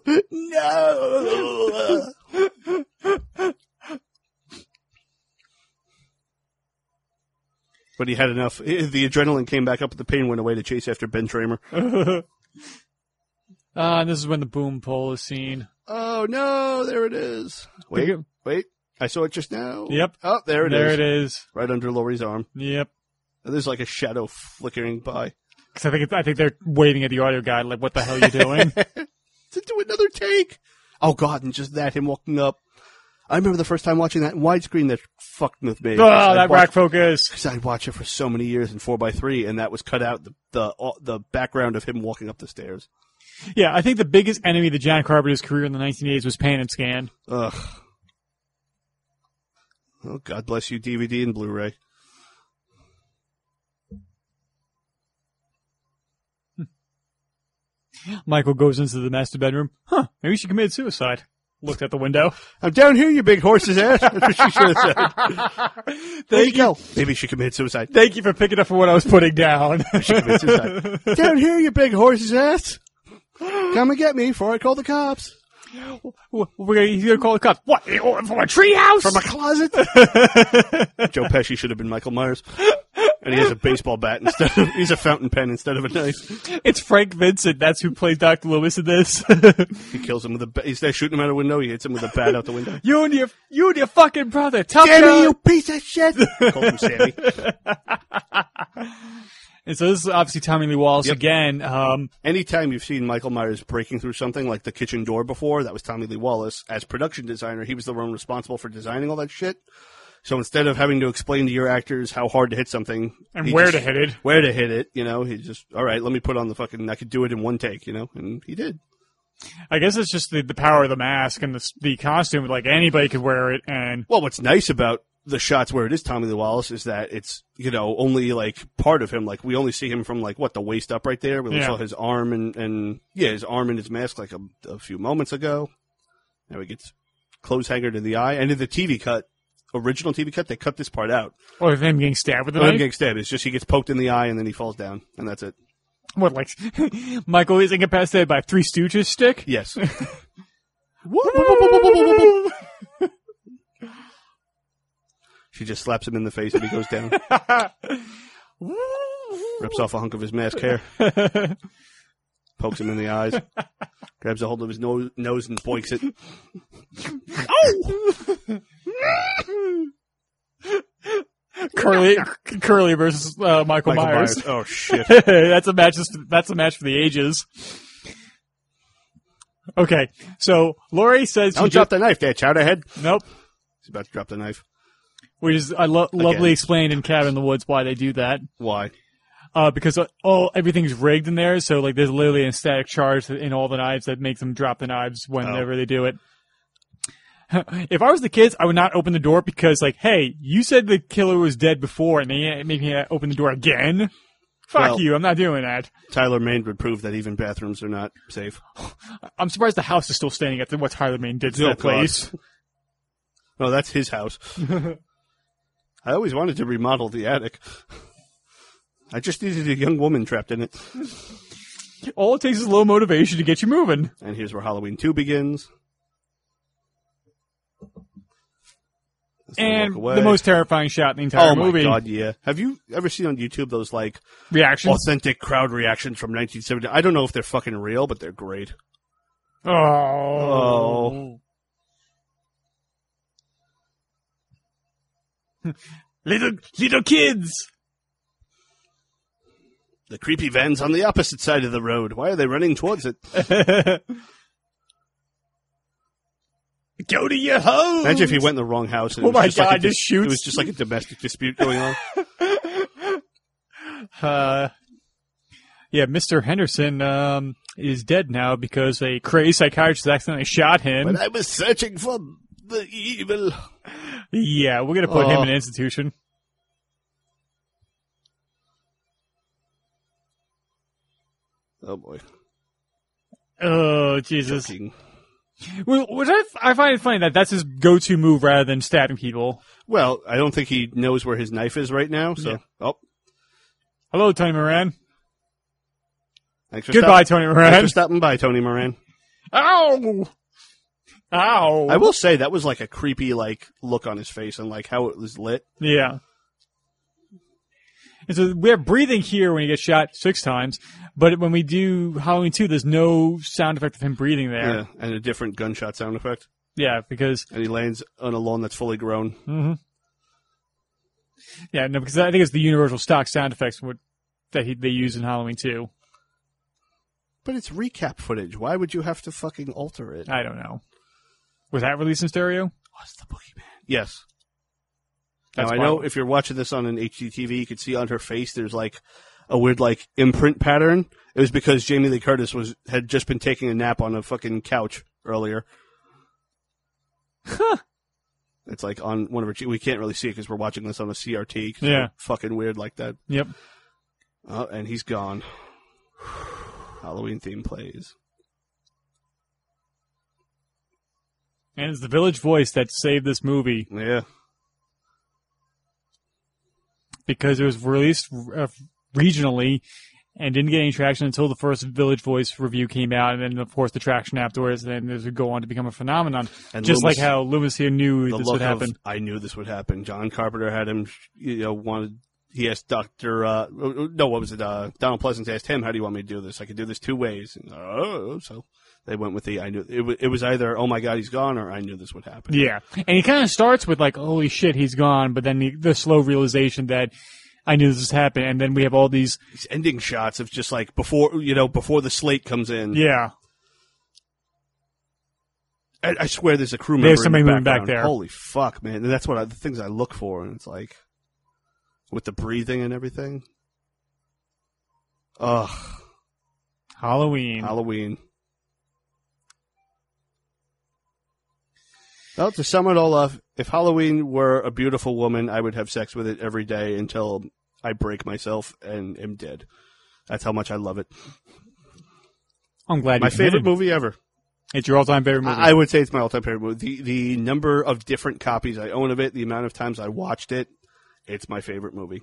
Speaker 3: No! but he had enough. Eh, The adrenaline came back up, but the pain went away to chase after Ben Tramer.
Speaker 2: Ah, and this is when the boom pole is seen.
Speaker 3: Oh no, there it is. Wait, wait. I saw it just now.
Speaker 2: Yep.
Speaker 3: Oh, there
Speaker 2: there it
Speaker 3: it is.
Speaker 2: is.
Speaker 3: Right under Laurie's arm.
Speaker 2: Yep.
Speaker 3: And there's like a shadow flickering by.
Speaker 2: Because I think it's, I think they're waving at the audio guide like, "What the hell are you doing?"
Speaker 3: to do another take. Oh God! And just that him walking up. I remember the first time watching that in widescreen that fucked with me.
Speaker 2: oh, that rack focus.
Speaker 3: Because I'd watch it for so many years in four x three, and that was cut out the the all- the background of him walking up the stairs.
Speaker 2: Yeah, I think the biggest enemy to John Carpenter's career in the 1980s was Pan and Scan.
Speaker 3: Ugh. Oh God bless you, DVD and Blu-ray.
Speaker 2: Michael goes into the master bedroom. Huh, maybe she committed suicide. Looked out the window.
Speaker 3: I'm down here, you big horse's ass. That's what she should have said. There you go. Maybe she committed suicide.
Speaker 2: Thank you for picking up for what I was putting down.
Speaker 3: She committed suicide. down here, you big horse's ass. Come and get me before I call the cops.
Speaker 2: We're gonna, he's gonna call the cops. What? From a treehouse?
Speaker 3: From a closet. Joe Pesci should have been Michael Myers. and he has a baseball bat instead of he's a fountain pen instead of a knife.
Speaker 2: It's Frank Vincent. That's who played Dr. Loomis in this.
Speaker 3: He kills him with a bat. He's there shooting him out a window. He hits him with a bat out the window.
Speaker 2: you and your you and your fucking brother. Tough guy.
Speaker 3: piece of shit! Called him Sammy.
Speaker 2: And so this is obviously Tommy Lee Wallace
Speaker 3: Yep.
Speaker 2: again. Um,
Speaker 3: Anytime you've seen Michael Myers breaking through something like the kitchen door before, that was Tommy Lee Wallace. As production designer, he was the one responsible for designing all that shit. So instead of having to explain to your actors how hard to hit something
Speaker 2: And
Speaker 3: he
Speaker 2: where
Speaker 3: just-
Speaker 2: to hit it.
Speaker 3: where to hit it, you know, he just all right. Let me put on the fucking. I could do it in one take, you know, and he did.
Speaker 2: I guess it's just the, the power of the mask and the s- the costume. Like anybody could wear it, and
Speaker 3: Well, what's nice about the shots where it is Tommy Lee Wallace is that it's you know only like part of him. Like we only see him from like what the waist up right there. We
Speaker 2: Yeah.
Speaker 3: saw his arm and and yeah, his arm and his mask like a, a few moments ago. Now he gets clothes hanger to the eye. And in the TV cut, original TV cut, they cut this part out.
Speaker 2: or him getting stabbed with a
Speaker 3: But I'm
Speaker 2: knife.
Speaker 3: getting stabbed. It's just he gets poked in the eye and then he falls down and that's it.
Speaker 2: What like Michael is incapacitated by a Three Stooges stick?
Speaker 3: Yes. she just slaps him in the face and he goes down. Rips off a hunk of his mask hair. pokes him in the eyes, grabs a hold of his no- nose and boinks it.
Speaker 2: Oh! Curly Curly versus uh, Michael,
Speaker 3: Michael
Speaker 2: Myers.
Speaker 3: Myers. Oh shit!
Speaker 2: that's a match. That's a match for the ages. Okay, so Lori says she
Speaker 3: Don't drop the knife, there, Chowderhead.
Speaker 2: ju- nope,
Speaker 3: He's about to drop the knife.
Speaker 2: which is I lo-
Speaker 3: Again.
Speaker 2: lovely explained in Cabin in the Woods why they do that.
Speaker 3: Why?
Speaker 2: uh, because uh, all everything's rigged in there. So like, there's literally a static charge in all the knives that makes them drop the knives
Speaker 3: Oh.
Speaker 2: whenever they do it. if I was the kids, I would not open the door because like, hey, you said the killer was dead before, and they make me uh, open the door again. Fuck
Speaker 3: Well-
Speaker 2: you! I'm not doing that.
Speaker 3: Tyler Maine would prove that even bathrooms are not safe.
Speaker 2: I'm surprised the house is still standing after what Tyler Maine did to
Speaker 3: Oh,
Speaker 2: that place.
Speaker 3: No, that's his house. I always wanted to remodel the attic. I just needed a young woman trapped in it.
Speaker 2: All it takes is low motivation to get you moving.
Speaker 3: And here's where Halloween 2 begins. As they
Speaker 2: And
Speaker 3: walk away.
Speaker 2: the most terrifying shot in the entire
Speaker 3: Oh my
Speaker 2: movie.
Speaker 3: god, yeah. Have you ever seen on YouTube those like
Speaker 2: Reactions.
Speaker 3: authentic crowd reactions from 1970? I don't know if they're fucking real, but they're great.
Speaker 2: Oh. little little kids.
Speaker 3: The creepy van's on the opposite side of the road. Why are they running towards it?
Speaker 2: Go to your home.
Speaker 3: Imagine if he went in the wrong house. And
Speaker 2: Oh
Speaker 3: it was
Speaker 2: my
Speaker 3: just like a
Speaker 2: God,
Speaker 3: dis-
Speaker 2: just shoots.
Speaker 3: It was just like a domestic dispute going on.
Speaker 2: Uh, yeah, Mr. Henderson um, is dead now because a crazy psychiatrist accidentally shot him.
Speaker 3: but I was searching for the evil.
Speaker 2: yeah, we're gonna put him
Speaker 3: Oh.
Speaker 2: in an institution.
Speaker 3: Oh boy.
Speaker 2: Oh Jesus!
Speaker 3: King.
Speaker 2: Well, Which I, I find it funny that that's his go-to move rather than stabbing people.
Speaker 3: Well, I don't think he knows where his knife is right now. So,
Speaker 2: Yeah.
Speaker 3: oh,
Speaker 2: Hello, Tony Moran.
Speaker 3: thanks for
Speaker 2: Goodbye,
Speaker 3: Stop-
Speaker 2: Tony
Speaker 3: thanks
Speaker 2: Moran.
Speaker 3: for stopping by, Tony Moran.
Speaker 2: Ow! Ow!
Speaker 3: I will say that was like a creepy like look on his face and like how it was lit.
Speaker 2: yeah. And so we have breathing here when he gets shot six times, but when we do Halloween 2, there's no sound effect of him breathing there. Yeah,
Speaker 3: Yeah, and a different gunshot sound effect.
Speaker 2: because
Speaker 3: And he lands on a lawn that's fully grown.
Speaker 2: mhm. yeah, no, because I think it's the universal stock sound effects what, that he, they use in Halloween 2.
Speaker 3: But it's recap footage. Why would you have to fucking alter it?
Speaker 2: I don't know. Was that released in stereo?
Speaker 3: What's the boogeyman? Yes.
Speaker 2: That's
Speaker 3: now I know
Speaker 2: wild.
Speaker 3: if you're watching this on an HDTV, you could see on her face there's like a weird like imprint pattern. It was because Jamie Lee Curtis was had just been taking a nap on a fucking couch earlier. It's like on one of her. che- We can't really see it because we're watching this on a CRT. 'cause
Speaker 2: Yeah.
Speaker 3: we're fucking weird like that.
Speaker 2: Yep.
Speaker 3: Oh, and he's gone. Halloween theme plays.
Speaker 2: And it's the village voice that saved this movie.
Speaker 3: Yeah.
Speaker 2: because it was released uh, regionally and didn't get any traction until the first Village Voice review came out, and then of course the traction afterwards. And then this would go on to become a phenomenon,
Speaker 3: And
Speaker 2: just
Speaker 3: Loomis-
Speaker 2: like how Loomis here knew
Speaker 3: the
Speaker 2: this
Speaker 3: look
Speaker 2: would happen.
Speaker 3: of I knew this would happen. John Carpenter had him, you know, wanted he asked Doctor, uh, no, what was it? Uh, Donald Pleasance asked him, "How do you want me to do this? I could do this two ways." And, oh, so they went with the I knew it, wa- it was either "Oh my God, he's gone" or "I knew this would happen."
Speaker 2: Yeah, and he kind of starts with like, "Holy shit, he's gone," but then the, the slow realization that I knew this was happening, and then we have all these.
Speaker 3: These ending shots of just like before you know before the slate comes in.
Speaker 2: Yeah,
Speaker 3: I, I swear there's a crew member.
Speaker 2: There's
Speaker 3: in the
Speaker 2: somebody moving back
Speaker 3: background.
Speaker 2: there.
Speaker 3: Holy fuck, man! And that's what I, the things I look for, and it's like with the breathing and everything. Ugh,
Speaker 2: Halloween.
Speaker 3: Halloween. Well, to sum it all up, if Halloween were a beautiful woman, I would have sex with it every day until I break myself and am dead. That's how much I love it.
Speaker 2: I'm glad.
Speaker 3: My
Speaker 2: you
Speaker 3: favorite
Speaker 2: committed.
Speaker 3: movie ever.
Speaker 2: It's your all-time favorite movie.
Speaker 3: I I would say it's my all-time favorite movie. The the number of different copies I own of it, the amount of times I watched it, it's my favorite movie.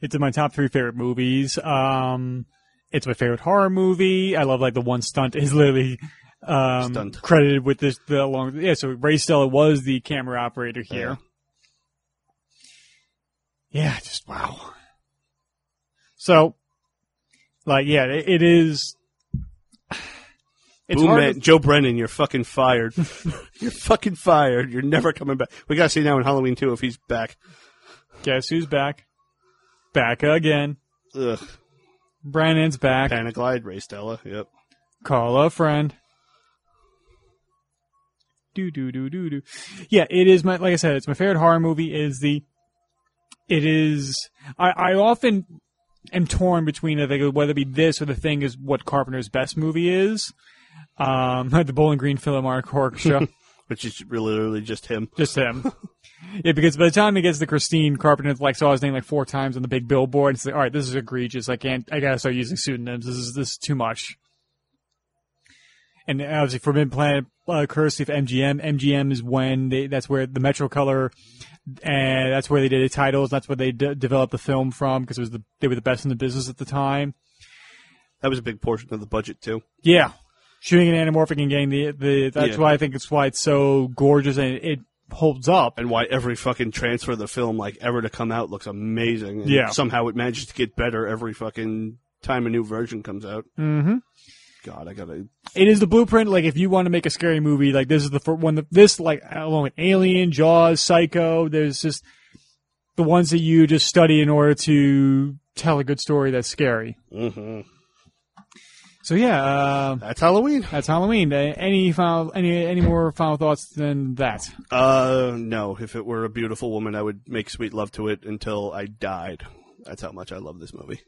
Speaker 2: it's in my top three favorite movies. Um, it's my favorite horror movie. I love like the one stunt is literally um
Speaker 3: Stunt.
Speaker 2: credited with this the long yeah. So Ray Stella was the camera operator here. Yeah, just wow. So, like, yeah, it, it is. It's
Speaker 3: Boom
Speaker 2: hard
Speaker 3: Man,
Speaker 2: to-
Speaker 3: Joe Brennan, you're fucking fired. you're fucking fired. You're never coming back. We gotta see now in Halloween too if he's back.
Speaker 2: guess who's back? Back again.
Speaker 3: Ugh.
Speaker 2: Brandon's back.
Speaker 3: Panic Glide, Ray Stella. Yep.
Speaker 2: Call a friend. Do do do do do. Yeah, it is my like I said, it's my favorite horror movie. Is the it is I, I often am torn between I think whether it be this or the thing is what Carpenter's best movie is. Um, the Bowling Green Philharmonic Orchestra,
Speaker 3: Which is really literally just him.
Speaker 2: just him. Yeah, because by the time it gets to Christine, Carpenter like saw his name like four times on the big billboard. It's like, all right, this is egregious. I can't. I gotta start using pseudonyms. This is this is too much. And obviously, Forbidden Planet uh, courtesy of MGM. MGM is when they. That's where the Metro Color, and that's where they did the titles. That's where they d- developed the film from because it was the they were the best in the business at the time.
Speaker 3: That was a big portion of the budget too.
Speaker 2: Yeah, shooting an anamorphic and getting the the. That's
Speaker 3: Yeah.
Speaker 2: why I think it's why it's so gorgeous and it holds up.
Speaker 3: And why every fucking transfer of the film like ever to come out looks amazing. And
Speaker 2: Yeah.
Speaker 3: Somehow it manages to get better every fucking time a new version comes out.
Speaker 2: Mm-hmm.
Speaker 3: God, I gotta
Speaker 2: it is the blueprint. Like if you want to make a scary movie, like this is the fir- one. That, this like along with Alien, Jaws, Psycho. There's just the ones that you just study in order to tell a good story that's scary.
Speaker 3: hmm
Speaker 2: So yeah, uh,
Speaker 3: That's Halloween.
Speaker 2: that's Halloween. Uh, Any final, any any more final thoughts than that?
Speaker 3: Uh, no. If it were a beautiful woman, I would make sweet love to it until I died. That's how much I love this movie.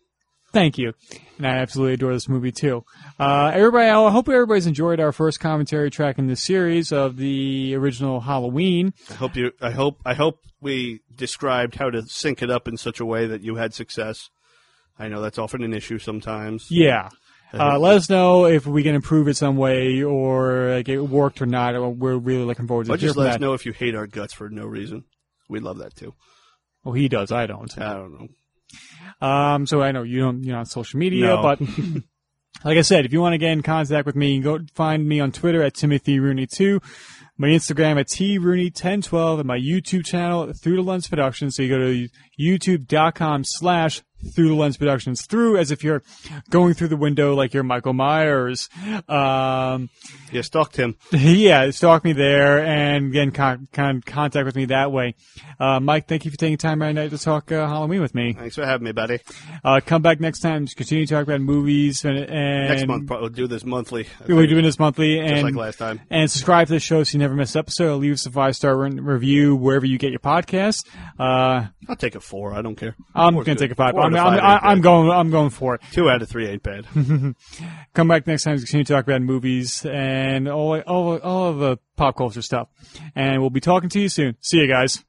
Speaker 2: Thank you, and I absolutely adore this movie too. Uh, everybody, I hope everybody's enjoyed our first commentary track in this series of the original Halloween.
Speaker 3: I hope you. I hope. I hope we described how to sync it up in such a way that you had success. I know that's often an issue sometimes.
Speaker 2: Yeah. Uh, let us know if we can improve it some way or like it worked or not. Or we're really looking forward to
Speaker 3: But just
Speaker 2: hearing
Speaker 3: let us
Speaker 2: that.
Speaker 3: know if you hate our guts for no reason. We love that too.
Speaker 2: Well, he does. I don't.
Speaker 3: I don't know.
Speaker 2: Um, so I know you don't. You're not on social media,
Speaker 3: No.
Speaker 2: but like I said, if you want to get in contact with me, you can go find me on Twitter at Timothy Rooney two, my Instagram at T Rooney ten twelve, and my YouTube channel Through the Lens Productions. So you go to youtube.com slash Through the Lens Productions. Through as if you're going through the window like you're Michael Myers. Um,
Speaker 3: Yeah, stalked him.
Speaker 2: yeah, stalk me there and get in con- con- contact with me that way. Uh, Mike, thank you for taking time right now to talk uh, Halloween with me.
Speaker 3: Thanks for having me, buddy.
Speaker 2: Uh, come back next time. Just continue to talk about movies and, and
Speaker 3: Next month, pro- we'll do this monthly.
Speaker 2: We're doing this monthly and
Speaker 3: just like last time.
Speaker 2: and subscribe to the show so you never miss an episode. Leave us a five star re- review wherever you get your podcast. Uh,
Speaker 3: I'll take a four. I don't care.
Speaker 2: I'm
Speaker 3: Four's
Speaker 2: gonna
Speaker 3: good.
Speaker 2: take a five.
Speaker 3: Four
Speaker 2: I'm,
Speaker 3: out of
Speaker 2: I'm,
Speaker 3: five ain't
Speaker 2: I'm
Speaker 3: bad.
Speaker 2: going. I'm going for it.
Speaker 3: Two out of three ain't bad.
Speaker 2: Come back next time. to Continue to talk about movies and all all all of the pop culture stuff. And we'll be talking to you soon. See you guys.